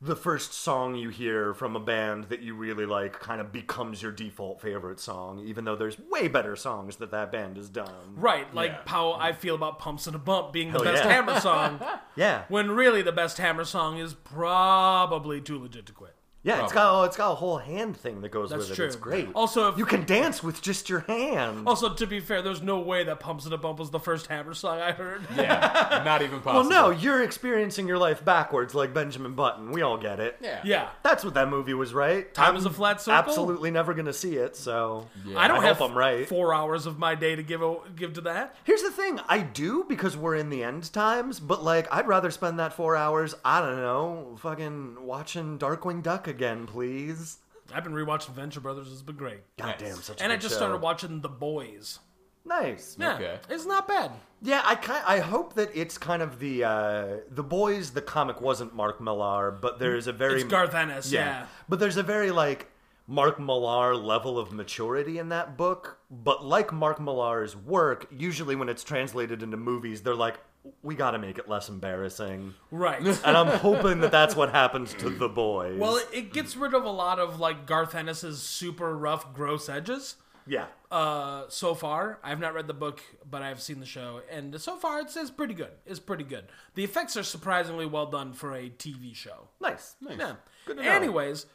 S3: the first song you hear from a band that you really like kind of becomes your default favorite song, even though there's way better songs that that band has done.
S1: right, like
S2: Yeah.
S1: how I feel about "Pumps and a Bump" being the
S3: Hell
S1: best
S3: yeah.
S1: Hammer song,
S3: Yeah,
S1: when really the best Hammer song is probably "Too Legit to Quit."
S3: yeah, it's got oh, it's got a whole hand thing that goes
S1: That's
S3: with it.
S1: true.
S3: It's great.
S1: Also, if
S3: you can dance with just your hand.
S1: Also, to be fair, there's no way that Pumps and a Bump was the first Hammer song I heard.
S2: Yeah. Not even
S3: well,
S2: possible.
S3: no, you're experiencing your life backwards like Benjamin Button. We all get it.
S2: Yeah.
S1: Yeah.
S3: That's what that movie was, right?
S1: Time is a flat circle?
S3: Absolutely never going to see it, so
S1: I don't
S3: I
S1: have
S3: hope I'm right.
S1: four hours of my day to give o give to that.
S3: Here's the thing, I do because we're in the end times, but like I'd rather spend that 4 hours, I don't know, fucking watching Darkwing Duck again, please.
S1: I've been rewatching Venture Brothers. It's been great.
S3: Goddamn,
S2: Nice.
S3: such a
S1: And I
S3: good
S1: just
S3: show.
S1: started watching The Boys.
S3: Nice.
S1: Yeah,
S2: Okay.
S1: it's not bad.
S3: Yeah, I kind I hope that it's kind of the uh the boys the comic wasn't Mark Millar, but there's a very
S1: It's Garth Ennis. Yeah.
S3: But there's a very like Mark Millar level of maturity in that book. But like Mark Millar's work, usually when it's translated into movies, they're like, we got to make it less embarrassing.
S1: right.
S3: And I'm hoping that that's what happens to the boys.
S1: well, it, it gets rid of a lot of like Garth Ennis's super rough, gross edges.
S3: yeah.
S1: Uh, so far, I've not read the book, but I've seen the show, and so far it's, it's pretty good. It's pretty good. The effects are surprisingly well done for a TV show.
S3: Nice.
S1: Yeah.
S3: Good to know.
S1: Anyways,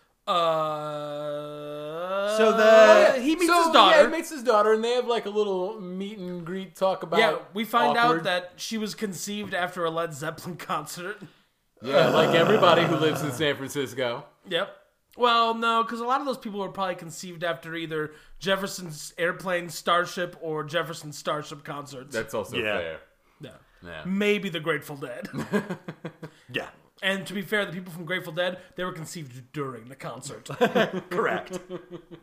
S1: uh,
S3: So the-
S1: he meets
S2: so,
S1: his daughter.
S2: Yeah,
S1: Yeah,
S2: he meets his daughter, and they have like a little meet and greet talk about.
S1: we find
S2: awkward-
S1: out that she was conceived after a Led Zeppelin concert.
S2: Yeah, like everybody who lives in San Francisco.
S1: Yep. Well, no, because a lot of those people were probably conceived after either Jefferson's Airplane Starship or Jefferson's Starship concerts.
S2: That's also
S3: Yeah.
S2: fair.
S1: yeah.
S2: Yeah.
S1: Maybe the Grateful Dead.
S3: Yeah,
S1: and to be fair, the people from Grateful Dead, they were conceived during the concert.
S3: correct,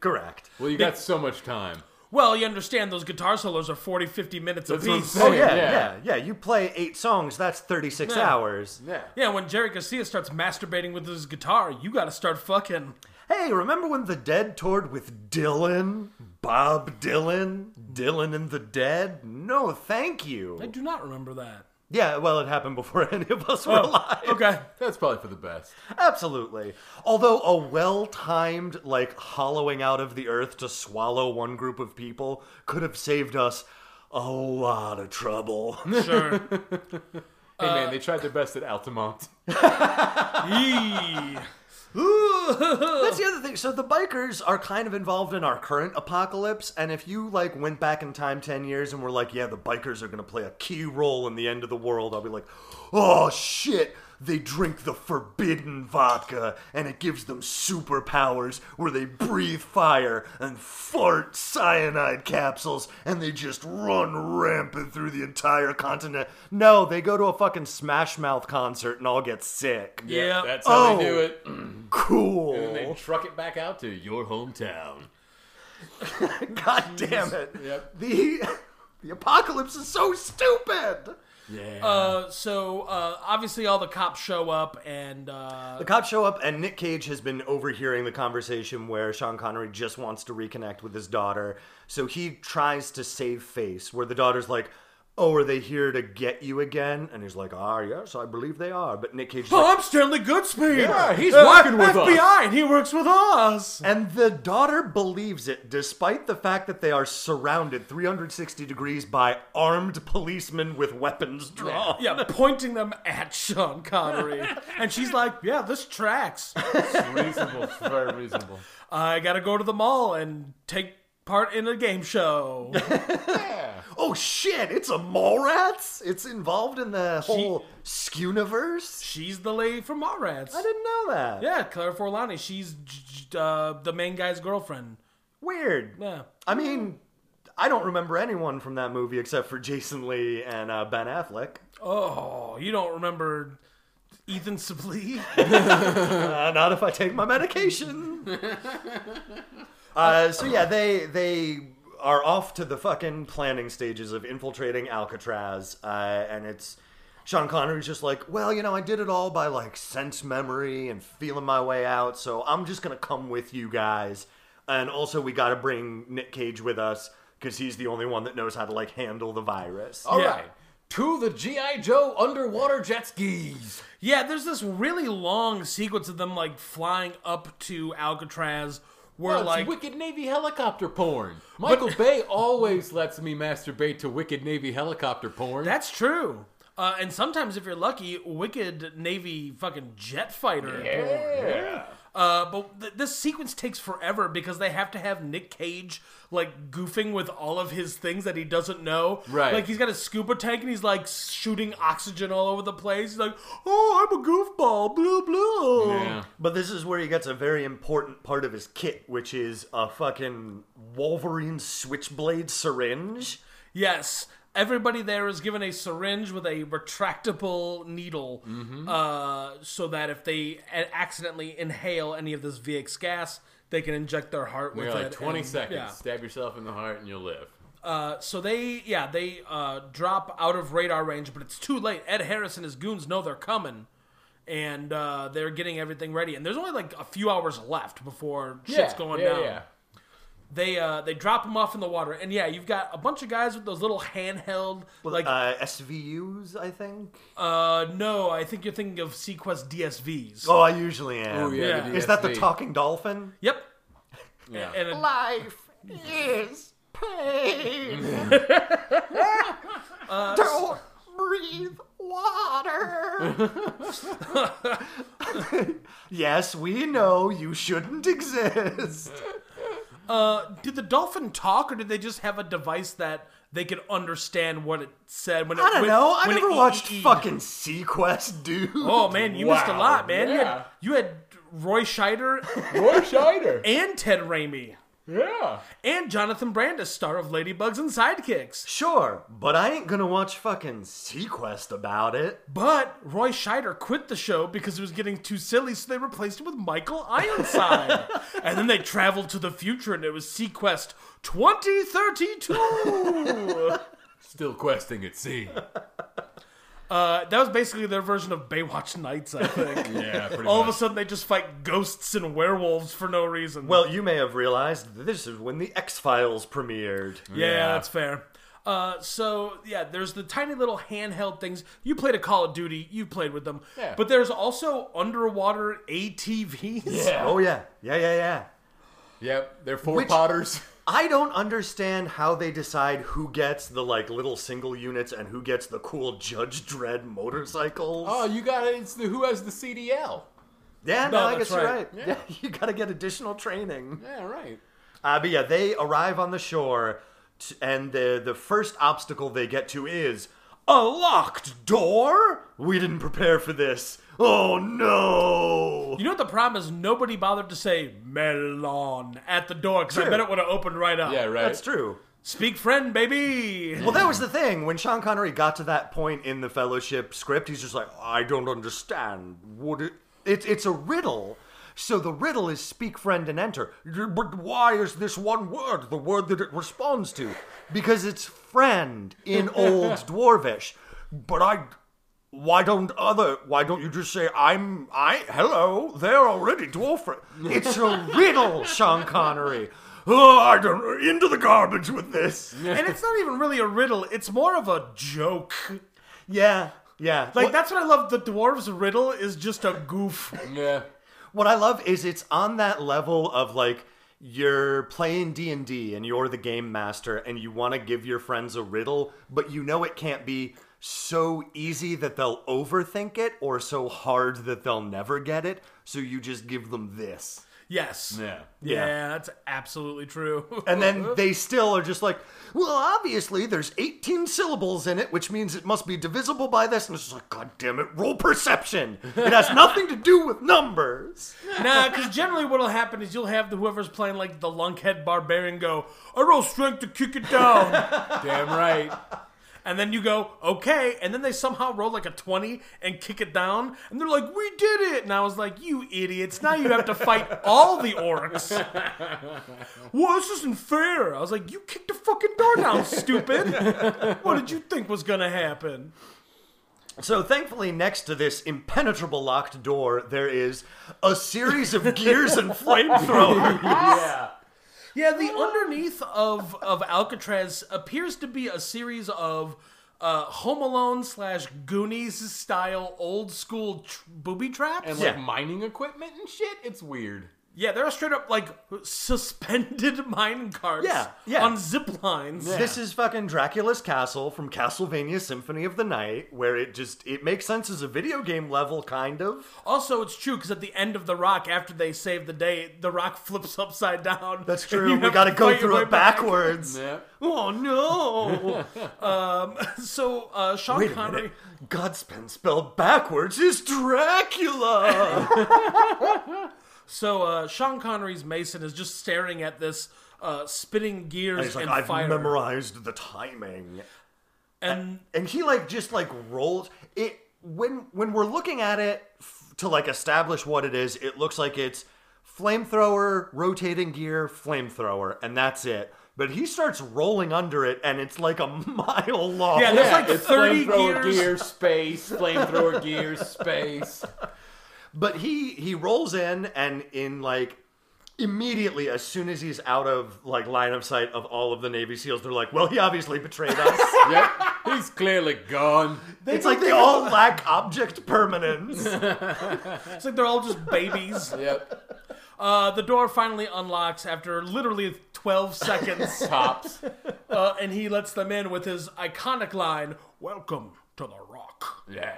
S3: correct.
S2: Well, you got so much time.
S1: well, you understand those guitar solos are 40, 50 minutes
S2: That's what I'm
S1: apiece.
S2: saying.
S3: Oh yeah,
S2: Yeah.
S3: yeah, yeah, You play eight songs. That's thirty six
S1: Yeah.
S3: hours.
S2: Yeah.
S1: Yeah, when Jerry Garcia starts masturbating with his guitar, you gotta start fucking.
S3: Hey, remember when the Dead toured with Dylan, Bob Dylan, Dylan and the Dead? No, thank
S1: I
S3: you.
S1: do not remember that.
S3: Yeah, well, it happened before any of us were alive.
S1: Okay.
S2: That's probably for the best.
S3: Absolutely. Although a well timed, like, hollowing out of the earth to swallow one group of people could have saved us a lot of trouble.
S1: Sure.
S2: Hey, man,
S1: Uh,
S2: they tried their best at Altamont.
S1: Yee.
S3: That's the other thing. So the bikers are kind of involved in our current apocalypse, and if you like went back in time ten years and were like, "Yeah, the bikers are going to play a key role in the end of the world," I'll be like, "Oh shit." They drink the forbidden vodka, and it gives them superpowers where they breathe fire and fart cyanide capsules, and they just run rampant through the entire continent. No, they go to a fucking Smash Mouth concert and all get sick.
S1: Yeah.
S2: That's how they
S3: Oh.
S2: do it. And
S3: Cool.
S2: then they truck it back out to your hometown.
S3: God damn it.
S2: Yep.
S3: The the apocalypse is so stupid.
S2: Yeah.
S1: Uh, so uh, obviously all the cops show up and uh,
S3: The cops show up and Nick Cage has been overhearing the conversation where Sean Connery just wants to reconnect with his daughter. So he tries to save face where the daughter's like, "Oh, are they here to get you again?" And he's like, "Ah, yes, I believe they are." But Nick Cage is like,
S1: Oh, I'm Stanley Goodspeed.
S2: Yeah, he's
S1: Uh,
S2: working with us.
S1: FBI, and he works with us.
S3: And the daughter believes it, despite the fact that they are surrounded 360 degrees by armed policemen with weapons drawn.
S1: Yeah, pointing them at Sean Connery, and she's like, "Yeah, this tracks.
S2: reasonable. Very reasonable.
S1: I gotta go to the mall and take part in a game show."
S2: Yeah.
S3: Oh shit, it's a Mallrats? It's involved in the whole Skewniverse?
S1: she's the lady from Mallrats.
S3: I didn't know that.
S1: Yeah, Claire Forlani. She's j- j- uh, the main guy's girlfriend.
S3: Weird.
S1: Yeah.
S3: I mean, I don't remember anyone from that movie except for Jason Lee and uh, Ben Affleck.
S1: Oh, you don't remember Ethan Suplee?
S3: Uh, not if I take my medication. uh, so yeah, they they are off to the fucking planning stages of infiltrating Alcatraz, uh, and it's Sean Connery's just like, well, you know, I did it all by like sense memory and feeling my way out, so I'm just gonna come with you guys, and also we got to bring Nick Cage with us because he's the only one that knows how to like handle the virus.
S2: All
S1: Yeah.
S2: right, To the G.I. Joe underwater jet skis.
S1: Yeah, there's this really long sequence of them like flying up to Alcatraz, where
S2: Oh, it's
S1: like
S2: wicked Navy helicopter porn. Michael Bay always lets me masturbate to wicked Navy helicopter porn.
S1: that's true. Uh, and sometimes, if you're lucky, wicked Navy fucking jet fighter.
S2: yeah.
S1: Uh, but th- this sequence takes forever because they have to have Nick Cage like goofing with all of his things that he doesn't know.
S2: Right.
S1: Like he's got a scuba tank and he's like shooting oxygen all over the place. He's like, "Oh, I'm a goofball." Blue, blue.
S2: Yeah.
S3: But this is where he gets a very important part of his kit, which is a fucking Wolverine switchblade syringe.
S1: Yes. Everybody there is given a syringe with a retractable needle,
S2: Mm-hmm.
S1: uh, so that if they a- accidentally inhale any of this VX gas, they can inject their heart
S2: You're
S1: with
S2: like
S1: it
S2: 20
S1: and-
S2: seconds.
S1: yeah.
S2: Stab yourself in the heart and you'll live.
S1: Uh, so they, yeah, they uh, drop out of radar range, but it's too late. Ed Harris and his goons know they're coming, and uh, they're getting everything ready. And there's only like a few hours left before shit's going
S2: yeah,
S1: down.
S2: Yeah.
S1: They uh, they drop them off in the water, and yeah, you've got a bunch of guys with those little handheld like. Oh, Uh,
S3: uh, SVUs, I think.
S1: no, I think you're thinking of Sequest DSVs.
S3: Oh, I usually am.
S2: Oh, yeah,
S1: Yeah.
S2: the
S3: Is that the
S2: DSV.
S3: talking dolphin?
S1: Yep.
S2: Yeah.
S1: And a-
S3: Life is pain. Don't breathe water. yes, we know you shouldn't exist.
S1: did the dolphin talk, or did they just have a device that they could understand what it said when it?
S3: I don't
S1: when-
S3: know. I
S1: when it E
S3: never watched
S1: EEE'd?
S3: fucking Sequest, dude.
S1: Oh man, you missed a
S2: Wow,
S1: lot, man. You, had,
S2: yeah.
S1: you had Roy Scheider
S2: Roy Scheider.
S1: and Ted Raimi
S2: Yeah.
S1: and Jonathan Brandis, star of Ladybugs and Sidekicks.
S3: Sure, but I ain't gonna watch fucking Sequest about it.
S1: But Roy Scheider quit the show because it was getting too silly, so they replaced him with Michael Ironside. and then they traveled to the future, and it was Sequest 2032.
S2: Still questing at sea.
S1: uh, that was basically their version of Baywatch Nights, I think.
S2: Yeah, pretty
S1: All of
S2: much.
S1: a sudden, they just fight ghosts and werewolves for no reason.
S3: Well, you may have realized that this is when the X Files premiered.
S1: Yeah,
S2: Yeah.
S1: that's fair. Uh, so yeah, there's the tiny little handheld things. You played a Call of Duty, you played with them,
S2: Yeah.
S1: but there's also underwater ATVs.
S3: Oh yeah, yeah, yeah, yeah.
S2: Yep, they're four
S3: Which-
S2: potters.
S3: I don't understand how they decide who gets the like little single units and who gets the cool Judge Dredd motorcycles.
S2: Oh, you got it. It's the who has the CDL.
S3: yeah,
S1: no,
S3: no, I guess
S1: that's
S3: you're right.
S1: right.
S3: Yeah. you gotta get additional training.
S2: Yeah, right.
S3: Uh, but yeah, they arrive on the shore, t- and the the first obstacle they get to is a locked door. We didn't prepare for this. Oh no!
S1: You know what the problem is? Nobody bothered to say melon at the door because I
S3: True.
S1: bet it would have opened right up.
S2: Yeah, right.
S3: That's true.
S1: Speak friend, baby.
S3: Well, that was the thing. When Sean Connery got to that point in the Fellowship script, he's just like, I don't understand. Would it? It's it's a riddle. So the riddle is speak, friend, and enter. But why is this one word the word that it responds to? Because it's friend in Old Dwarvish. But I. Why don't other? Why don't you just say I'm I? Hello, they're already dwarf. friend." It's a riddle, Sean Connery. Oh, I don't into the garbage with this.
S1: and it's not even really a riddle; it's more of a joke.
S3: Yeah, yeah.
S1: Like
S3: Like that.
S1: that's what I love. The dwarves' riddle is just a goof.
S2: Yeah.
S3: What I love is it's on that level of like you're playing D and D and you're the game master and you want to give your friends a riddle, but you know it can't be so easy that they'll overthink it or so hard that they'll never get it. So you just give them this.
S1: Yes.
S2: Yeah.
S1: Yeah,
S3: Yeah.
S1: that's absolutely true.
S3: And then they still are just like, well, obviously there's 18 syllables in it, which means it must be divisible by this. And it's just like, God damn it, roll perception. It has nothing to do with numbers.
S1: Nah, because generally what'll happen is you'll have the whoever's playing like the lunkhead barbarian go, I roll strength to kick it down.
S2: Damn right.
S1: and then you go, okay. And then they somehow roll like a 20 and kick it down. And they're like, we did it. And I was like, you idiots. Now you have to fight all the orcs. well, this isn't fair. I was like, you kicked the fucking door down, stupid. what did you think was going to happen?
S3: So thankfully, next to this impenetrable locked door, there is a series of gears and flamethrowers.
S2: yeah.
S1: Yeah, the underneath of of Alcatraz appears to be a series of uh, Home Alone slash Goonies style old school tr- booby traps.
S2: And
S1: yeah.
S2: like
S3: Yeah.
S2: mining equipment and shit. It's weird.
S1: they're straight up like suspended mine carts.
S3: Yeah, yeah.
S1: on zip lines.
S3: This is fucking Dracula's castle from Castlevania Symphony of the Night, where it just it makes sense as a video game level, kind of.
S1: Also, it's true because at the end of the Rock, after they save the day, the Rock flips upside down.
S3: That's
S1: and
S3: true.
S1: you
S3: We
S1: have
S3: got to go
S1: fight your
S3: through
S1: way
S3: it
S1: back.
S3: backwards.
S2: Yeah.
S3: Oh no!
S1: So uh, Sean
S3: Wait a
S1: Connery.
S3: minute. Godspin spelled backwards is Dracula.
S1: So uh, Sean Connery's Mason is just staring at this uh, spinning gears
S3: He's like,
S1: and
S3: I've
S1: fire.
S3: memorized the timing.
S1: and
S3: and he like just like rolls it when when we're looking at it f- to like establish what it is it looks like it's flamethrower rotating gear flamethrower and that's it but he starts rolling under it and it's like a mile long
S1: Yeah, There's like
S2: it's
S1: 30
S2: flamethrower
S1: gears.
S2: gear space, flamethrower gear space.
S3: but he he rolls in and in like immediately as soon as he's out of like line of sight of all of the navy seals they're like well he obviously betrayed us
S2: Yep. He's clearly gone.
S3: it's like they all lack object permanence
S1: It's like they're all just babies.
S2: Yep.
S1: Uh, the door finally unlocks after literally 12 seconds,
S2: Tops.
S1: uh, and he lets them in with his iconic line, "Welcome to the Rock."
S2: Yeah.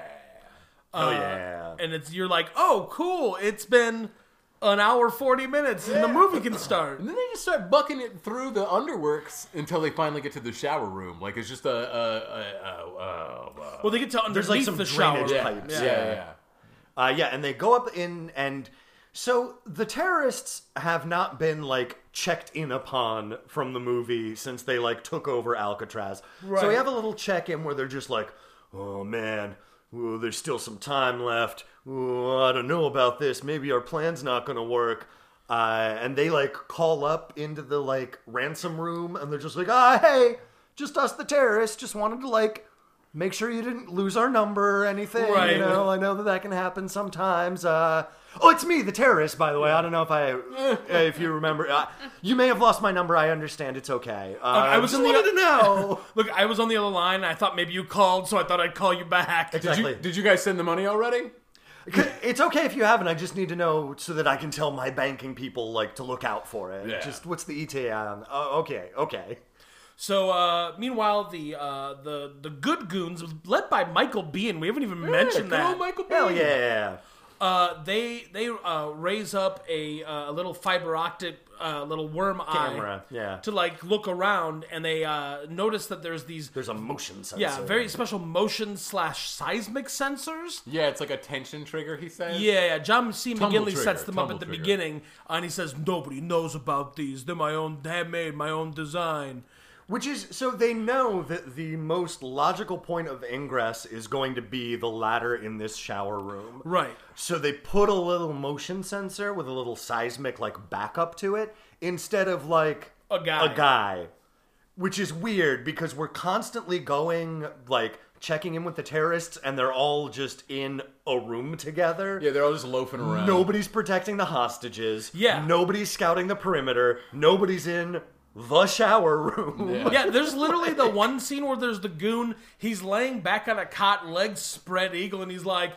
S3: oh yeah
S1: And it's you're like, "Oh, cool! It's been an hour 40 minutes, and the movie can start."
S2: And then they just start bucking it through the underworks until they finally get to the shower room. Like it's just a, a, a, a, a, a
S1: Well, they get to underneath
S3: like, some
S1: the shower.
S3: drainage
S2: yeah,
S3: pipes.
S2: Yeah, yeah.
S3: Uh, yeah, and they go up in, and So the terrorists have not been like checked in upon from the movie since they like took over Alcatraz. So we
S1: Right.
S3: have a little check in where they're just like, "Oh man, ooh, there's still some time left. Ooh, I don't know about this. Maybe our plan's not gonna work." Uh, and they like call up into the like ransom room, and they're just like, "Ah, hey, just us, the terrorists. Just wanted to like." Make sure you didn't lose our number or anything.
S1: Right.
S3: You know, well, I know that that can happen sometimes. Uh, oh, it's me, the terrorist. By the way, I don't know if I, uh, if you remember, uh, you may have lost my number. I understand. It's okay. Uh,
S1: I was
S3: just
S1: in the-
S3: wanted to know.
S1: Look, I was on the other line. And I thought maybe you called, so I thought I'd call you back.
S2: Did you,
S3: Exactly.
S2: did you guys send the money already?
S3: C- it's okay if you haven't. I just need to know so that I can tell my banking people like to look out for it.
S2: Yeah.
S3: Just what's the ETA on? Oh, okay, okay.
S1: So, uh, meanwhile, the uh, the the good goons, led by Michael Bean, we haven't even mentioned
S2: Yeah, good
S1: that.
S2: old Michael
S3: Hell
S2: Bay.
S3: yeah.
S1: Uh, they they uh, raise up a, uh, a little fiber optic uh, little worm
S3: Camera,
S1: eye
S3: yeah.
S1: to like look around, and they uh, notice that there's these
S3: There's a motion sensor.
S1: yeah very special motion slash seismic sensors.
S2: Yeah, it's like a tension trigger. He says.
S1: Yeah, yeah. John C.
S2: Tumble
S1: McGinley
S2: trigger,
S1: sets them up at
S2: tumble
S1: the
S2: trigger.
S1: beginning, and he says nobody knows about these. They're my own handmade, my own design.
S3: Which is so they know that the most logical point of ingress is going to be the ladder in this shower room.
S1: Right.
S3: So they put a little motion sensor with a little seismic like backup to it instead of like
S1: A guy.
S3: A guy. Which is weird because we're constantly going like checking in with the terrorists and they're all just in a room together.
S2: Yeah, they're all just loafing around.
S3: Nobody's protecting the hostages.
S1: Yeah.
S3: Nobody's scouting the perimeter. Nobody's in the shower room.
S2: Yeah.
S1: Yeah, there's literally the one scene where there's the goon. He's laying back on a cot, legs spread eagle, and he's like,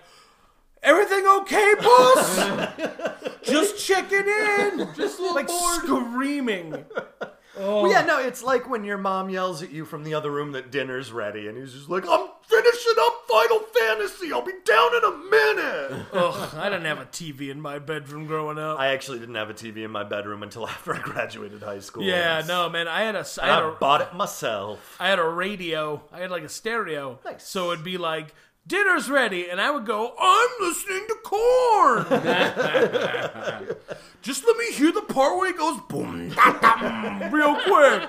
S1: "Everything okay, boss? Just checking in." Just like screaming.
S3: Well, yeah, no, it's like when your mom yells at you from the other room that dinner's ready, and he's just like, I'm finishing up Final Fantasy. I'll be down in a minute.
S1: Ugh, I didn't have a TV in my bedroom growing up.
S3: I actually didn't have a TV in my bedroom until after I graduated high school.
S1: yeah, no, man. I had a. I had
S3: I
S1: a
S3: bought it myself.
S1: I had a radio. I had like a stereo.
S3: Nice.
S1: So it'd be like, dinner's ready. And I would go, I'm listening to corn. Just let me hear the part where it goes boom, da, dum, real quick.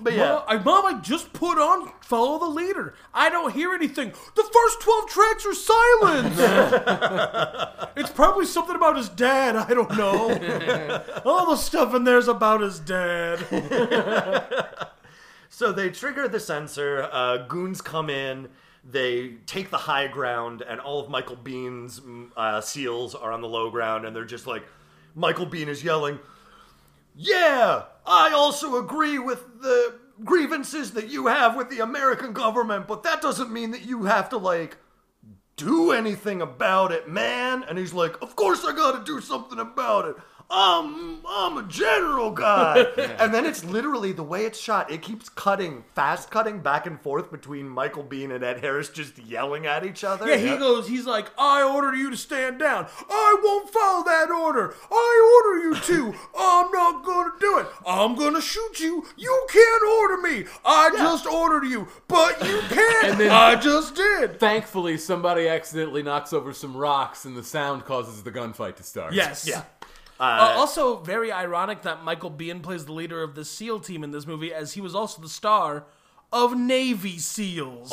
S3: But yeah,
S1: Mom, I, Mom, I just put on Follow the Leader. I don't hear anything. The first 12 tracks are silent. it's probably something about his dad. I don't know. All the stuff in there's about his dad.
S3: so they trigger the sensor, uh, goons come in, they take the high ground, and all of Michael Bean's mm, uh, seals are on the low ground, and they're just like, Michael Bean is yelling, Yeah, I also agree with the grievances that you have with the American government, but that doesn't mean that you have to, like, do anything about it, man. And he's like, Of course I gotta do something about it. I'm, I'm a general guy. And then it's literally the way it's shot, it keeps cutting, fast cutting back and forth between Michael Bean and Ed Harris just yelling at each other.
S1: Yeah, he goes, he's like, I order you to stand down. I won't follow that order. I order you to. I'm not going to do it. I'm going to shoot you. You can't order me. I just ordered you, but you can't.
S2: then-
S1: I just did.
S2: Thankfully, somebody accidentally knocks over some rocks, and the sound causes the gunfight to start.
S1: Yes.
S3: Yeah.
S1: Uh, also, very ironic that Michael Biehn plays the leader of the SEAL team in this movie, as he was also the star of Navy SEAls.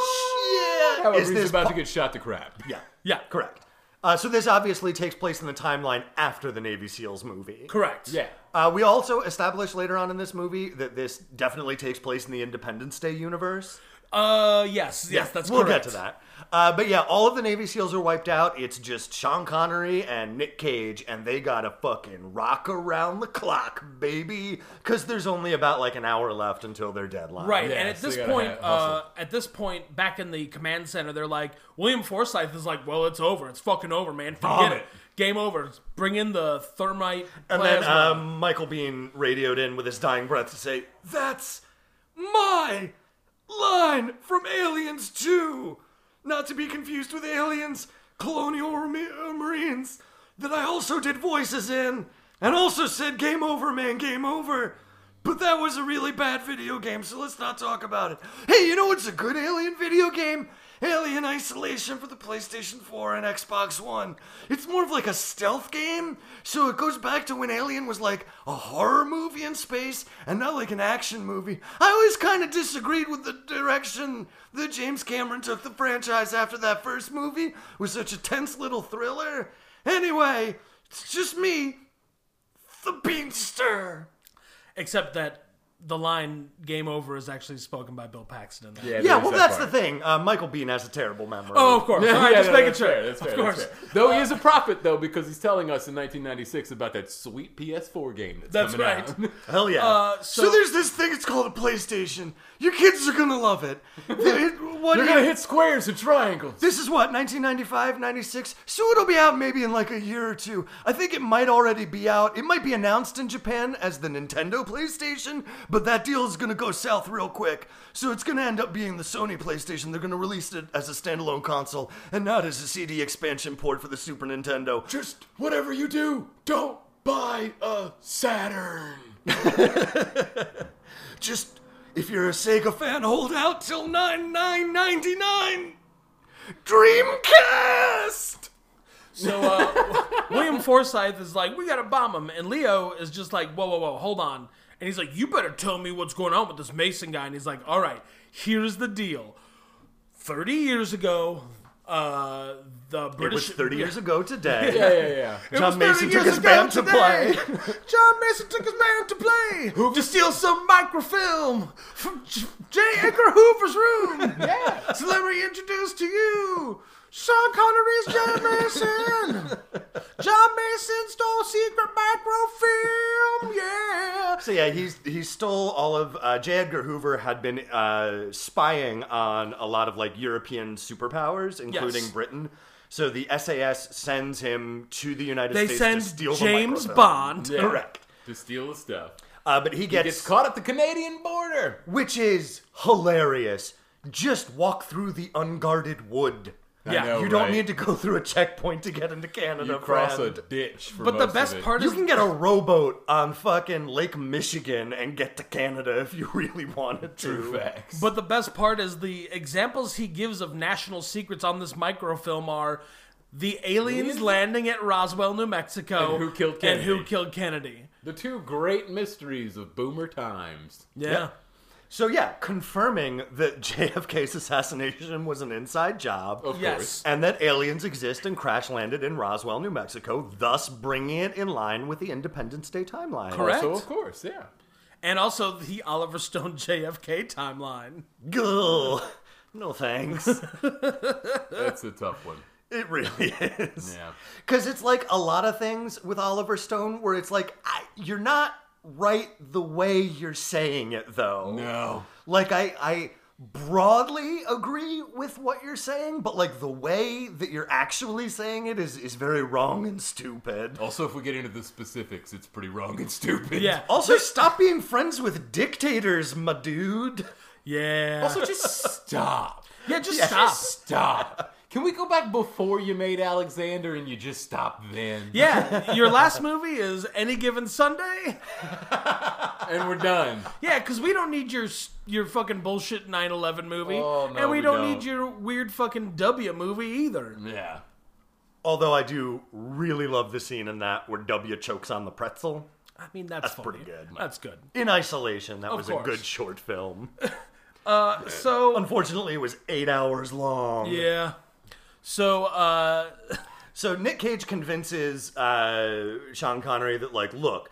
S3: Oh shit!
S2: However, he's about to get shot to crap.
S3: yeah,
S1: yeah,
S3: correct. Uh, so this obviously takes place in the timeline after the Navy SEALs movie.
S1: correct.
S2: Yeah.
S3: Uh, we also establish later on in this movie that this definitely takes place in the Independence Day universe.
S1: Uh, yes, yes, that's
S3: we'll
S1: correct.
S3: get to that. Uh, but yeah, all of the Navy SEALs are wiped out. It's just Sean Connery and Nick Cage, and they gotta fucking rock around the clock, baby, because there's only about like an hour left until their deadline.
S1: Right,
S2: Yeah,
S1: and at
S2: so
S1: this
S2: you gotta
S1: point,
S2: ha-
S1: uh,
S2: hustle.
S1: at this point, back in the command center, they're like, William Forsythe is like, "Well, it's over. It's fucking over, man. Forget
S2: Bomb
S1: it.
S2: it."
S1: Game over. Bring in the thermite."
S3: And then
S2: uh,
S1: plasma."
S3: um, Michael Bean radioed in with his dying breath to say, That's my line from Aliens 2. Not to be confused with Aliens, Colonial Remi- uh, Marines, that I also did voices in, and also said, Game over, man, game over. But that was a really bad video game, so let's not talk about it. Hey, you know what's a good alien video game? Alien Isolation for the PlayStation 4 and Xbox One. It's more of like a stealth game, so it goes back to when Alien was like a horror movie in space and not like an action movie. I always kind of disagreed with the direction that James Cameron took the franchise after that first movie. It was such a tense little thriller. Anyway, it's just me, the Beanster.
S1: Except that the line "Game Over" is actually spoken by Bill Paxton. in that.
S2: Yeah,
S3: Yeah,
S2: there's
S3: well,
S2: that
S3: that's
S2: part.
S3: the thing. Uh, Michael Bean has a terrible memory.
S1: Oh, of course. All right,
S2: Yeah,
S1: just
S2: no,
S1: making
S2: that's
S1: sure.
S2: fair, that's
S1: of
S2: fair, that's
S1: course.
S2: fair. Though he is a prophet, though, because he's telling us in 1996 about that sweet PS4 game that's,
S1: That's
S2: coming
S1: right.
S2: out.
S3: Hell yeah.
S1: Uh,
S3: so,
S1: so-
S3: there's this thing, it's called a PlayStation. Your kids are gonna love it. They- what
S2: You're
S3: year-
S2: gonna hit squares and triangles.
S3: this is what, 1995, 96? So it'll be out maybe in like a year or two. I think it might already be out. It might be announced in Japan as the Nintendo PlayStation, but that deal is gonna go south real quick. So it's gonna end up being the Sony PlayStation. They're gonna release it as a standalone console and not as a CD expansion port for the Super Nintendo.
S2: Just whatever you do, don't buy a Saturn.
S3: Just if you're a Sega fan, hold out till nine nine ninety nine. Dreamcast.
S1: So uh, William Forsythe is like, "We gotta bomb him," and Leo is just like, "Whoa, whoa, whoa, hold on!" And he's like, "You better tell me what's going on with this Mason guy." And he's like, "All right, here's the deal. Thirty years ago, uh, the
S3: It
S1: British
S3: was thirty years ago today.
S2: Yeah, yeah, yeah.
S1: It was
S3: John
S1: 30
S3: Mason
S1: years
S3: took his
S1: ago
S3: band to
S1: today.
S3: play.
S1: John Mason took his band to play to steal some microfilm from J. J. Edgar Hoover's room. Yeah. Celebrity introduced to you. Sean Connery's John Mason. John Mason stole secret microfilm. Yeah.
S3: So yeah, he's he stole all of uh, J. Edgar Hoover had been uh, spying on a lot of like European superpowers, including
S1: Yes.
S3: Britain. So the SAS sends him to the United
S1: They
S3: States
S1: send
S3: to steal the
S1: James
S3: microfilm.
S1: Bond.
S2: Yeah.
S3: Correct.
S2: To steal the stuff.
S3: Uh, but he gets
S2: Gets caught at the Canadian border.
S3: which is hilarious. Just walk through the unguarded wood.
S1: Yeah,
S2: I know,
S3: you don't
S2: right?
S3: need to go through a checkpoint to get into Canada,
S2: You cross
S3: friend.
S2: a ditch. For
S1: But
S2: most
S1: the
S2: of
S1: best
S2: it.
S1: part
S3: You
S1: is
S3: can get a rowboat on fucking Lake Michigan and get to Canada if you really wanted to.
S2: True facts.
S1: But the best part is the examples he gives of national secrets on this microfilm are the aliens
S2: Really?
S1: landing at Roswell, New Mexico,
S2: And who killed
S1: and
S2: Kennedy.
S1: who killed Kennedy.
S2: the two great mysteries of boomer times.
S1: Yeah,
S3: So yeah, confirming that JFK's assassination was an inside job.
S2: Of
S1: yes.
S3: And that aliens exist and crash landed in Roswell, New Mexico, thus bringing it in line with the Independence Day timeline.
S1: Correct.
S2: course. So of course, yeah.
S1: And also the Oliver Stone JFK timeline.
S3: Gah. No thanks.
S2: That's a tough one.
S3: it really is.
S2: Yeah.
S3: Because it's like a lot of things with Oliver Stone where it's like, I, you're not right the way you're saying it, though.
S2: No.
S3: Like, I, I broadly agree with what you're saying, but like the way that you're actually saying it is, is very wrong and stupid.
S2: Also, if we get into the specifics, it's pretty wrong and stupid.
S1: Yeah.
S3: Also, stop being friends with dictators, my dude.
S1: Yeah.
S2: So just stop.
S1: yeah, just
S3: yeah.
S1: stop.
S2: Just stop. Can we go back before you made Alexander and you just stop then?
S1: Yeah, your last movie is Any Given Sunday?
S2: And we're done.
S1: Yeah, because we don't need your s- your fucking bullshit 9 11 movie.
S2: Oh, no,
S1: and we,
S2: we
S1: don't,
S2: don't.
S1: need your weird fucking W movie either.
S2: Yeah.
S3: Although I do really love the scene in that where W chokes on the pretzel.
S1: I mean, that's,
S3: That's pretty
S1: funny.
S3: good.
S1: That's good.
S3: In isolation, that was a
S1: course.
S3: good short film.
S1: So,
S3: Unfortunately, it was eight hours long.
S1: yeah. So, uh,
S3: So Nick Cage convinces uh, Sean Connery that, like, look,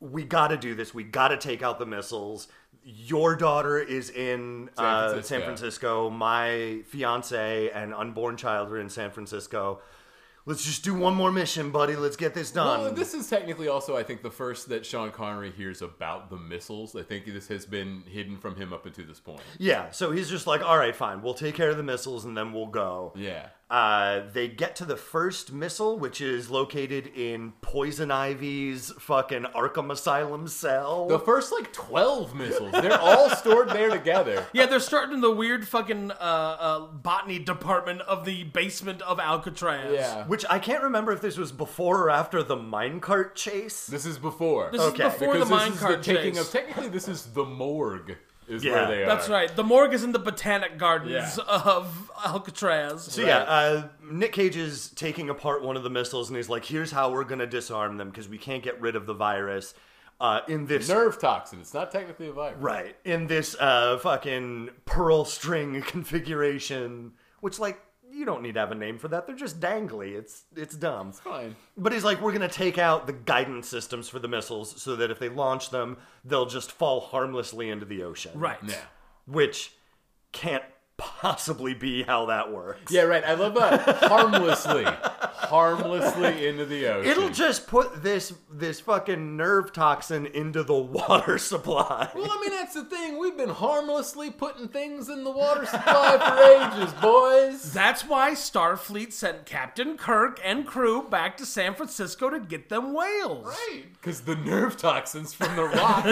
S3: we got to do this. We got to take out the missiles. Your daughter is in San uh,
S2: Francisco.
S3: San Francisco. My fiance and unborn child are in San Francisco. Let's just do one more mission, buddy. Let's get this done.
S1: Um,
S2: Well, this is technically also, I think, the first that Sean Connery hears about the missiles. I think this has been hidden from him up until this point.
S3: Yeah, so he's just like, all right, fine, we'll take care of the missiles and then we'll go.
S2: Yeah.
S3: Uh, they get to the first missile, which is located in Poison Ivy's fucking Arkham Asylum cell.
S2: The first, like, 12 missiles, they're all stored there together.
S1: yeah, they're starting the weird fucking uh, uh, botany department of the basement of Alcatraz.
S2: Yeah.
S3: which I can't remember if this was before or after the minecart chase.
S2: This is before.
S1: This
S3: Okay.
S1: is before
S2: because
S1: the
S2: this is the
S1: minecart
S2: taking
S1: chase.
S2: of technically this is the morgue is
S3: Yeah,
S2: where they are.
S1: That's right. The morgue is in the botanic gardens
S2: Yeah.
S1: of Alcatraz.
S3: So yeah, uh, Nick Cage is taking apart one of the missiles, and he's like, "Here's how we're gonna disarm them because we can't get rid of the virus." Uh, in this
S2: Nerve toxin. It's not technically a virus.
S3: right, in this uh, fucking pearl string configuration, which like you don't need to have a name for that. They're just dangly. It's it's dumb.
S2: Fine.
S3: But he's like, we're gonna take out the guidance systems for the missiles so that if they launch them, they'll just fall harmlessly into the ocean.
S1: Right.
S2: Yeah.
S3: Which can't possibly be how that works.
S2: Yeah, right. I love that. harmlessly, harmlessly into the ocean.
S3: It'll just put this this fucking nerve toxin into the water supply.
S2: Well, I mean, that's the thing. We've been harmlessly putting things in the water supply for ages, boys.
S1: That's why Starfleet sent Captain Kirk and crew back to San Francisco to get them whales.
S2: Because the nerve toxins from the rock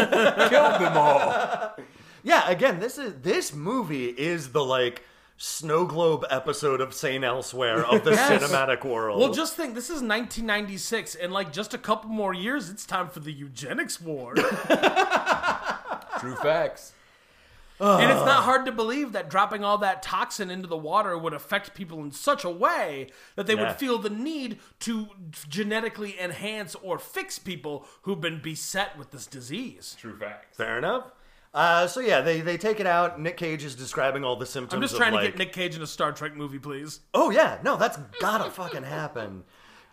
S2: killed them all.
S3: Yeah, again, this is this movie is the like snow globe episode of St. Elsewhere of the
S1: Yes.
S3: cinematic world.
S1: Well, just think, this is 1996, and like just a couple more years, it's time for the eugenics war.
S2: True facts.
S1: and it's
S3: Uh.
S1: not hard to believe that dropping all that toxin into the water would affect people in such a way that they
S3: Yeah.
S1: would feel the need to genetically enhance or fix people who've been beset with this disease.
S2: True facts.
S3: fair enough. Uh, so yeah, they they take it out. Nick Cage is describing all the symptoms.
S1: I'm just
S3: of,
S1: trying to
S3: like-
S1: get Nick Cage in a Star Trek movie, please.
S3: Oh yeah, no, that's gotta fucking happen.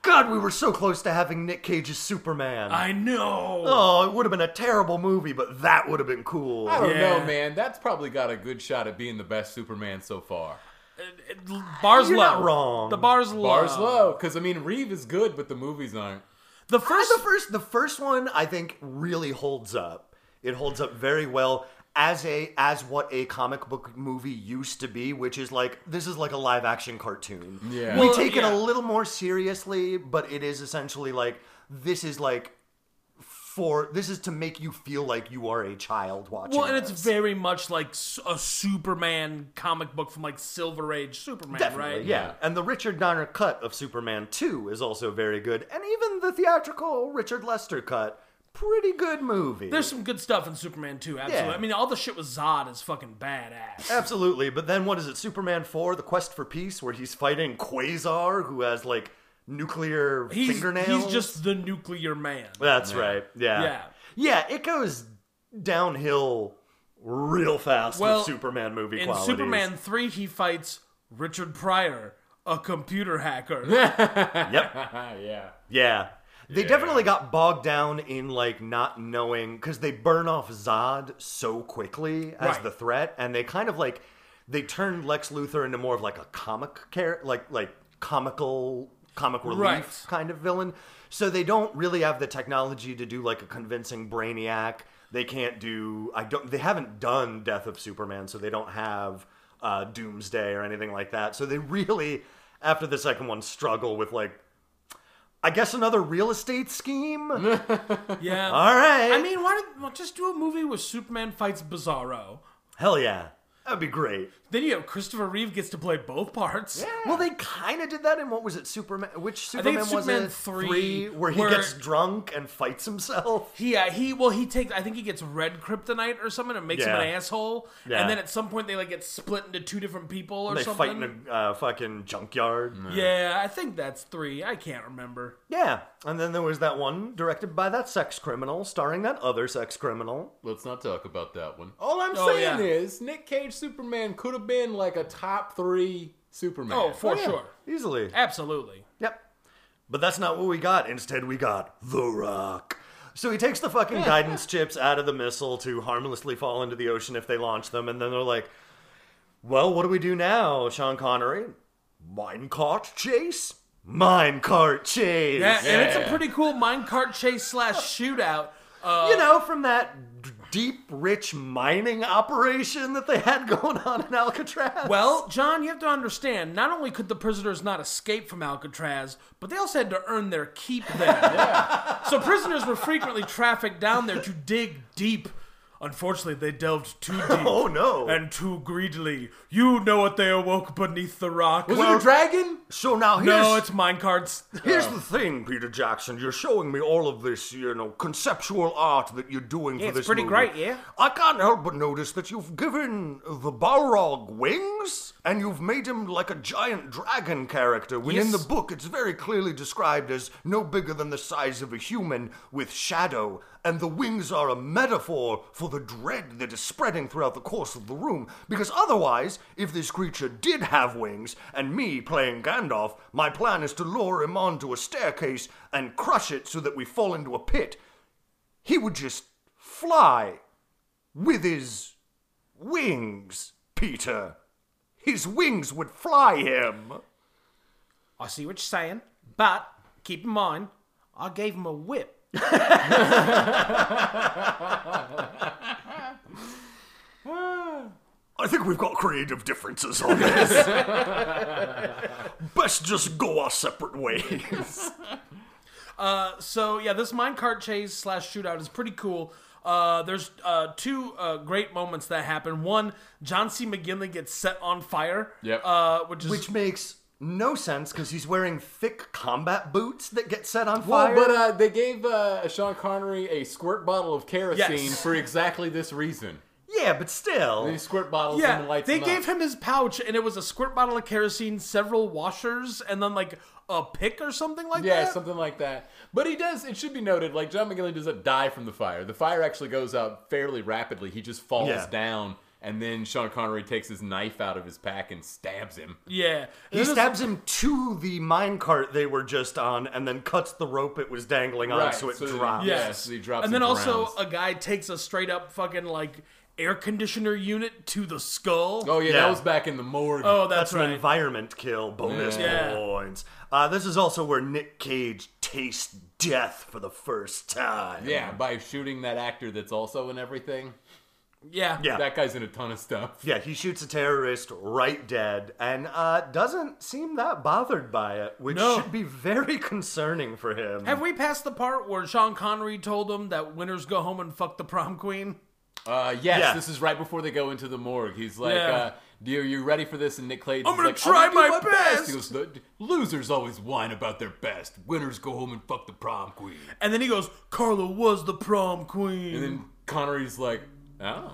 S3: God, we were so close to having Nick Cage as Superman.
S1: I know.
S3: oh, it would have been a terrible movie, but that would have been cool.
S2: I don't
S1: Yeah.
S2: know, man. That's probably got a good shot at being the best Superman so far.
S1: It- Uh, Bar's
S3: You're
S1: low.
S3: not wrong.
S1: The bar's low.
S2: Bars low, because I mean, Reeve is good, but the movies aren't.
S1: The
S3: First,
S1: first.
S3: the first, the first one I think really holds up. It holds up very well as a as what a comic book movie used to be, which is like this is like a live action cartoon.
S2: Yeah.
S3: we
S1: Well,
S3: take it
S1: yeah.
S3: a little more seriously, but it is essentially like this is like for this is to make you feel like you are a child watching.
S1: Well, and it's
S3: this.
S1: very much like s- a Superman comic book from like Silver Age Superman,
S3: Definitely,
S1: right?
S3: yeah. And the Richard Donner cut of Superman 2 is also very good. And even the theatrical Richard Lester cut, pretty good movie.
S1: There's some good stuff in Superman too. Absolutely.
S3: Yeah.
S1: I mean, all the shit with Zod is fucking badass.
S3: Absolutely, but then what is it? Superman 4, The Quest for Peace, where he's fighting Quasar, who has like nuclear
S1: He's
S3: fingernails.
S1: he's just the nuclear man.
S3: That's right. Yeah.
S1: Yeah.
S3: Yeah, it goes downhill real fast
S1: Well,
S3: with Superman movie
S1: In
S3: qualities.
S1: Superman three, he fights Richard Pryor, a computer hacker.
S3: Yep.
S2: yeah.
S3: Yeah. They
S2: Yeah.
S3: definitely got bogged down in like not knowing because they burn off Zod so quickly as
S1: Right.
S3: the threat, and they kind of like they turned Lex Luthor into more of like a comic character, like like comical comic relief
S1: Right.
S3: kind of villain. So they don't really have the technology to do like a convincing Brainiac. They can't do. I don't. They haven't done Death of Superman, so they don't have uh, Doomsday or anything like that. So they really, after the second one, struggle with like. I guess another real estate scheme. All
S1: Yeah.
S3: right.
S1: I mean, why don't well, just do a movie where Superman fights Bizarro?
S3: hell yeah, that'd be great.
S1: Then you have Christopher Reeve gets to play both parts.
S3: Well, they kind of did that in what was it, Superman? Which Superman
S1: think it's
S3: was
S1: Superman
S3: it?
S1: three,
S3: where he
S1: where-
S3: gets drunk and fights himself.
S1: He uh, he well he takes I think he gets red kryptonite or something and makes him an
S3: Yeah.
S1: asshole.
S3: Yeah.
S1: And then at some point they like get split into two different people or
S3: They
S1: something.
S3: fight in a uh, fucking junkyard.
S1: yeah, I think that's three. I can't remember.
S3: Yeah, and then there was that one directed by that sex criminal, starring that other sex criminal.
S2: Let's not talk about that one. All I'm
S1: Oh,
S2: saying
S1: yeah.
S2: is Nick Cage Superman could have been like a top three Superman.
S1: Oh, for sure,
S3: Easily.
S1: absolutely.
S3: Yep. But that's not what we got. Instead, we got The Rock. So he takes the fucking guidance chips out of the missile to harmlessly fall into the ocean if they launch them, and then they're like, well, what do we do now, Sean Connery? Minecart chase? Minecart chase!
S1: Yeah, and it's a
S2: Yeah.
S1: pretty cool minecart chase slash shootout. Uh,
S3: You know, from that d- deep, rich mining operation that they had going on in Alcatraz.
S1: well, John, you have to understand. Not only could the prisoners not escape from Alcatraz, but they also had to earn their keep there. So prisoners were frequently trafficked down there to dig deep. Unfortunately, they delved too deep.
S3: Oh, no.
S1: And too greedily. You know what they awoke beneath the rock.
S2: Was it a dragon?
S3: So now here's
S1: no, it's uh, mine cards.
S3: Here's the thing, Peter Jackson. You're showing me all of this, you know, conceptual art that you're doing for
S1: it's
S3: this
S1: pretty
S3: movie.
S1: great, yeah?
S3: I can't help but notice that you've given the Balrog wings, and you've made him like a giant dragon character. When in
S1: Yes.
S3: the book, it's very clearly described as no bigger than the size of a human with shadow, and the wings are a metaphor for the dread that is spreading throughout the course of the room. Because otherwise, if this creature did have wings, and me playing Gandalf, my plan is to lure him onto a staircase and crush it so that we fall into a pit. He would just fly with his wings, Peter. His wings would fly him.
S1: I see what you're saying, but keep in mind, I gave him a whip.
S3: I think we've got creative differences on this. Best just go our separate ways.
S1: So yeah, this minecart chase slash shootout is pretty cool. Uh, there's uh, two uh, great moments that happen. One, John C. McGinley gets set on fire.
S2: Yep.
S1: Uh, which is
S3: Which makes no sense because he's wearing thick combat boots that get set on
S2: Well,
S3: fire.
S2: but uh, they gave uh, Sean Connery a squirt bottle of kerosene
S1: Yes.
S2: for exactly this reason.
S3: yeah, but still.
S2: They squirt bottles and
S1: yeah,
S2: lights
S1: they
S2: them
S1: gave
S2: up.
S1: him his pouch, and it was a squirt bottle of kerosene, several washers, and then like a pick or something like
S2: Yeah,
S1: that.
S2: something like that. But he does. It should be noted, like John McGinley doesn't die from the fire. The fire actually goes out fairly rapidly. He just falls
S3: Yeah.
S2: down, and then Sean Connery takes his knife out of his pack and stabs him.
S1: yeah,
S3: He stabs him to the minecart they were just on and then cuts the rope it was dangling on
S2: Right,
S3: so it
S2: so that-
S3: drops.
S2: yeah. Yes, he drops
S1: And then
S2: and
S1: also
S2: drowns.
S1: a guy takes a straight up fucking like air conditioner unit to the skull.
S2: Oh yeah,
S3: Yeah.
S2: that was back in the morgue.
S1: Oh,
S3: That's,
S1: that's,
S3: an
S1: right.
S3: environment kill bonus
S1: Yeah.
S3: points. Uh, this is also where Nick Cage tastes death for the first time.
S2: yeah, by shooting that actor that's also in everything.
S1: yeah,
S3: Yeah.
S2: That guy's in a ton of stuff.
S3: Yeah, he shoots a terrorist right dead and uh, doesn't seem that bothered by it, which
S1: No.
S3: should be very concerning for him.
S1: Have we passed the part where Sean Connery told him that winners go home and fuck the prom queen?
S2: Uh, yes,
S3: Yeah.
S2: this is right before they go into the morgue. He's like,
S1: Yeah.
S2: uh, "Dear, you ready for this?" And Nick Cage,
S1: I'm
S2: is
S1: gonna
S2: like,
S1: try
S2: gonna do
S1: my best."
S2: He goes, "The- "Losers always whine about their best. Winners go home and fuck the prom queen."
S1: And then he goes, Carla was the prom queen.
S2: And then Connery's like, "Oh,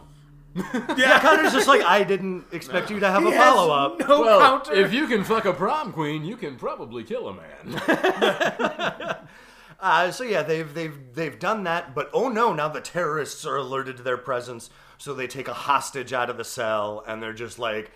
S1: yeah,
S3: Connor's just like, I didn't expect you to have a
S1: he has
S3: follow up.
S1: No
S2: well,
S1: counter.
S2: if you can fuck a prom queen, you can probably kill a man."
S3: Uh, so yeah, they've they've they've done that, but oh no, now the terrorists are alerted to their presence, so they take a hostage out of the cell, and they're just like,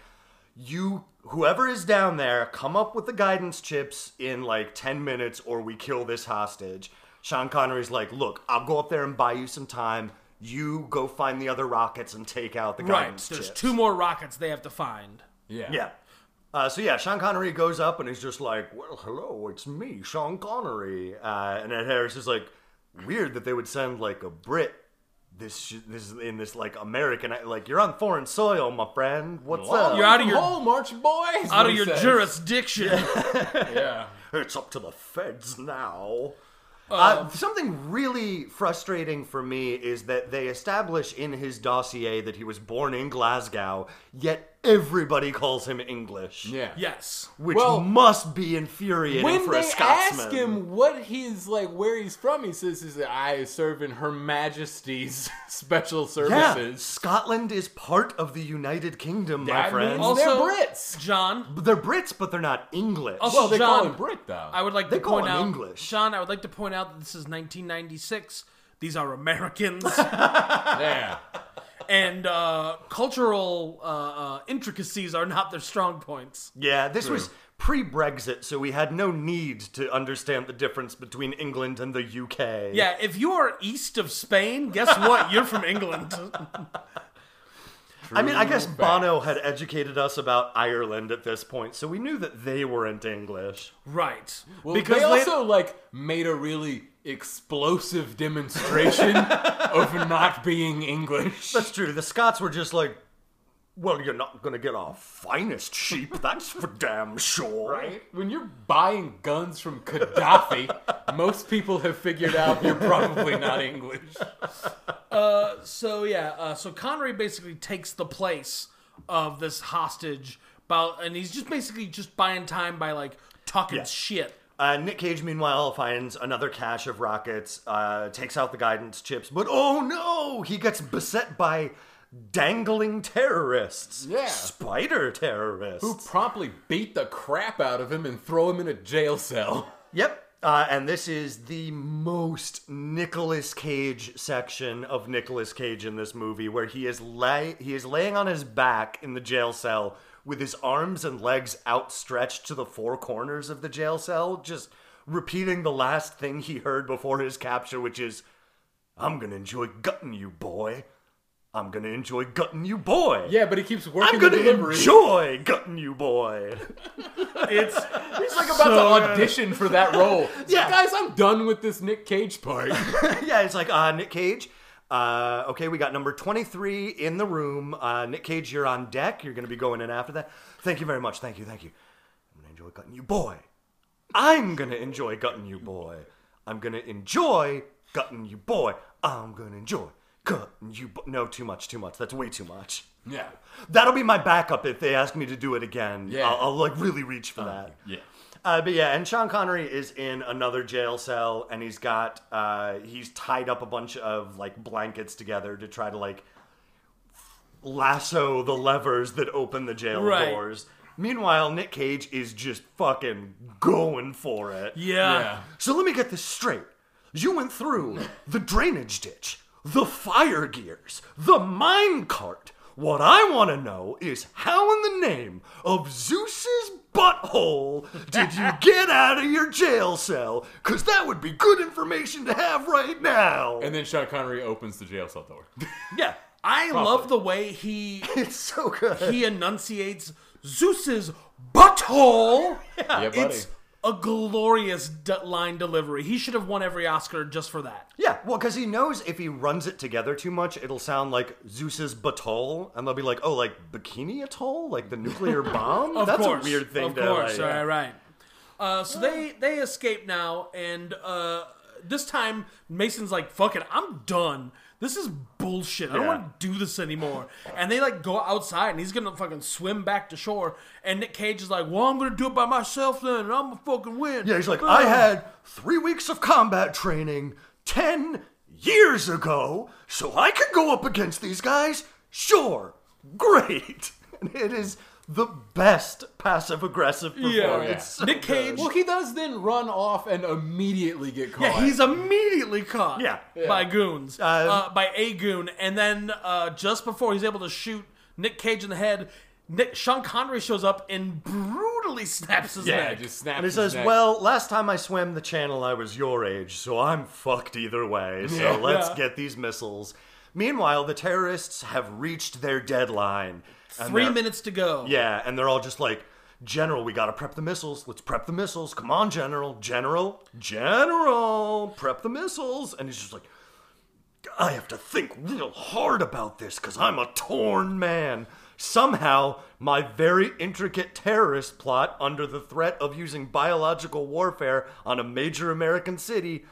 S3: "You, whoever is down there, come up with the guidance chips in like ten minutes, or we kill this hostage." Sean Connery's like, "Look, I'll go up there and buy you some time. You go find the other rockets and take out the
S1: right,
S3: guidance
S1: there's
S3: chips."
S1: two more rockets they have to find.
S2: yeah,
S3: Yeah. Uh, so yeah, Sean Connery goes up and he's just like, "Well, hello, it's me, Sean Connery." Uh, and Ed Harris is like, "Weird that they would send like a Brit this sh- this in this like American like you're on foreign soil, my friend. What's up?
S1: You're out of your-
S2: home, March boys.
S1: Out of your jurisdiction.
S2: Yeah.
S3: it's up to the feds now. Uh, something really frustrating for me is that they establish in his dossier that he was born in Glasgow, yet everybody calls him English.
S2: Yeah.
S1: Yes.
S3: which
S2: Well,
S3: must be infuriating
S2: When
S3: for
S2: they
S3: a Scotsman.
S2: ask him what he's like, where he's from, he says, "Is I serve in Her Majesty's Special
S3: yeah,
S2: Services."
S3: Scotland is part of the United Kingdom, my
S2: That
S3: friend.
S2: means-
S3: Oh,
S2: They're Brits.
S1: John,
S3: They're Brits, but they're not English.
S1: Also-
S2: Well, they call
S1: John,
S2: him Brit though.
S1: I would like
S3: They
S1: to
S3: call
S1: point
S3: him
S1: out
S3: English.
S1: Sean, I would like to point out that this is 1996. These are Americans,
S2: yeah.
S1: and uh, cultural uh, uh, intricacies are not their strong points.
S3: yeah, this was pre-Brexit, so we had no need to understand the difference between England and the UK.
S1: Yeah, if you are east of Spain, guess what? You're from England.
S3: I mean, I guess
S2: True
S3: Bono had educated us about Ireland at this point, so we knew that they weren't English.
S1: Right.
S2: Well,
S1: because
S2: they
S1: they-
S2: also like made a really explosive demonstration of not being English.
S3: That's true. The Scots were just like, "Well, you're not gonna get our finest sheep. That's for damn sure."
S2: When you're buying guns from Gaddafi, most people have figured out you're probably not English.
S1: Uh, so yeah, uh, so Connery basically takes the place of this hostage, about, and he's just basically just buying time by like talking shit.
S3: Uh, Nick Cage, meanwhile, finds another cache of rockets, uh, takes out the guidance chips, but oh no! He gets beset by dangling terrorists.
S2: Yeah.
S3: Spider terrorists.
S2: Who promptly beat the crap out of him and throw him in a jail cell.
S3: Yep. Uh, and this is the most Nicolas Cage section of Nicolas Cage in this movie, where he is lay- he is laying on his back in the jail cell with his arms and legs outstretched to the four corners of the jail cell, just repeating the last thing he heard before his capture, which is, "I'm gonna enjoy gutting you, boy. I'm gonna enjoy gutting you, boy.
S2: Yeah, but he keeps working
S3: I'm gonna
S2: the delivery.
S3: enjoy gutting you, boy."
S1: It's
S2: He's like about to audition for that role.
S3: Yeah.
S2: guys, I'm done with this Nick Cage part.
S3: yeah, it's like uh, Nick Cage. Uh, okay, we got number 23 in the room. Uh, Nick Cage, you're on deck. You're going to be going in after that. Thank you very much. Thank you. Thank you. I'm going to enjoy gutting you, boy. I'm going to enjoy gutting you, boy. I'm going to enjoy gutting you, boy. I'm going to enjoy gutting you, boy. No, too much, too much. That's way too much.
S2: yeah,
S3: That'll be my backup if they ask me to do it again.
S2: Yeah. Oh,
S3: I'll, I'll like really reach for that.
S2: yeah.
S3: Uh, but yeah, and Sean Connery is in another jail cell, and he's got uh, he's tied up a bunch of like blankets together to try to like lasso the levers that open the jail
S1: Right.
S3: doors. Meanwhile, Nick Cage is just fucking going for it.
S1: yeah.
S2: Yeah.
S3: So let me get this straight. You went through the drainage ditch, the fire gears, the mine cart. What I want to know is how in the name of Zeus's butthole did you get out of your jail cell? Because that would be good information to have right now.
S2: And then Sean Connery opens the jail cell door.
S3: yeah,
S1: I love the way he
S3: it's so good.
S1: he enunciates Zeus's butthole.
S2: yeah, buddy.
S1: It's a glorious d- line delivery. He should have won every Oscar just for that.
S3: Yeah, well, because he knows if he runs it together too much, it'll sound like Zeus's batol, and they'll be like, "Oh, like bikini atoll, like the nuclear bomb."
S1: Of
S3: That's
S1: course.
S3: a weird thing.
S1: Of
S3: to
S1: course,
S3: like,
S1: all right. Uh, so they they escape now, and uh, this time Mason's like, "Fuck it, I'm done. This is bullshit. I don't
S3: Yeah.
S1: want to do this anymore." And they like go outside, and he's gonna fucking swim back to shore. And Nick Cage is like, "Well, I'm gonna do it by myself then, and I'm gonna fucking win."
S3: Yeah, he's like,
S2: Oh.
S1: Uh,
S3: "I had three weeks of combat training ten years ago, so I could go up against these guys. Sure, great." And it is the best passive aggressive performance.
S1: Yeah.
S2: Oh,
S3: So
S1: Nick Cage.
S2: well, he does then run off and immediately get caught.
S1: Yeah, he's immediately caught.
S3: Yeah.
S1: by goons, uh,
S3: Um,
S1: by a goon, and then uh, just before he's able to shoot Nick Cage in the head, Nick, Sean Connery shows up and brutally snaps his
S2: yeah,
S1: neck.
S2: just snaps.
S3: And he
S2: his
S3: says,
S2: neck.
S3: "Well, last time I swam the channel, I was your age, so I'm fucked either way. So
S2: Yeah.
S3: let's
S1: Yeah.
S3: get these missiles." Meanwhile, the terrorists have reached their deadline. and
S1: 3
S3: they're-
S1: minutes to go.
S3: Yeah, and they're all just like, "General, we gotta prep the missiles. Let's prep the missiles. Come on, General, General, General, prep the missiles." And he's just like, "I have to think real hard about this because I'm a torn man." Somehow, my very intricate terrorist plot under the threat of using biological warfare on a major American city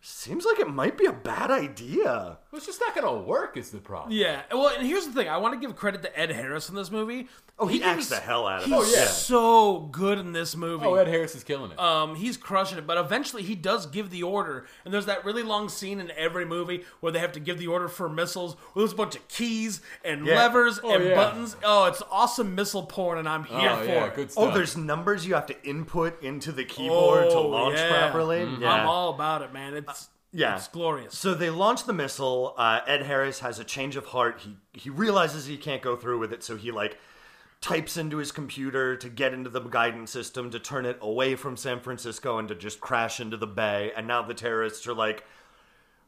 S3: seems like it might be a bad idea.
S2: "It's just not gonna work." Is the problem?
S1: Yeah. Well, and here's the thing. I want to give credit to Ed Harris in this movie. Oh,
S3: he acts the hell out of it.
S1: He's
S2: Oh, yeah.
S1: so good in this movie.
S2: Oh, Ed Harris is killing it.
S1: Um, he's crushing it, but eventually he does give the order. And there's that really long scene in every movie where they have to give the order for missiles. Well, there's a bunch of keys and
S3: Yeah.
S1: levers and
S2: yeah.
S1: buttons. Oh, it's awesome missile porn, and I'm here
S2: oh,
S1: for
S2: yeah,
S1: it.
S2: good stuff.
S3: Oh, there's numbers you have to input into the keyboard to
S1: Oh,
S3: launch
S1: yeah. Mm-hmm.
S3: properly.
S1: I'm all about it, man. It's
S3: yeah.
S1: it's glorious.
S3: So they launch the missile. Uh, Ed Harris has a change of heart. He he realizes he can't go through with it, so he like types into his computer to get into the guidance system to turn it away from San Francisco and to just crash into the bay. And now the terrorists are like,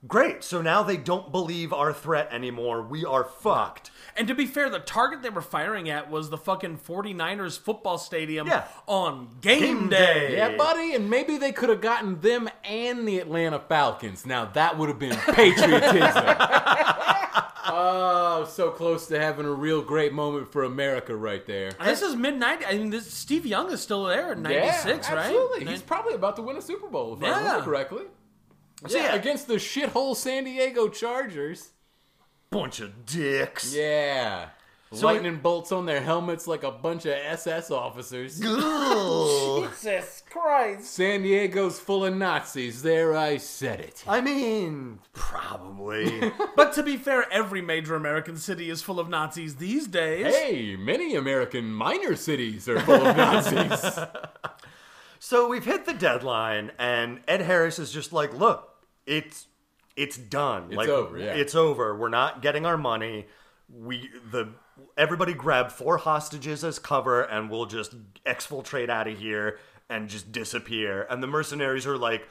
S3: "Great! So now they don't believe our threat anymore. We are fucked."
S1: And to be fair, the target they were firing at was the fucking 49ers football stadium
S3: Yeah.
S1: on game,
S3: Game
S1: day.
S3: day.
S2: yeah, buddy, and maybe they could have gotten them and the Atlanta Falcons. Now that would have been patriotism. oh, so close to having a real great moment for America right there.
S1: This is mid 90s. I mean, this, Steve Young is still there in 96,
S2: yeah,
S1: right?
S2: absolutely.
S1: Nin-
S2: He's probably about to win a Super Bowl if I
S1: Yeah.
S2: remember correctly.
S3: So
S2: yeah,
S3: yeah.
S2: against the shithole San Diego Chargers.
S3: bunch of dicks.
S2: Yeah. Lightning bolts on their helmets like a bunch of SS officers.
S3: Ugh.
S1: Jesus Christ.
S2: San Diego's full of Nazis. There I said it.
S3: I mean, probably.
S1: But to be fair, every major American city is full of Nazis these days.
S2: Hey, many American minor cities are full of Nazis.
S3: so we've hit the deadline, and Ed Harris is just like, "Look, it's it's done. It's like,
S2: over, yeah.
S3: It's over. We're not getting our money. We the everybody grab four hostages as cover, and we'll just exfiltrate out of here and just disappear." And the mercenaries are like.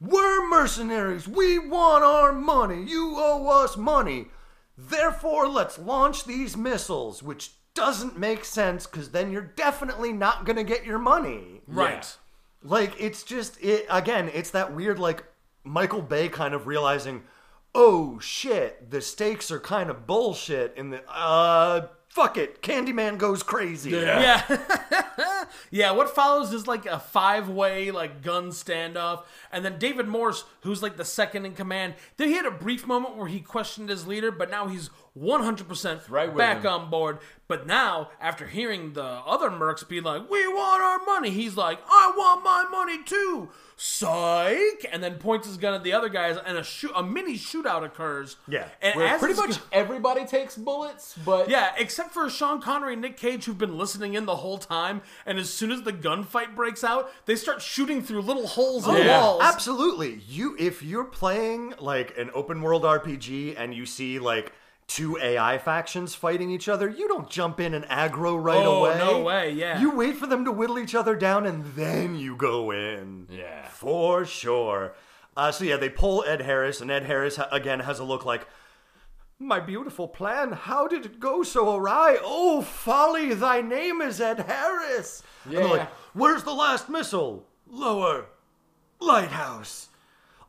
S3: We're mercenaries. We want our money. You owe us money. Therefore, let's launch these missiles, which doesn't make sense because then you're definitely not going to get your money.
S1: Right.
S3: Like, it's just, it, again, it's that weird, like, Michael Bay kind of realizing, oh shit, the stakes are kind of bullshit, and the, uh, fuck it, Candyman goes crazy.
S2: Yeah.
S1: Yeah. yeah, what follows is like a five way like gun standoff. And then David Morse, who's like the second in command, then he had a brief moment where he questioned his leader, but now he's 100%
S2: right with
S1: back
S2: him.
S1: on board. But now, after hearing the other mercs be like, we want our money, he's like, I want my money too. Psych! And then points his gun at the other guys, and a shoot, a mini shootout occurs.
S3: Yeah,
S1: and
S2: Where
S1: as
S2: pretty
S1: it's
S2: much everybody takes bullets, but
S1: yeah, except for Sean Connery and Nick Cage, who've been listening in the whole time. And as soon as the gunfight breaks out, they start shooting through little holes in the
S2: yeah.
S1: walls.
S3: Absolutely. You if you're playing like an open world RPG and you see like two AI factions fighting each other, you don't jump in and aggro right
S1: Oh,
S3: away.
S1: no way, yeah.
S3: You wait for them to whittle each other down and then you go in.
S2: Yeah.
S3: For sure. Uh, so yeah, they pull Ed Harris and Ed Harris ha- again has a look like my beautiful plan, how did it go so awry? Oh, folly, thy name is Ed Harris. And they're
S2: Yeah.
S3: like, where's the last missile? Lower, lighthouse.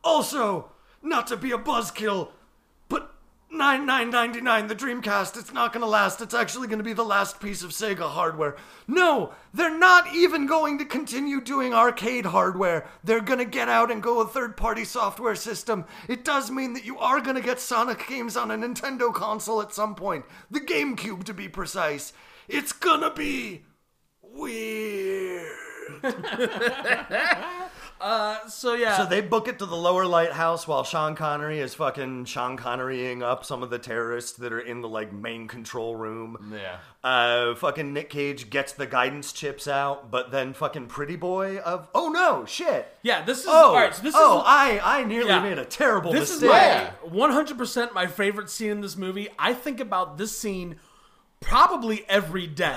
S3: Also, not to be a buzzkill, but 9999 the Dreamcast, it's not going to last. It's actually going to be the last piece of Sega hardware. No, they're not even going to continue doing arcade hardware. They're going to get out and go a third-party software system. It does mean that you are going to get Sonic games on a Nintendo console at some point. The GameCube to be precise. It's going to be weird.
S1: so yeah,
S3: So they book it to the lower lighthouse while Sean Connery is fucking Sean Connerying up some of the terrorists that are in the like main control room.
S2: Yeah.
S3: Uh, fucking Nick Cage gets the guidance chips out, but then fucking Pretty Boy of oh no shit.
S1: yeah. This is
S3: Oh,
S1: all right. So this
S3: oh,
S1: is
S3: I I nearly
S1: Yeah.
S3: made a terrible
S1: this is
S3: mistake.
S1: my
S2: Yeah.
S1: 100% my favorite scene in this movie. I think about this scene probably every day.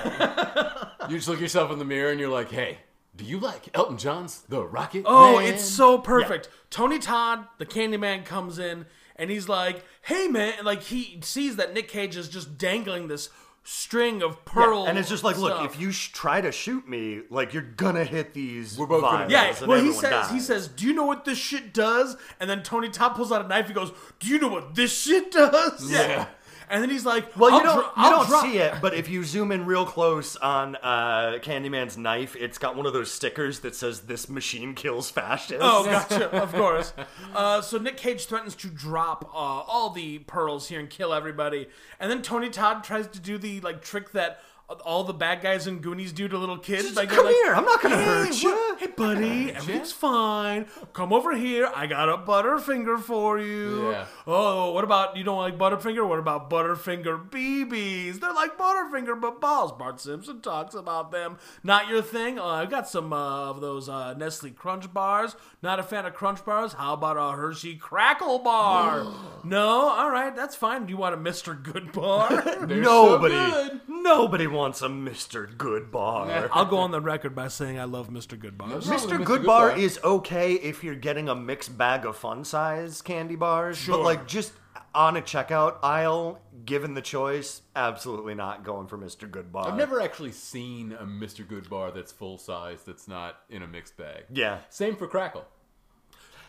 S2: You just look yourself in the mirror and you're like, hey, do you like Elton John's The Rocket?
S1: Oh,
S2: Man?
S1: it's so perfect. Tony Todd, the Candyman, comes in and he's like, "Hey, man!" and, Like he sees that Nick Cage is just dangling this string of pearls,
S3: And it's just like, look,
S1: stuff.
S3: if you sh- try to shoot me, like you're gonna hit these. We're
S2: both gonna-
S3: vials,
S1: Yeah,
S3: and
S1: well, he
S3: everyone
S1: says, he
S3: dies.
S1: says, "Do you know what this shit does?" And then Tony Todd pulls out a knife. He goes, "Do you know what this shit does?"
S2: Yeah.
S1: And then he's like,
S3: Well,
S1: I'll
S3: you don't,
S1: dro-
S3: you
S1: I'll
S3: don't
S1: drop-
S3: see it, but if you zoom in real close on uh, Candyman's knife, it's got one of those stickers that says "This machine kills fascists."
S1: Oh, gotcha. of course. Uh, so Nick Cage threatens to drop uh, all the pearls here and kill everybody, and then Tony Todd tries to do the like trick that all the bad guys in Goonies do to little kids. Like, they're
S3: come
S1: like,
S3: here! I'm not gonna
S1: Hey,
S3: hurt you.
S1: what- Hey, buddy, everything's fine. Come over here. I got a Butterfinger for you.
S2: Yeah.
S1: Oh, what about you don't like Butterfinger? What about Butterfinger BBs? They're like Butterfinger but balls. Bart Simpson talks about them. Not your thing. Uh, I've got some uh, of those uh, Nestle Crunch bars. Not a fan of Crunch bars. How about a Hershey Crackle bar? no, all right, that's fine. Do you want a Mr. Good bar?
S2: They're so
S3: Nobody,
S2: good.
S3: nobody wants a Mr. Goodbar.
S1: I'll go on the record by saying I love Mr. Good bars.
S2: Probably
S3: Mr.
S2: Mr.
S3: Goodbar
S2: Goodbar.
S3: is okay if you're getting a mixed bag of fun size candy bars, but like just on a checkout aisle, given the choice, absolutely not going for Mr. Goodbar.
S2: I've never actually seen a Mr. Good bar that's full size that's not in a mixed bag.
S3: Yeah.
S2: Same for Crackle.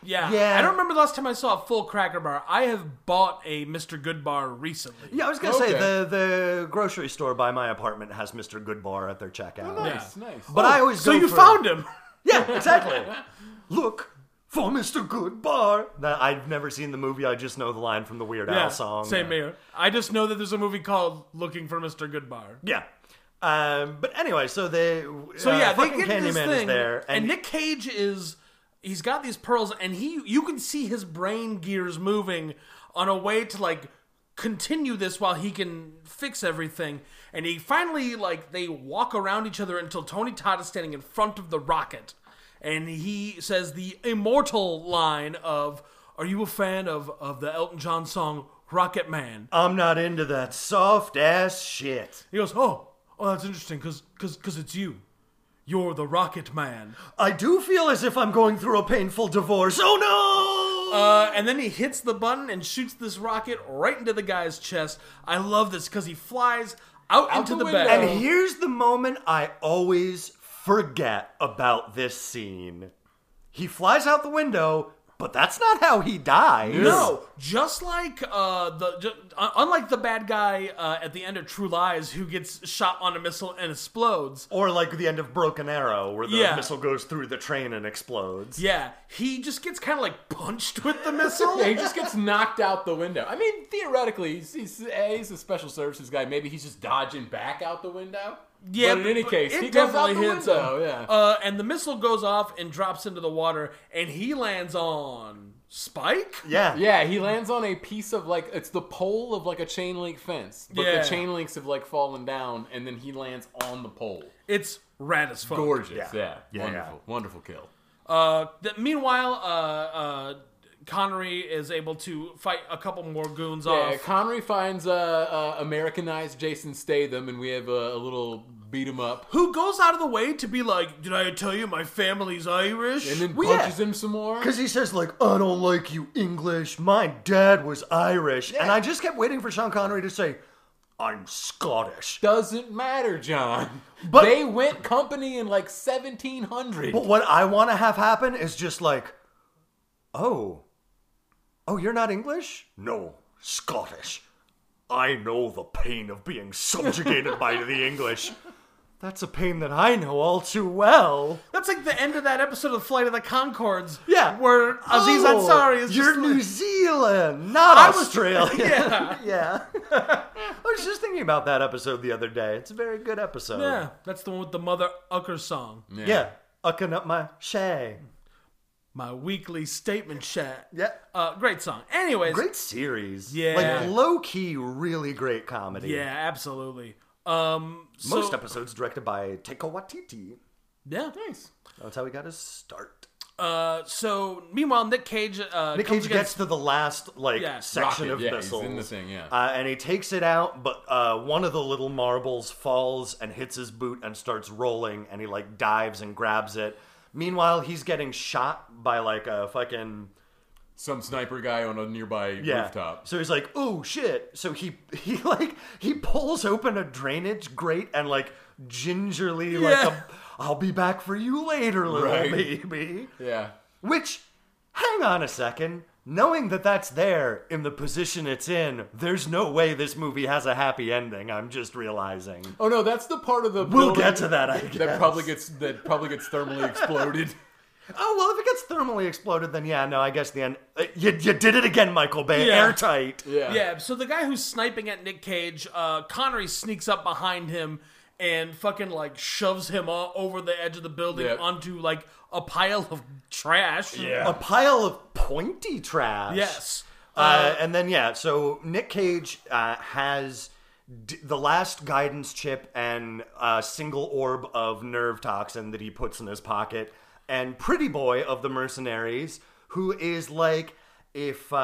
S1: Yeah.
S3: Yeah.
S1: I don't remember the last time I saw a full cracker bar. I have bought a Mr. Good bar recently.
S3: Yeah, I was gonna say
S2: Okay.
S3: the the grocery store by my apartment has Mr. Goodbar at their checkout.
S2: Nice, nice.
S3: But I always
S1: so
S3: go
S1: you
S3: for-
S1: found him.
S3: Yeah, exactly. Look for Mr. Goodbar. That I've never seen the movie. I just know the line from the Weird
S1: Yeah,
S3: Al song.
S1: same here. I just know that there's a movie called Looking for Mr. Goodbar.
S3: Yeah. Um, but anyway, so they
S1: So yeah, they
S3: Uh, fucking
S1: get into this
S3: Candyman
S1: thing,
S3: is there,
S1: and, Nick Cage is he's got these pearls, and he you can see his brain gears moving on a way to like continue this while he can fix everything. And he finally like they walk around each other until Tony Todd is standing in front of the rocket, and he says the immortal line of "Are you a fan of of the Elton John song Rocket Man?"
S3: I'm not into that soft ass shit.
S1: He goes, "Oh, oh, that's interesting, cause, cause, 'cause it's you. You're the Rocket Man."
S3: I do feel as if I'm going through a painful divorce. Oh no!
S1: Uh, and then he hits the button and shoots this rocket right into the guy's chest. I love this because he flies out, into
S2: the
S1: the,
S2: window.
S1: bed.
S3: and here's the moment I always forget about this scene. He flies out the window, but that's not how he dies.
S1: no, just like uh, the ju- un- unlike the bad guy uh, at the end of True Lies who gets shot on a missile and explodes.
S3: Or like the end of Broken Arrow, where the
S1: Yeah.
S3: missile goes through the train and explodes.
S1: Yeah, he just gets kind of like punched with the missile.
S2: Yeah, he just gets knocked out the window. I mean, theoretically, he's, he's, eh, he's a special services guy. Maybe he's just dodging back out the window.
S1: Yeah,
S2: but in any
S1: but
S2: case,
S1: it
S2: he goes out the
S1: definitely hits
S2: window. Yeah.
S1: Uh, and the missile goes off and drops into the water, and he lands on Spike.
S3: Yeah.
S2: yeah, he lands on a piece of like it's the pole of like a chain link fence, but
S1: Yeah.
S2: the chain links have like fallen down, and then he lands on the pole.
S1: It's rad as fuck.
S2: Gorgeous.
S3: Yeah.
S2: Yeah.
S3: Yeah,
S2: wonderful. Wonderful kill.
S1: Uh, th- meanwhile, uh, uh, Connery is able to fight a couple more goons
S2: Yeah,
S1: off.
S2: Connery finds uh, uh, Americanized Jason Statham, and we have a, a little beat him up,
S1: who goes out of the way to be like, did I tell you my family's Irish?
S2: and then
S3: Well, yeah.
S2: punches him some more.
S3: Because he says, like, I don't like you English. My dad was Irish. And I just kept waiting for Sean Connery to say, I'm Scottish.
S2: Doesn't matter, John.
S3: But-
S2: they went company in like 1700.
S3: But what I want to have happen is just like, oh, oh, you're not English? No, Scottish. I know the pain of being subjugated by the English. That's a pain that I know all too well.
S1: That's like the end of that episode of Flight of the Concords.
S3: Yeah.
S1: Where Aziz
S3: Oh,
S1: Ansari is
S3: You're
S1: just
S3: New
S1: like-
S3: Zealand, not
S1: I was-
S3: Australia.
S1: Yeah.
S3: yeah. I was just thinking about that episode the other day. It's a very good episode.
S1: Yeah, that's the one with the Mother Ucker song.
S3: Yeah. Ucking up my shay.
S1: My weekly statement chat.
S3: Yeah.
S1: Uh, great song. Anyways,
S3: Great series.
S1: Yeah.
S3: Like low key, really great comedy.
S1: yeah, absolutely. Um, so,
S3: Most episodes directed by Taika Waititi.
S1: yeah.
S2: Nice.
S3: That's how we got his start.
S1: Uh, so meanwhile, Nick Cage, uh,
S3: Nick
S1: comes
S3: Cage gets
S1: against-
S3: to the last like
S1: Yeah.
S3: section
S2: Rocket,
S3: of
S2: yeah, he's
S3: missiles,
S2: in the thing, yeah.
S3: uh, and he takes it out, but uh, one of the little marbles falls and hits his boot and starts rolling, and he like dives and grabs it. Meanwhile, he's getting shot by like a fucking
S2: Some sniper guy on a nearby
S3: yeah.
S2: rooftop.
S3: So he's like, "Oh shit!" So he he like he pulls open a drainage grate and like gingerly like
S1: Yeah.
S3: a, I'll be back for you later, little
S2: Right.
S3: baby.
S2: Yeah.
S3: Which, hang on a second. Knowing that that's there in the position it's in, there's no way this movie has a happy ending. I'm just realizing.
S2: Oh no, that's the part of the
S3: We'll
S2: building
S3: get to that, I guess.
S2: That probably gets that probably gets thermally exploded.
S3: Oh well, if it gets thermally exploded, then yeah, no, I guess the end. uh, You, you did it again, Michael Bay.
S1: Yeah.
S3: Airtight.
S2: Yeah.
S1: Yeah, so the guy who's sniping at Nick Cage, uh, Connery sneaks up behind him and fucking like shoves him all over the edge of the building
S2: Yeah.
S1: onto like a pile of trash.
S3: A pile of pointy trash.
S1: Yes.
S3: Uh, and then yeah, so Nick Cage uh, has d- the last guidance chip and a single orb of nerve toxin that he puts in his pocket, and Pretty Boy of the Mercenaries, who is like, if uh,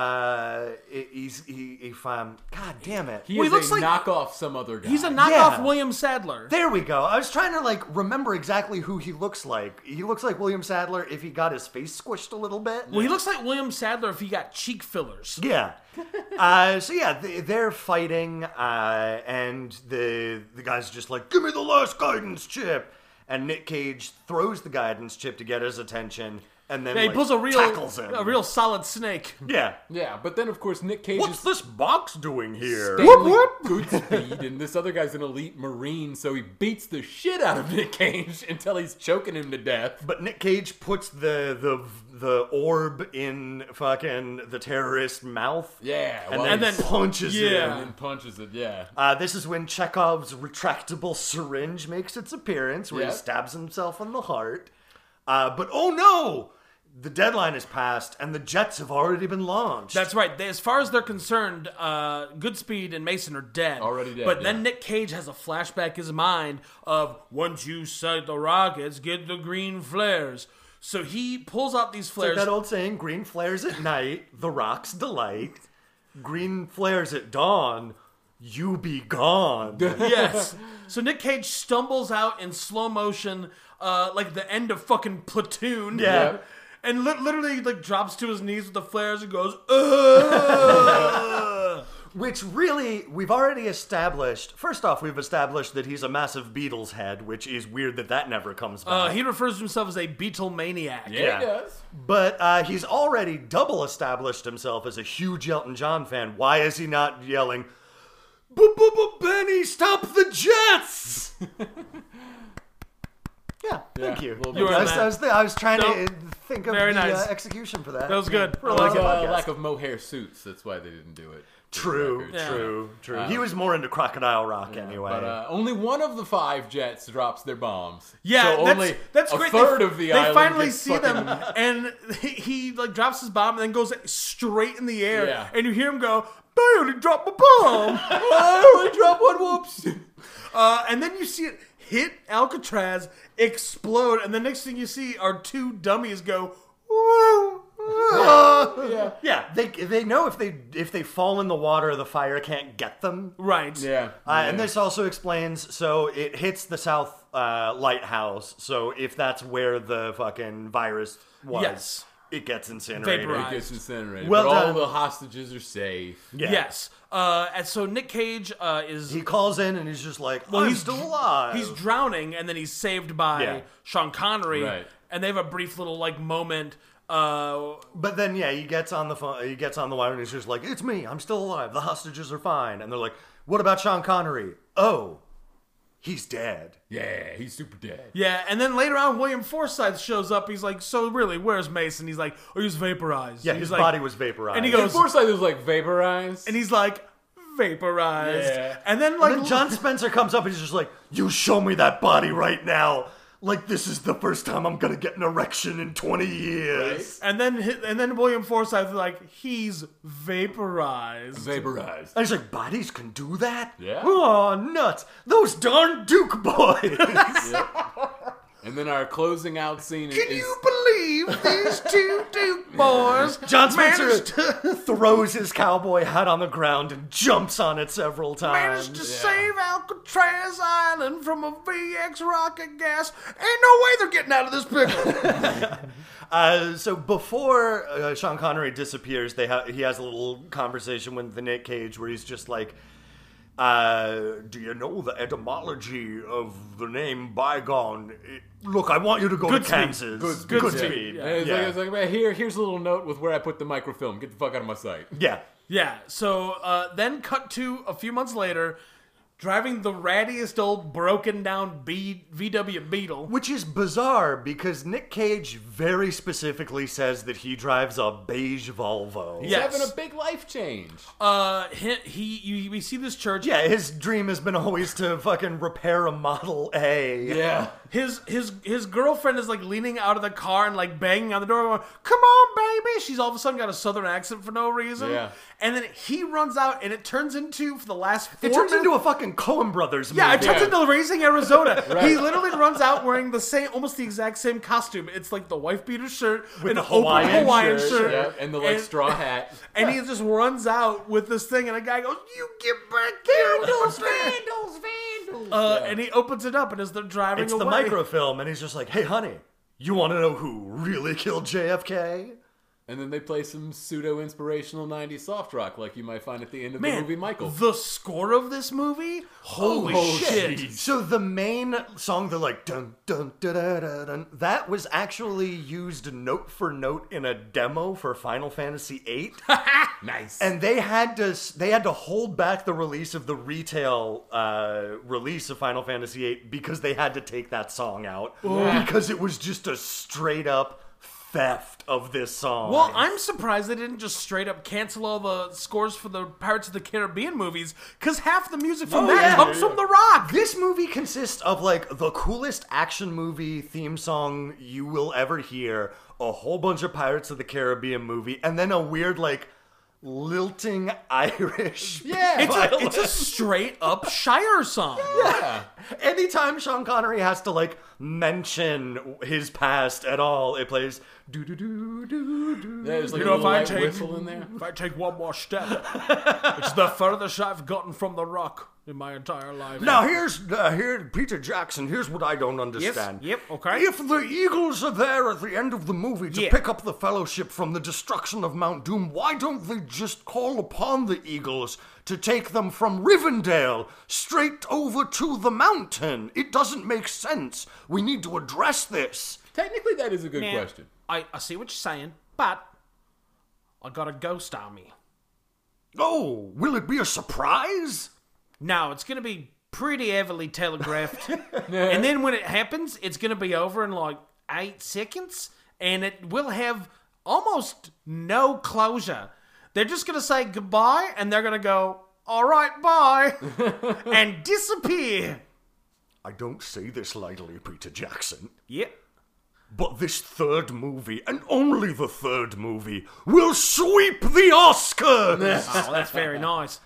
S3: i- he's he, if um, God damn it,
S2: He
S1: Well,
S2: is
S1: he looks
S2: a
S1: like-
S2: knockoff some other guy.
S1: He's a knockoff
S3: Yeah.
S1: William Sadler.
S3: there we go. I was trying to like remember exactly who he looks like. He looks like William Sadler if he got his face squished a little bit.
S1: well, he looks like William Sadler if he got cheek fillers.
S3: Yeah. Uh, so yeah, they, they're fighting, uh, and the the guy's just like, "Give me the last guidance chip," and Nick Cage throws the guidance chip to get his attention. and then
S1: Yeah, he
S3: like,
S1: pulls a real,
S3: tackles him.
S1: a real solid snake.
S3: yeah.
S2: Yeah, but then of course Nick Cage
S3: What's
S2: is
S3: this box doing here?
S2: Stanley
S1: whoop.
S2: Goodspeed, and this other guy's an elite marine, so he beats the shit out of Nick Cage until he's choking him to death.
S3: But Nick Cage puts the the the orb in fucking the terrorist mouth.
S2: Yeah,
S3: And,
S2: well,
S3: then,
S1: And then-
S3: punches
S1: yeah.
S3: him.
S2: and punches it. Yeah,
S3: Uh, this is when Chekhov's retractable syringe makes its appearance, where
S2: Yeah.
S3: he stabs himself in the heart. Uh, but oh no, the deadline has passed, and the jets have already been launched.
S1: That's right. They- as far as they're concerned, uh, Goodspeed and Mason are dead.
S2: Already dead,
S1: But then
S2: yeah.
S1: Nick Cage has a flashback in his mind of once you sight the rockets, get the green flares. So he pulls out these
S3: like
S1: flares.
S3: that old saying: "Green flares at night, the rocks delight. Green flares at dawn, you be gone."
S1: yes. So Nick Cage stumbles out in slow motion, uh, like the end of fucking Platoon.
S3: Yeah.
S2: Yeah.
S1: And li- literally, like, drops to his knees with the flares and goes, "Ugh."
S3: Which really, we've already established. First off, we've established that he's a massive Beatles head, which is weird that that never comes
S1: uh,
S3: back.
S1: He refers to himself as a Beatlemaniac.
S2: yeah,
S3: Yeah.
S2: he does.
S3: But uh, he's already double established himself as a huge Elton John fan. Why is he not yelling, "Boo boo boo, Benny, stop the Jets"? yeah, thank
S2: Yeah,
S3: you.
S2: a little
S1: bit.
S3: I, was, I was thi- I was trying
S1: Nope.
S3: to think of
S1: Very
S3: the
S1: nice.
S3: uh, execution for that.
S1: That was good.
S3: Yeah,
S1: I like it.
S2: Lack of,
S3: really good
S2: uh,
S3: podcast.
S2: lack of mohair suits. That's why they didn't do it.
S3: True,
S2: Yeah.
S3: true, true. he was more into Crocodile Rock anyway.
S2: But uh, only one of the five jets drops their bombs.
S1: Yeah,
S2: so
S1: that's,
S2: only
S1: that's
S2: a
S1: great.
S2: third
S1: they,
S2: of the
S1: they
S2: island
S1: finally
S2: gets
S1: see
S2: fucking-
S1: them, and he, he like drops his bomb and then goes straight in the air,
S2: Yeah.
S1: and you hear him go, "I only dropped my bomb,"
S2: I only Oh, drop one. Whoops.
S1: uh, and then you see it hit Alcatraz, explode, and the next thing you see are two dummies go, "Woo!"
S3: Uh,
S2: Yeah.
S3: yeah, they they know if they if they fall in the water, the fire can't get them.
S1: Right.
S2: Yeah.
S3: Uh, and
S2: yeah.
S3: this also explains so it hits the South uh, Lighthouse. So if that's where the fucking virus was,
S1: Yes.
S3: it gets incinerated.
S1: Vaporized.
S2: It gets incinerated.
S3: Well
S2: but all
S3: done.
S2: the hostages are safe.
S3: Yeah.
S1: Yes. Uh, and so Nick Cage uh, is
S3: He calls in and he's just like, I'm
S1: he's
S3: still
S1: dr-
S3: alive.
S1: he's drowning and then he's saved by
S3: Yeah.
S1: Sean Connery,
S2: Right.
S1: and they have a brief little like moment. Uh,
S3: but then yeah, he gets on the phone. He gets on the wire and he's just like, It's me. I'm still alive. The hostages are fine. And they're like, What about Sean Connery? Oh, he's dead.
S2: Yeah, he's super dead.
S1: Yeah, and then later on, William Forsythe shows up. He's like, "So really, where's Mason?" He's like, "Oh, he was vaporized."
S3: Yeah,
S1: he's
S3: his
S1: like,
S3: body was vaporized.
S1: and he
S2: Of
S1: goes-
S2: course, I was like vaporized.
S1: and he's like, "Vaporized."
S2: Yeah.
S1: And then like,
S3: Then John Spencer comes up and he's just like, You show me that body right now. Like, this is the first time I'm going to get an erection in 20 years.
S1: and then hi- and then William Forsythe is like, "He's vaporized."
S2: vaporized.
S3: I was like, Bodies can do that?
S2: Yeah.
S3: Oh, nuts. Those darn Duke boys.
S2: And then our closing out scene is
S1: Can you believe these two Duke boys?
S3: John
S1: managed
S3: Spencer throws his cowboy hat on the ground and jumps on it several times.
S1: managed to save Alcatraz Island from a VX rocket gas. Ain't no way they're getting out of this pickle.
S3: Uh, so before uh, Sean Connery disappears, they ha- he has a little conversation with the Nick Cage where he's just like, uh, "Do you know the etymology of the name Bygone? It- look, I want you to go to
S1: Goodspeed.
S3: Kansas.
S2: Goods-
S1: Goodspeed,
S2: And it's
S3: Yeah.
S2: like, it's like man, here, here's a little note with where I put the microfilm. Get the fuck out of my sight.
S3: yeah,
S1: Yeah. So uh, then cut to a few months later, driving the rattiest old broken down B- VW Beetle.
S3: Which is bizarre because Nick Cage very specifically says that he drives a beige Volvo.
S1: Yes.
S2: He's having a big life change.
S1: Uh, he, he you, we see this church.
S3: Yeah, his dream has been always to fucking repair a Model A.
S2: yeah.
S1: His his his girlfriend is like leaning out of the car and like banging on the door, going, "Come on, baby!" She's all of a sudden got a southern accent for no reason.
S2: Yeah.
S1: And then he runs out, and it turns into for the last four
S3: It turns
S1: minutes-
S3: into a fucking Coen Brothers movie.
S1: Yeah, it turns
S2: Yeah.
S1: into Raising Arizona. He literally runs out wearing the same, almost the exact same costume. It's like the wife beater shirt,
S3: With
S1: an
S3: the
S1: open
S3: Hawaiian
S1: Hawaian Oh, shirt,
S3: shirt,
S2: Yep, and the like straw hat.
S1: and he just runs out with this thing, and a guy goes, "You get back there,
S2: Vandals,
S1: man!"
S2: vandals, vandals.
S1: Uh,
S2: Yeah.
S1: And he opens it up, and as they're driving
S3: It's
S1: away,
S3: the microfilm, and he's just like, "Hey, honey, you want to know who really killed JFK?
S2: And then they play some pseudo inspirational 90s soft rock like you might find at the end of the
S1: Man,
S2: movie Michael.
S1: the score of this movie? Holy
S2: Oh,
S1: shit.
S2: jeez.
S3: So the main song, they're like dun dun da da da dun. That was actually used note for note in a demo for Final Fantasy VIII,
S2: nice.
S3: and they had to s- they had to hold back the release of the retail uh, release of Final Fantasy VIII because they had to take that song out because it was just a straight up theft of this song.
S1: Well, I'm surprised they didn't just straight up cancel all the scores for the Pirates of the Caribbean movies, because half the music from
S2: Oh,
S1: that
S2: yeah.
S1: comes
S2: Yeah,
S1: from The Rock.
S3: This movie consists of like the coolest action movie theme song you will ever hear, a whole bunch of Pirates of the Caribbean movie, and then a weird like lilting Irish.
S2: Yeah.
S1: It's
S3: violin.
S1: a, it's a straight up Shire song.
S2: yeah.
S3: Anytime Sean Connery has to like mention his past at all, it plays do do do do do.
S2: There's like
S1: You
S2: a
S1: know, if
S2: little
S1: I
S2: light
S1: take-
S2: whistle in there.
S1: If I take one more step, it's the furthest I've gotten from The Rock in my entire life.
S3: Now here's uh, here Peter Jackson. Here's what I don't understand.
S1: yep, okay.
S3: If the Eagles are there at the end of the movie to
S1: Yeah.
S3: pick up the Fellowship from the destruction of Mount Doom, why don't they just call upon the Eagles to take them from Rivendell straight over to the mountain? It doesn't make sense. We need to address this.
S2: Technically, that is a good
S1: Now,
S2: question.
S1: I, I see what you're saying, but I got a ghost on me.
S3: Oh, will it be a surprise?
S1: No, it's going to be pretty heavily telegraphed. and then when it happens, it's going to be over in like eight seconds, and it will have almost no closure. They're just going to say goodbye, and they're going to go, all right, bye, and disappear.
S3: I don't say this lightly, Peter Jackson.
S1: Yep.
S3: But this third movie, and only the third movie, will sweep the Oscars!
S1: Oh, that's very nice.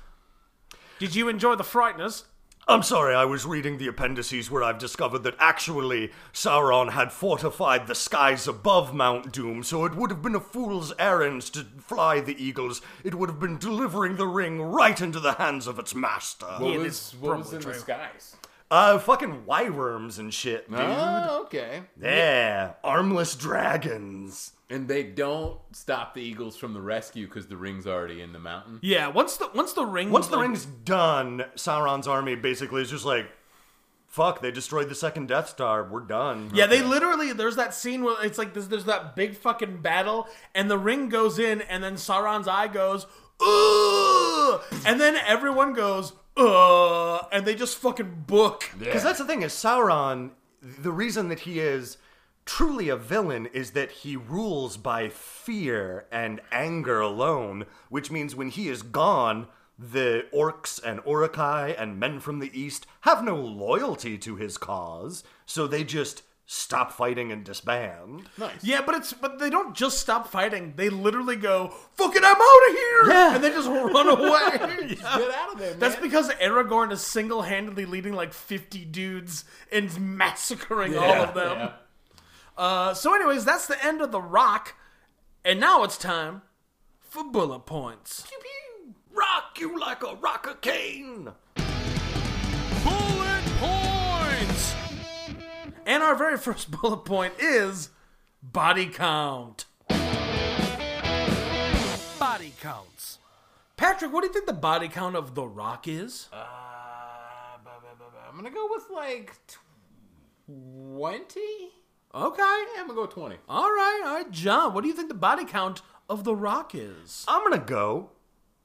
S1: Did you enjoy The Frighteners?
S3: I'm sorry, I was reading the appendices where I've discovered that actually Sauron had fortified the skies above Mount Doom, so it would have been a fool's errand to fly the eagles. It would have been delivering the ring right into the hands of its master.
S2: What
S1: Yeah,
S2: was,
S1: that's
S2: what was
S1: probably
S2: in the
S1: true.
S2: skies?
S3: Uh, fucking wyverns and shit, dude.
S2: Oh, okay.
S3: Yeah, armless dragons.
S2: And they don't stop the Eagles from the rescue because the ring's already in the mountain.
S1: Yeah, once the once the ring
S3: Once the
S1: like,
S3: ring's done, Sauron's army basically is just like, fuck, they destroyed the second Death Star. We're done.
S1: Yeah, they literally there's that scene where it's like there's, there's that big fucking battle, and the ring goes in, and then Sauron's eye goes, Ugh! and then everyone goes, Ugh! and they just fucking book.
S3: Because that's the thing is Sauron. The reason that he is truly a villain is that he rules by fear and anger alone, which means when he is gone, the orcs and orakai and men from the east have no loyalty to his cause, so they just stop fighting and disband.
S2: Nice.
S1: Yeah, but it's but they don't just stop fighting; they literally go, "Fucking, I'm out of here!"
S3: Yeah.
S1: and they just run away.
S2: Get out of there, man.
S1: That's because Aragorn is single-handedly leading like 50 dudes and massacring all of them.
S2: Yeah.
S1: Uh, so, anyways, that's the end of The Rock. And now it's time for bullet points.
S3: Rock you like a rocker cane!
S1: Bullet points! And our very first bullet point is body count. Body counts. Patrick, what do you think the body count of The Rock is?
S2: Uh, bu- bu- bu- bu- I'm gonna go with like twenty.
S1: Okay.
S2: Yeah, I'm gonna go with twenty.
S1: All right, all right, John. What do you think the body count of The Rock is?
S3: I'm gonna go.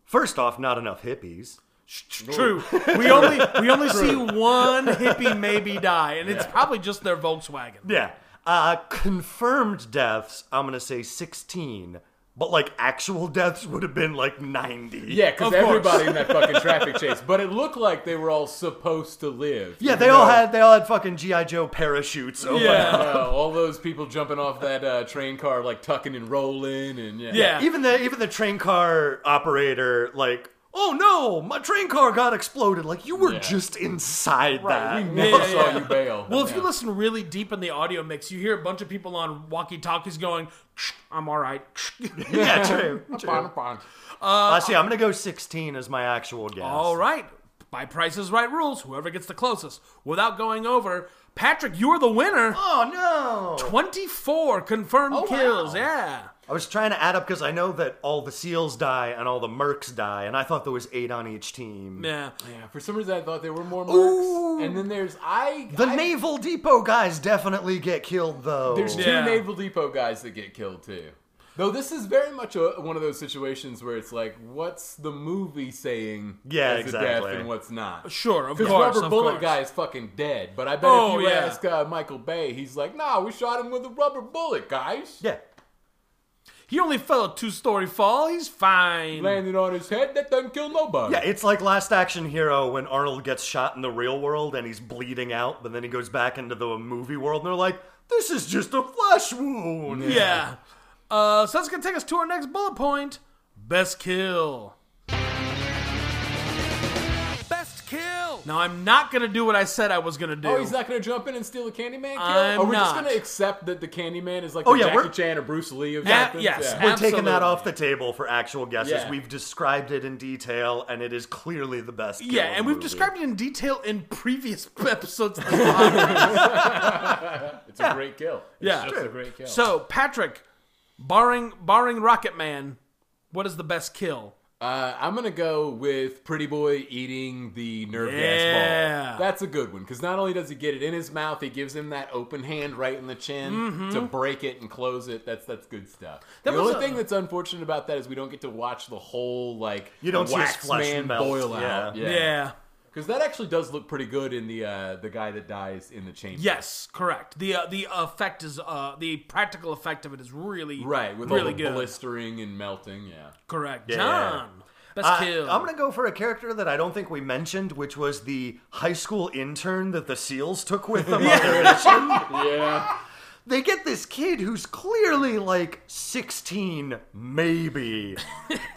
S3: First off, not enough hippies.
S1: True. We only we only see one hippie maybe die, and it's probably just their Volkswagen.
S3: Yeah. Uh, confirmed deaths, I'm going to say 16. But, like, actual deaths would have been, like, 90.
S2: Yeah, because
S1: Of course.
S2: everybody in that fucking traffic chase. But it looked like they were all supposed to live.
S3: Yeah,
S2: even
S3: they all
S2: though-
S3: had they all had fucking GI Joe parachutes. Oh yeah.
S2: Yeah, all those people jumping off that uh, train car, like tucking and rolling, and yeah.
S1: Yeah.
S3: Even the even the train car operator, like, oh no, my train car got exploded. Like, you were
S2: Yeah.
S3: just inside
S2: Right, we
S3: that.
S2: never
S1: Yeah,
S2: saw
S1: yeah.
S2: you bail.
S1: Well, if you
S2: Yeah.
S1: listen really deep in the audio mix, you hear a bunch of people on walkie talkies going, "Shh, "I'm all right." shh."
S3: yeah, true. true.
S2: Bon, bon.
S3: I see. I'm gonna go 16 as my actual guess.
S1: all right. By Price is Right rules, whoever gets the closest without going over. Patrick, you're the winner.
S3: Oh no.
S1: 24 confirmed
S2: Oh, wow.
S1: kills. Yeah.
S3: I was trying to add up because I know that all the seals die and all the mercs die, and I thought there was eight on each team.
S1: Yeah.
S2: Yeah, for some reason I thought there were more mercs,
S3: Ooh.
S2: and then there's I.
S3: The
S2: I-
S3: Naval Depot guys definitely get killed though.
S2: There's two
S1: Yeah.
S2: Naval Depot guys that get killed too. Though this is very much a, one of those situations where it's like, what's the movie saying?
S3: Yeah,
S2: as A
S3: exactly.
S2: death and what's not.
S1: Sure, of
S2: Because
S1: course.
S2: rubber
S1: of
S2: bullet
S1: course.
S2: guy is fucking dead. But I bet
S1: Oh,
S2: if you
S1: yeah.
S2: ask uh, Michael Bay, he's like, nah, we shot him with a rubber bullet, guys.
S3: yeah.
S1: He only fell a two story fall. He's fine.
S2: Landed on his head, that doesn't kill nobody.
S3: Yeah, it's like Last Action Hero when Arnold gets shot in the real world and he's bleeding out, but then he goes back into the movie world and they're like, this is just a flesh wound.
S1: Yeah. Uh, so that's going to take us to our next bullet point Best Kill.
S4: Best kill.
S1: Now, I'm not going to do what I said I was going to do.
S2: Oh, he's not gonna jump in and steal the Candyman kill?
S1: I'm
S2: Are we just
S1: not.
S2: gonna accept that the Candyman is like
S3: Oh,
S2: the
S3: yeah,
S2: Jackie
S3: we're-
S2: Chan or Bruce Lee or
S1: Yeah,
S2: something?
S1: yes.
S2: Yeah.
S3: We're taking
S1: Absolutely.
S3: that off the table for actual guesses.
S2: Yeah.
S3: We've described it in detail, and it is clearly the best. kill
S1: yeah,
S3: in
S1: and
S3: the
S1: we've
S3: movie.
S1: described it in detail in previous episodes of the podcast.
S2: It's a great kill. It's
S1: Yeah.
S2: just a great kill.
S1: So, Patrick, barring barring Rocket Man, what is the best kill?
S2: Uh, I'm gonna go with Pretty Boy eating the nerve gas
S1: Yeah.
S2: ball. That's a good one because not only does he get it in his mouth, he gives him that open hand right in the chin to break it and close it. That's that's good stuff. the
S1: Mm-hmm. was
S2: only
S1: a-
S2: thing that's unfortunate about that is we don't get to watch the whole like
S3: You don't see his
S2: wax
S3: flesh
S2: man
S3: melt.
S2: boil out.
S3: Yeah.
S2: because that actually does look pretty good in the uh, the guy that dies in the chamber.
S1: Yes, correct. The uh, the effect is uh the practical effect of it is really
S2: right with
S1: really
S2: all the
S1: good.
S2: blistering and melting. Yeah,
S1: Correct.
S3: Yeah.
S1: John. Best
S3: I-
S1: kill.
S3: I'm gonna go for a character that I don't think we mentioned, which was the high school intern that the SEALs took with them on their mission.
S2: yeah.
S3: They get this kid who's clearly like 16, maybe,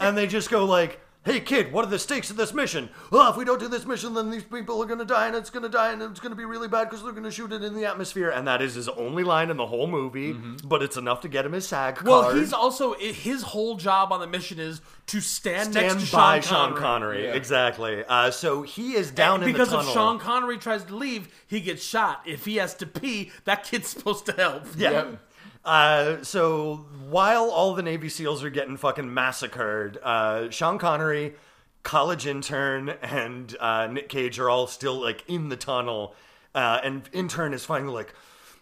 S3: and they just go like, "Hey, kid, what are the stakes of this mission? Oh, if we don't do this mission, then these people are gonna die, and it's gonna die, and it's gonna be really bad because they're gonna shoot it in the atmosphere." And that is his only line in the whole movie, but it's enough to get him his SAG card.
S1: Mm-hmm. well, he's also i- his whole job on the mission is to stand,
S3: stand
S1: next to
S3: by
S1: Sean
S3: Sean
S1: Connery.
S3: Connery.
S2: Yeah.
S3: Exactly. Uh, so he is down in
S1: because
S3: the tunnel.
S1: if Sean Connery tries to leave, he gets shot. If he has to pee, that kid's supposed to help.
S3: yeah.
S2: Yep.
S3: Uh, so while all the Navy SEALs are getting fucking massacred, uh, Sean Connery, college intern, and uh, Nick Cage are all still like in the tunnel, uh, and intern is finally like.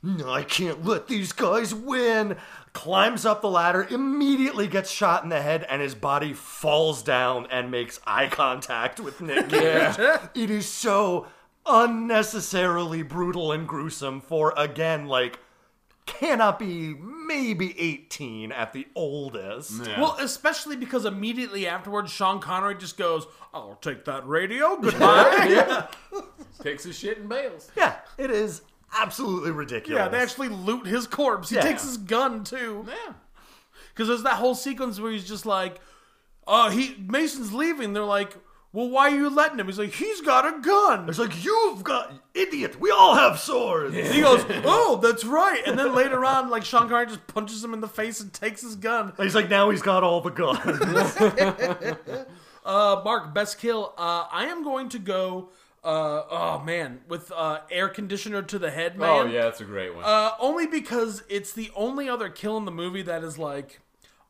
S3: "No, I can't let these guys win. Climbs up the ladder, immediately gets shot in the head, and his body falls down and makes eye contact with Nick Cage. it is so unnecessarily brutal and gruesome for again like cannot be maybe 18 at the oldest
S2: Yeah.
S1: Well, especially because immediately afterwards, Sean Connery just goes, "I'll take that radio. Goodbye."
S2: Takes his shit and bails.
S3: yeah it is absolutely ridiculous
S1: yeah, they actually loot his corpse. He
S3: Yeah.
S1: takes his gun too,
S2: Yeah.
S1: because there's that whole sequence where he's just like, "Uh, he Mason's leaving." They're like, "Well, why are you letting him?" He's like, "He's got a gun."
S3: it's like you've got idiot we all have swords
S1: He goes, "Oh, that's right." And then later on, like Sean Connery just punches him in the face and takes his gun.
S3: he's like now he's got all the guns
S1: Uh, Mark, best kill. Uh, I am going to go. Uh, oh man, with uh, air conditioner to the head, man.
S2: Oh yeah, that's a great one.
S1: Uh, only because it's the only other kill in the movie that is like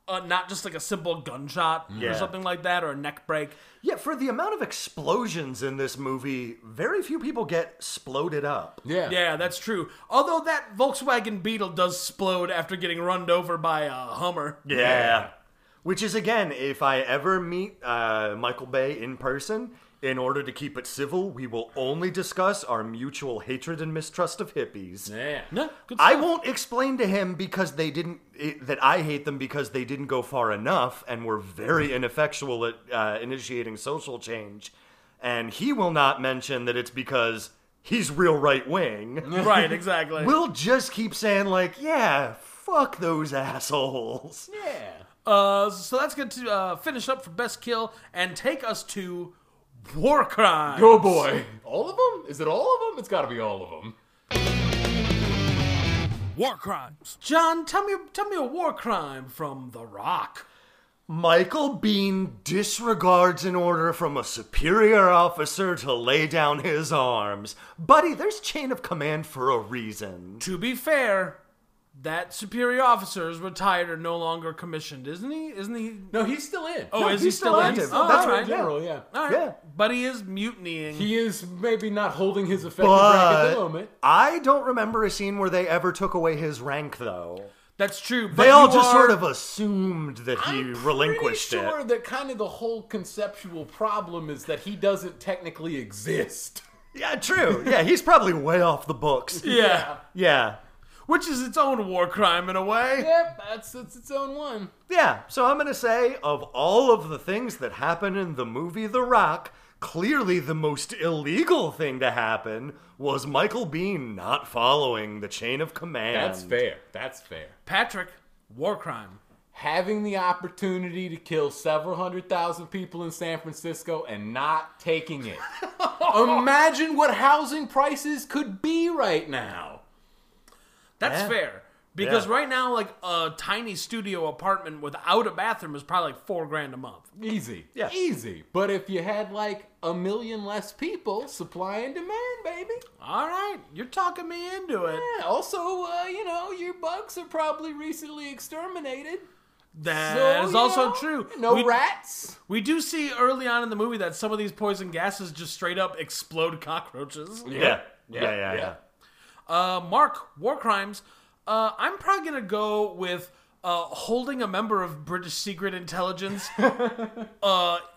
S1: uh, not just like a simple gunshot
S3: Yeah.
S1: or something like that or a neck break.
S3: yeah for the amount of explosions in this movie very few people get sploded up
S1: Yeah, that's true. Although that Volkswagen Beetle does explode after getting runned over by a Hummer.
S3: Yeah. Which is again, if I ever meet uh, Michael Bay in person, in order to keep it civil, we will only discuss our mutual hatred and mistrust of hippies.
S2: Yeah.
S1: No, good
S3: I won't explain to him because they didn't it, that I hate them because they didn't go far enough and were very ineffectual at uh, initiating social change, and he will not mention that it's because he's real right wing.
S1: stuff. right, exactly.
S3: we'll just keep saying like, yeah, fuck those assholes.
S2: Yeah.
S1: Uh, so that's good to uh, finish up for best kill and take us to war crime.
S2: Oh boy. All of them? Is it all of them? It's got to be all of them.
S4: War crimes.
S1: John, tell me, tell me a war crime from The Rock.
S3: Michael Bean disregards an order from a superior officer to lay down his arms. Buddy, there's chain of command for a reason.
S1: To be fair, That superior officer is retired or no longer commissioned, isn't he? Isn't he?
S2: No, he's still in.
S1: Oh,
S2: No,
S1: is
S2: he's
S1: he still in?
S2: active.
S1: Oh,
S2: That's
S1: all
S2: right,
S1: right.
S2: general. Yeah.
S1: All right.
S3: Yeah.
S1: But he is mutinying.
S2: He is maybe not holding his effective rank at the
S3: But
S2: moment.
S3: I don't remember a scene where they ever took away his rank, though.
S1: That's true. But
S3: They all
S1: you
S3: just
S1: are-
S3: sort of assumed that he
S2: I'm
S3: relinquished
S2: pretty sure
S3: it.
S2: that kind of the whole conceptual problem is that he doesn't technically exist.
S3: Yeah, true. Yeah, he's probably way off the books.
S1: Yeah.
S3: Yeah.
S1: Which is its own war crime in a way.
S2: Yep, that's, that's its own one.
S3: Yeah, so I'm going to say of all of the things that happen in the movie The Rock, clearly the most illegal thing to happen was Michael Bean not following the chain of command.
S2: That's fair. That's fair.
S1: Patrick, war crime.
S2: Having the opportunity to kill several hundred thousand people in San Francisco and not taking it. Imagine what housing prices could be right now.
S1: That's
S3: Yeah.
S1: fair. Because
S3: Yeah.
S1: right now, like a tiny studio apartment without a bathroom is probably like four grand a month.
S2: Easy.
S3: Yeah.
S2: Easy. But if you had like a million less people, supply and demand, baby.
S1: All right, you're talking me into it.
S2: Yeah, also, uh, you know, your bugs are probably recently exterminated.
S1: Uh, That is
S2: So, you
S1: also
S2: know,
S1: true.
S2: No
S1: we,
S2: rats.
S1: We do see early on in the movie that some of these poison gases just straight up explode cockroaches.
S3: Yeah. Yeah, yeah, yeah.
S1: Uh, Mark, war crimes. Uh, I'm probably gonna go with uh, holding a member of British secret intelligence uh,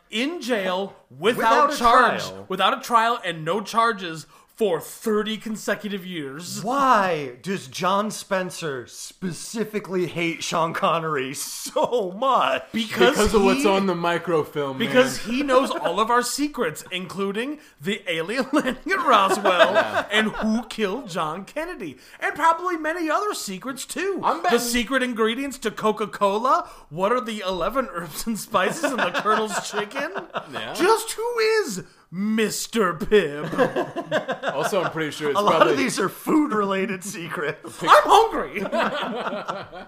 S1: in jail without,
S3: Without a
S1: charge,
S3: trial.
S1: without a trial, and no charges for 30 consecutive years.
S3: Why does John Spencer specifically hate Sean Connery so much?
S1: Because, he-
S2: the microfilm.
S1: Because he knows all of our secrets, including the alien landing at Roswell and who killed John Kennedy, and probably many other secrets too.
S2: I'm
S1: the
S2: betting-
S1: secret ingredients to Coca Cola. What are the eleven herbs and spices in the Colonel's chicken? Just who is Mister Pibb?
S2: also, I'm pretty sure it's
S3: a lot of these are food related secrets.
S1: I'm hungry.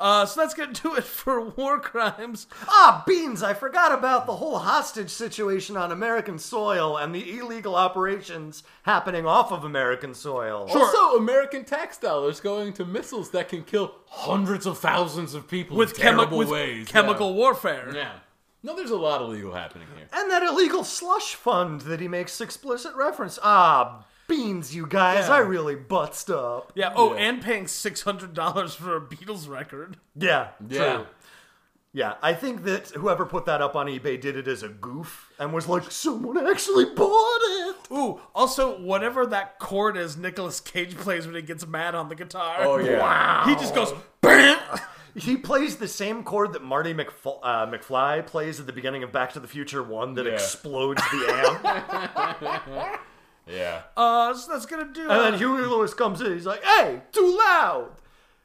S1: Uh, so that's gonna do it for war crimes.
S3: Ah, beans, I forgot about the whole hostage situation on American soil and the illegal operations happening off of American soil.
S2: Also, American tax dollars going to missiles that can kill hundreds of thousands of people
S1: With,
S2: in
S1: chemi-
S2: terrible
S1: with
S2: ways.
S1: chemical warfare.
S2: Yeah. yeah. No, there's a lot of legal happening here.
S3: And that illegal slush fund that he makes explicit reference. Ah, beans, you guys,
S2: Yeah.
S3: I really butzed up.
S1: Yeah. Oh,
S2: Yeah.
S1: and paying six hundred dollars for a Beatles record.
S3: Yeah,
S2: Yeah.
S3: true. Yeah, I think that whoever put that up on eBay did it as a goof and was like, someone actually bought it.
S1: Ooh. Also, whatever that chord is, Nicolas Cage plays when he gets mad on the guitar.
S2: Oh yeah.
S1: He just goes. Bam!
S3: He plays the same chord that Marty McFl- uh, McFly plays at the beginning of Back to the Future 1 that
S2: Yeah.
S3: explodes the amp.
S2: Yeah.
S1: Uh, so that's gonna do.
S3: and
S1: it.
S3: then Huey Lewis comes in. He's like, hey, too loud.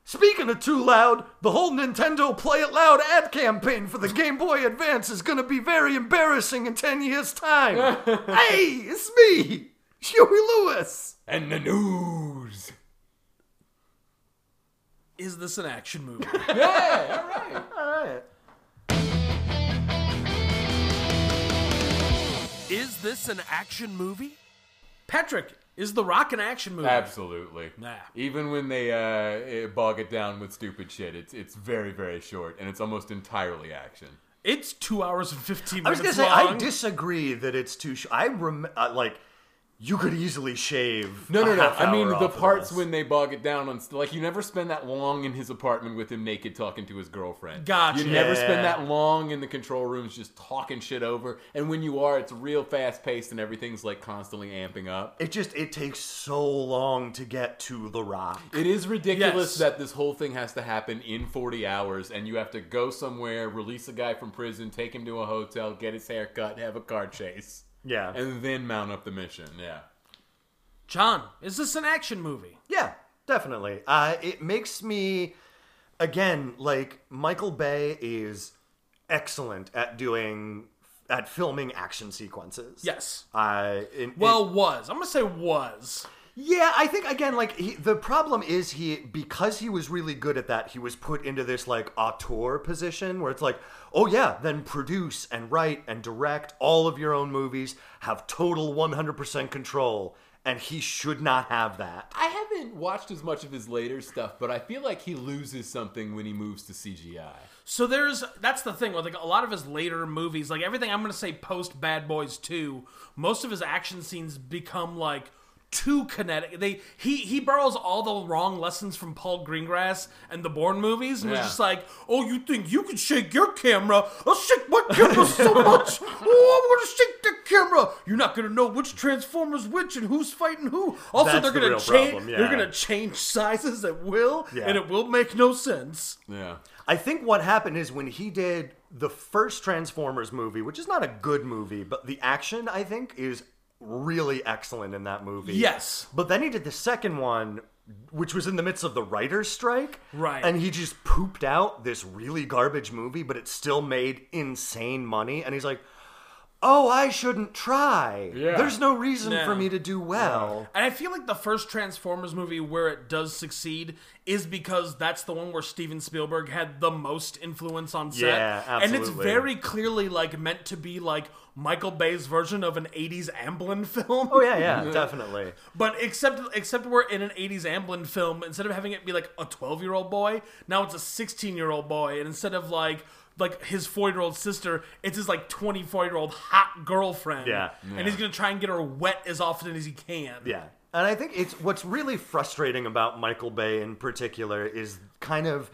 S3: Speaking of too loud, the whole Nintendo Play It Loud ad campaign for the Game Boy Advance is going to be very embarrassing in 10 years' time. hey, it's me, Huey Lewis.
S2: and the news.
S1: is this an action movie?
S2: Yeah. All right.
S3: All right.
S4: Is this an action movie?
S1: Patrick is the Rock an action movie?
S2: Absolutely.
S1: Nah.
S2: Even when they uh, eh, bog it down with stupid shit, it's it's very very short and it's almost entirely action.
S1: It's two hours and fifteen minutes
S3: I was going to say,
S1: long.
S3: I disagree that it's too. Sh- I rem- uh, like, you could easily shave.
S2: No, no,
S3: a
S2: no.
S3: half
S2: I mean
S3: hour
S2: the
S3: off of
S2: parts
S3: this.
S2: when they bog it down on st- like you never spend that long in his apartment with him naked talking to his girlfriend.
S1: Gotcha.
S2: You never
S3: Yeah.
S2: spend that long in the control rooms just talking shit over. And when you are, it's real fast paced and everything's like constantly amping up.
S3: It just it takes so long to get to the rock.
S2: It is ridiculous
S1: Yes.
S2: that this whole thing has to happen in 40 hours and you have to go somewhere, release a guy from prison, take him to a hotel, get his hair cut, have a car chase.
S3: Yeah.
S2: And then mount up the mission. Yeah.
S1: John, is this an action movie?
S3: Yeah, definitely. Uh, it makes me again like Michael Bay is excellent at doing at filming action sequences.
S1: Yes.
S3: I it-
S1: Well, was I'm gonna say was.
S3: Yeah, I think again, like he, the problem is he because he was really good at that, he was put into this like auteur position where it's like, oh yeah, then produce and write and direct all of your own movies, have total one hundred percent control, and he should not have that.
S2: I haven't watched as much of his later stuff, but I feel like he loses something when he moves to CGI.
S1: So there's that's the thing with like a lot of his later movies, like everything I'm gonna say post Bad Boys Two, most of his action scenes become like too kinetic. They he he borrows all the wrong lessons from Paul Greengrass and the Bourne movies, and
S2: Yeah.
S1: was just like, oh, you think you can shake your camera? I'll shake my camera so much. Oh, I'm gonna shake the camera. You're not gonna know which Transformers which and who's fighting who. Also,
S3: That's
S1: they're
S3: the
S1: gonna
S3: real
S1: change.
S3: problem,
S1: They're
S3: yeah.
S1: gonna change sizes at will,
S3: Yeah.
S1: and it will make no sense.
S2: Yeah.
S3: I think what happened is when he did the first Transformers movie, which is not a good movie, but the action I think is really excellent in that movie.
S1: Yes.
S3: But then he did the second one, which was in the midst of the writer's strike.
S1: Right.
S3: And he just pooped out this really garbage movie, but it still made insane money. And he's like, oh, I shouldn't try.
S2: Yeah.
S3: There's no reason
S1: No.
S3: for me to do well.
S1: And I feel like the first Transformers movie where it does succeed is because that's the one where Steven Spielberg had the most influence on set.
S3: Yeah,
S1: And it's
S3: absolutely.
S1: very clearly like meant to be like Michael Bay's version of an 80s Amblin film.
S3: Oh, yeah, yeah, definitely.
S1: But except except we're in an 80s Amblin film, instead of having it be like a 12-year-old boy, now it's a 16-year-old boy and instead of like like his four-year-old sister, it's his like 24-year-old hot girlfriend.
S3: Yeah.
S1: And he's going to try and get her wet as often as he can.
S3: Yeah. And I think it's what's really frustrating about Michael Bay in particular is kind of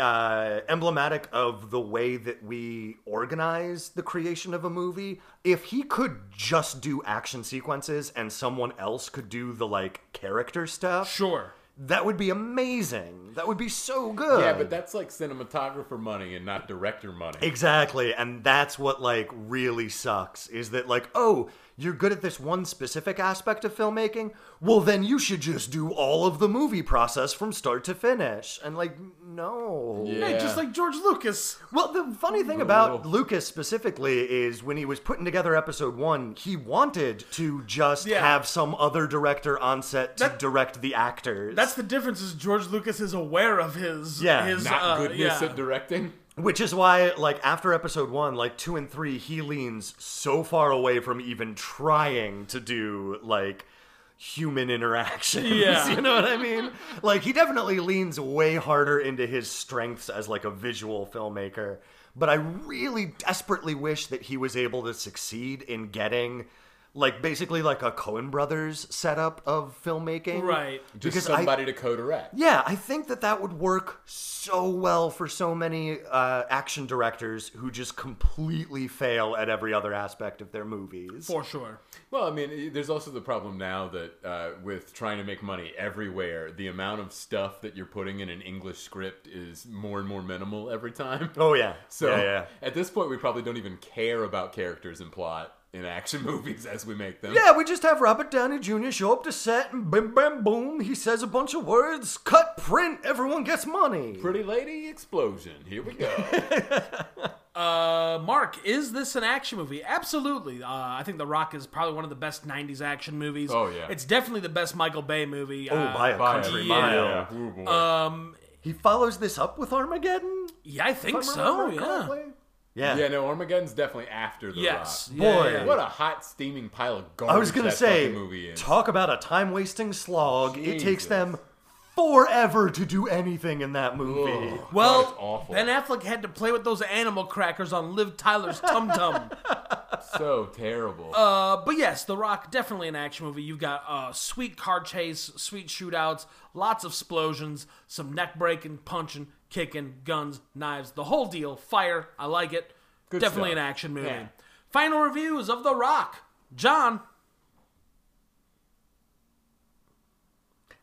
S3: uh, emblematic of the way that we organize the creation of a movie. If he could just do action sequences and someone else could do the like character stuff,
S1: Sure.
S3: that would be amazing. That would be so good.
S2: Yeah, but that's like cinematographer money and not director money.
S3: Exactly, and that's what like really sucks is that like, oh, you're good at this one specific aspect of filmmaking. Well, then you should just do all of the movie process from start to finish. And like, no.
S1: Yeah,
S2: Yeah.
S1: just like George Lucas.
S3: Well, the funny thing about Lucas specifically is when he was putting together episode 1, he wanted to just
S1: Yeah.
S3: have some other director on set to
S1: That-
S3: direct the actors.
S1: That's the difference is George Lucas is aware of his
S3: Yeah,
S1: his
S2: Not
S1: uh,
S2: goodness
S1: yeah.
S2: at directing.
S3: Which is why, like, after episode one, like, two and three, he leans so far away from even trying to do, like, human interactions.
S1: Yeah.
S3: You know what I mean? Like, he definitely leans way harder into his strengths as, like, a visual filmmaker. But I really desperately wish that he was able to succeed in getting, like, basically, like, a Coen Brothers setup of filmmaking.
S1: Right.
S2: Just
S3: Because I-
S2: somebody to co-direct.
S3: Yeah, I think that that would work so well for so many uh, action directors who just completely fail at every other aspect of their movies.
S1: for sure.
S2: Well, I mean, i- there's also the problem now that uh, with trying to make money everywhere, the amount of stuff that you're putting in an English script is more and more minimal every time.
S3: oh yeah,
S2: So
S3: yeah, yeah.
S2: at this point, we probably don't even care about characters and plot in action movies as we make them.
S3: Yeah, we just have Robert Downey Jr. show up to set and bim bam boom, he says a bunch of words, cut, print, everyone gets money.
S2: Pretty lady explosion. Here we go.
S1: Uh, Mark, is this an action movie? Absolutely. Uh, I think The Rock is probably one of the best '90s action movies.
S2: Oh, yeah.
S1: it's definitely the best Michael Bay movie.
S3: Oh,
S1: uh,
S3: by a country
S1: yeah.
S3: mile.
S2: Yeah. Ooh, boy.
S3: He follows this up with Armageddon.
S1: yeah, I think
S3: if I
S1: so.
S3: remember
S1: Yeah.
S3: correctly? yeah,
S2: yeah, no, Armageddon's definitely after the
S1: Yes.
S2: rock.
S1: Yeah,
S3: Boy,
S1: yeah, yeah.
S2: What a hot steaming pile of garbage!
S3: I was gonna
S2: that
S3: say,
S2: fucking movie is.
S3: talk about a time wasting slog. It takes
S2: Jesus.
S3: them forever to do anything in that movie.
S2: Ugh.
S1: Well,
S2: God, it's awful.
S1: Ben Affleck had to play with those animal crackers on Liv Tyler's tum tum.
S2: so terrible.
S1: Uh, but yes, The Rock definitely an action movie. You've got uh, sweet car chase, sweet shootouts, lots of explosions, some neck breaking, punching, kicking, guns, knives, the whole deal. Fire, I like it.
S2: Good
S1: definitely
S2: stuff.
S1: an action movie.
S2: Yeah.
S1: Final reviews of The Rock. John,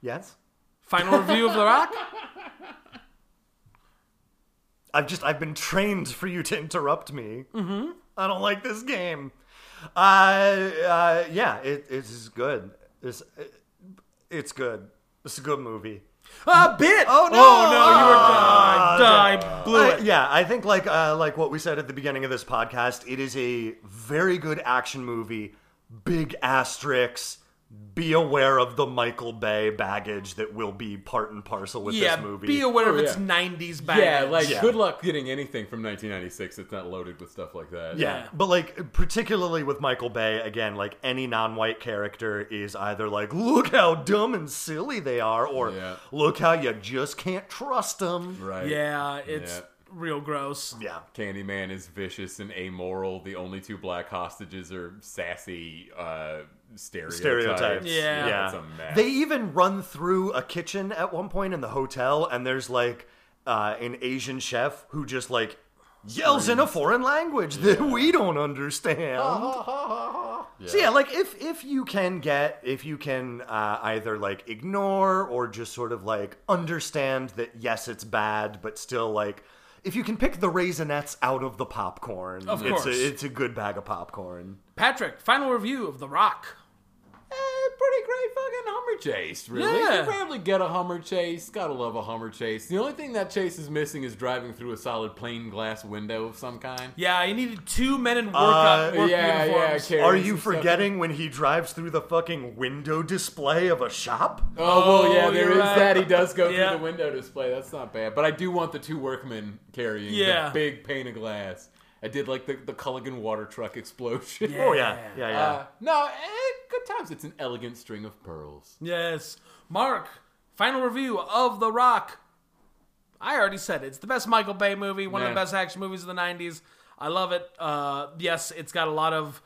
S3: Yes.
S1: final review of The Rock.
S3: I've just I've been trained for you to interrupt me. Mm-hmm. I don't like this game. Uh, uh yeah, it it is good. It's it, it's good. It's a good movie.
S1: A bit.
S3: Oh, no.
S1: Oh no! You were
S3: Ah,
S1: done. I blew
S3: I-
S1: it.
S3: yeah, I think like uh, like what we said at the beginning of this podcast, it is a very good action movie. Big asterisks, be aware of the Michael Bay baggage that will be part and parcel with
S1: yeah,
S3: this movie.
S1: be aware
S2: Oh,
S1: of its
S2: yeah.
S1: '90s baggage.
S2: Yeah, like
S3: Yeah.
S2: good luck getting anything from 1996 that's not loaded with stuff like that.
S3: Yeah,
S1: Yeah.
S3: but like particularly with Michael Bay, again, like any non-white character is either like, "Look how dumb and silly they are," or
S2: Yeah.
S3: "Look how you just can't trust them."
S2: right.
S1: yeah, it's
S2: Yeah.
S1: real gross.
S3: Yeah,
S2: Candyman is vicious and amoral. The only two black hostages are sassy uh, stereotypes.
S3: stereotypes.
S1: Yeah.
S3: yeah.
S2: It's a mess.
S3: They even run through a kitchen at one point in the hotel, and there's like uh, an Asian chef who just like yells in a foreign language that we don't understand. So yeah, like if if you can get if you can uh, either like ignore or just sort of like understand that yes it's bad, but still like if you can pick the raisinettes out of the popcorn,
S1: Of
S3: it's
S1: course.
S3: a, it's a good bag of popcorn.
S1: Patrick, final review of The Rock.
S2: Eh, pretty great fucking Hummer chase, really.
S1: Yeah.
S2: You rarely get a Hummer chase. Gotta love a Hummer chase. The only thing that chase is missing is driving through a solid plain glass window of some kind.
S1: Yeah, you needed two men in work,
S3: Uh,
S1: work
S2: yeah,
S1: uniforms.
S2: yeah, carrying
S3: Are you
S2: some stuff.
S3: forgetting when he drives through the fucking window display of a shop?
S2: Oh, well, yeah,
S1: Oh,
S2: there
S1: you're
S2: is
S1: right.
S2: that. He does go
S1: Yeah.
S2: through the window display. That's not bad. But I do want the two workmen carrying
S1: Yeah.
S2: the big pane of glass. I did like the, the Culligan water truck explosion.
S1: Yeah.
S3: Oh yeah, yeah, yeah.
S2: Uh, no, eh, good times. It's an elegant string of pearls.
S1: Yes. Mark, final review of The Rock. I already said it. it's the best Michael Bay movie, one of
S2: Yeah.
S1: the best action movies of the 90s. I love it. Uh, yes, it's got a lot of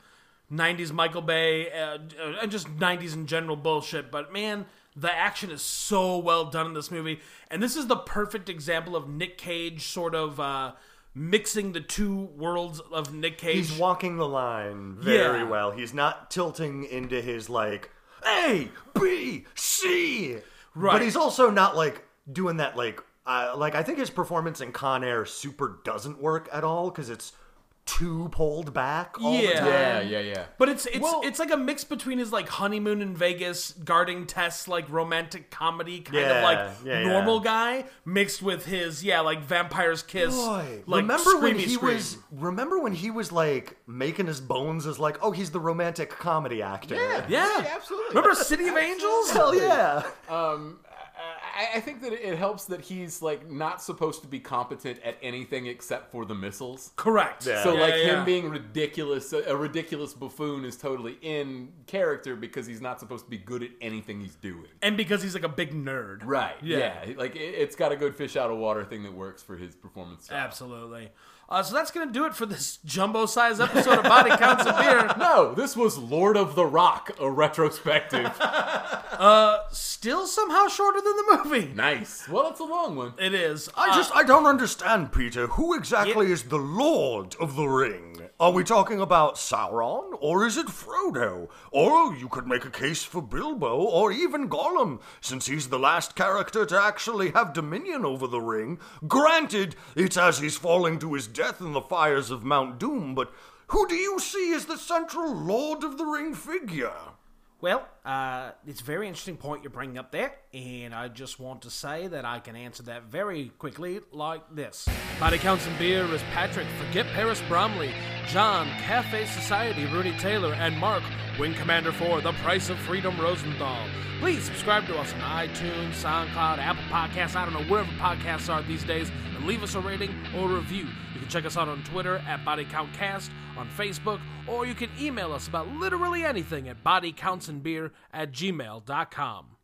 S1: 90s Michael Bay uh, and just 90s in general bullshit, but man, the action is so well done in this movie. And this is the perfect example of Nick Cage sort of uh, mixing the two worlds of Nick Cage.
S3: He's walking the line very
S1: Yeah.
S3: well. He's not tilting into his like A B C.
S1: Right.
S3: But he's also not like doing that like uh, like I think his performance in Con Air super doesn't work at all because it's too pulled back all the
S1: Yeah.
S3: time.
S2: Yeah, yeah, yeah.
S1: But it's it's
S2: Well-
S1: it's like a mix between his like honeymoon in Vegas, guarding tests, like romantic comedy kind
S3: Yeah,
S1: of like
S3: yeah,
S1: normal
S3: yeah.
S1: guy, mixed with his yeah like vampire's kiss.
S3: Boy,
S1: like,
S3: remember when
S1: screamy
S3: he
S1: scream.
S3: was? Remember when he was like making his bones as like, oh, he's the romantic comedy actor.
S1: yeah
S2: Yeah, absolutely.
S1: Remember City of Angels?
S3: Hell yeah!
S2: Um, I, I think that it helps that he's like not supposed to be competent at anything except for the missiles.
S1: Correct.
S3: Yeah.
S2: So
S1: Yeah,
S2: like
S1: yeah, yeah.
S2: him being ridiculous, a ridiculous buffoon is totally in character because he's not supposed to be good at anything he's doing.
S1: and because he's like a big nerd.
S2: Right.
S1: Yeah.
S2: Yeah. Like it, it's got a good fish out of water thing that works for his performance. style.
S1: Absolutely. Uh, so that's gonna do it for this jumbo-sized episode of Body Counts of Beer.
S2: No, this was Lord of the Rock, a retrospective.
S1: Still somehow shorter than the movie.
S2: nice. Well, it's a long one.
S1: It is.
S3: I just I don't understand, Peter. Who exactly is the Lord of the Ring? Are we talking about Sauron, or is it Frodo? Or you could make a case for Bilbo, or even Gollum, since he's the last character to actually have dominion over the ring. Granted, it's as he's falling to his death in the fires of Mount Doom, but who do you see as the central Lord of the Ring figure?
S1: Well, uh, it's a very interesting point you're bringing up there, and I just want to say that I can answer that very quickly like this. Body Counts and Beer is Patrick, Forget Paris Bromley, John, Cafe Society, Rudy Taylor, and Mark, Wing Commander 4, The Price of Freedom Rosenthal. Please subscribe to us on iTunes, SoundCloud, Apple Podcasts, I don't know, wherever podcasts are these days, and leave us a rating or review. You can check us out on Twitter at Body Count Cast, on Facebook, or you can email us about literally anything at bodycountsandbeer at gmail.com.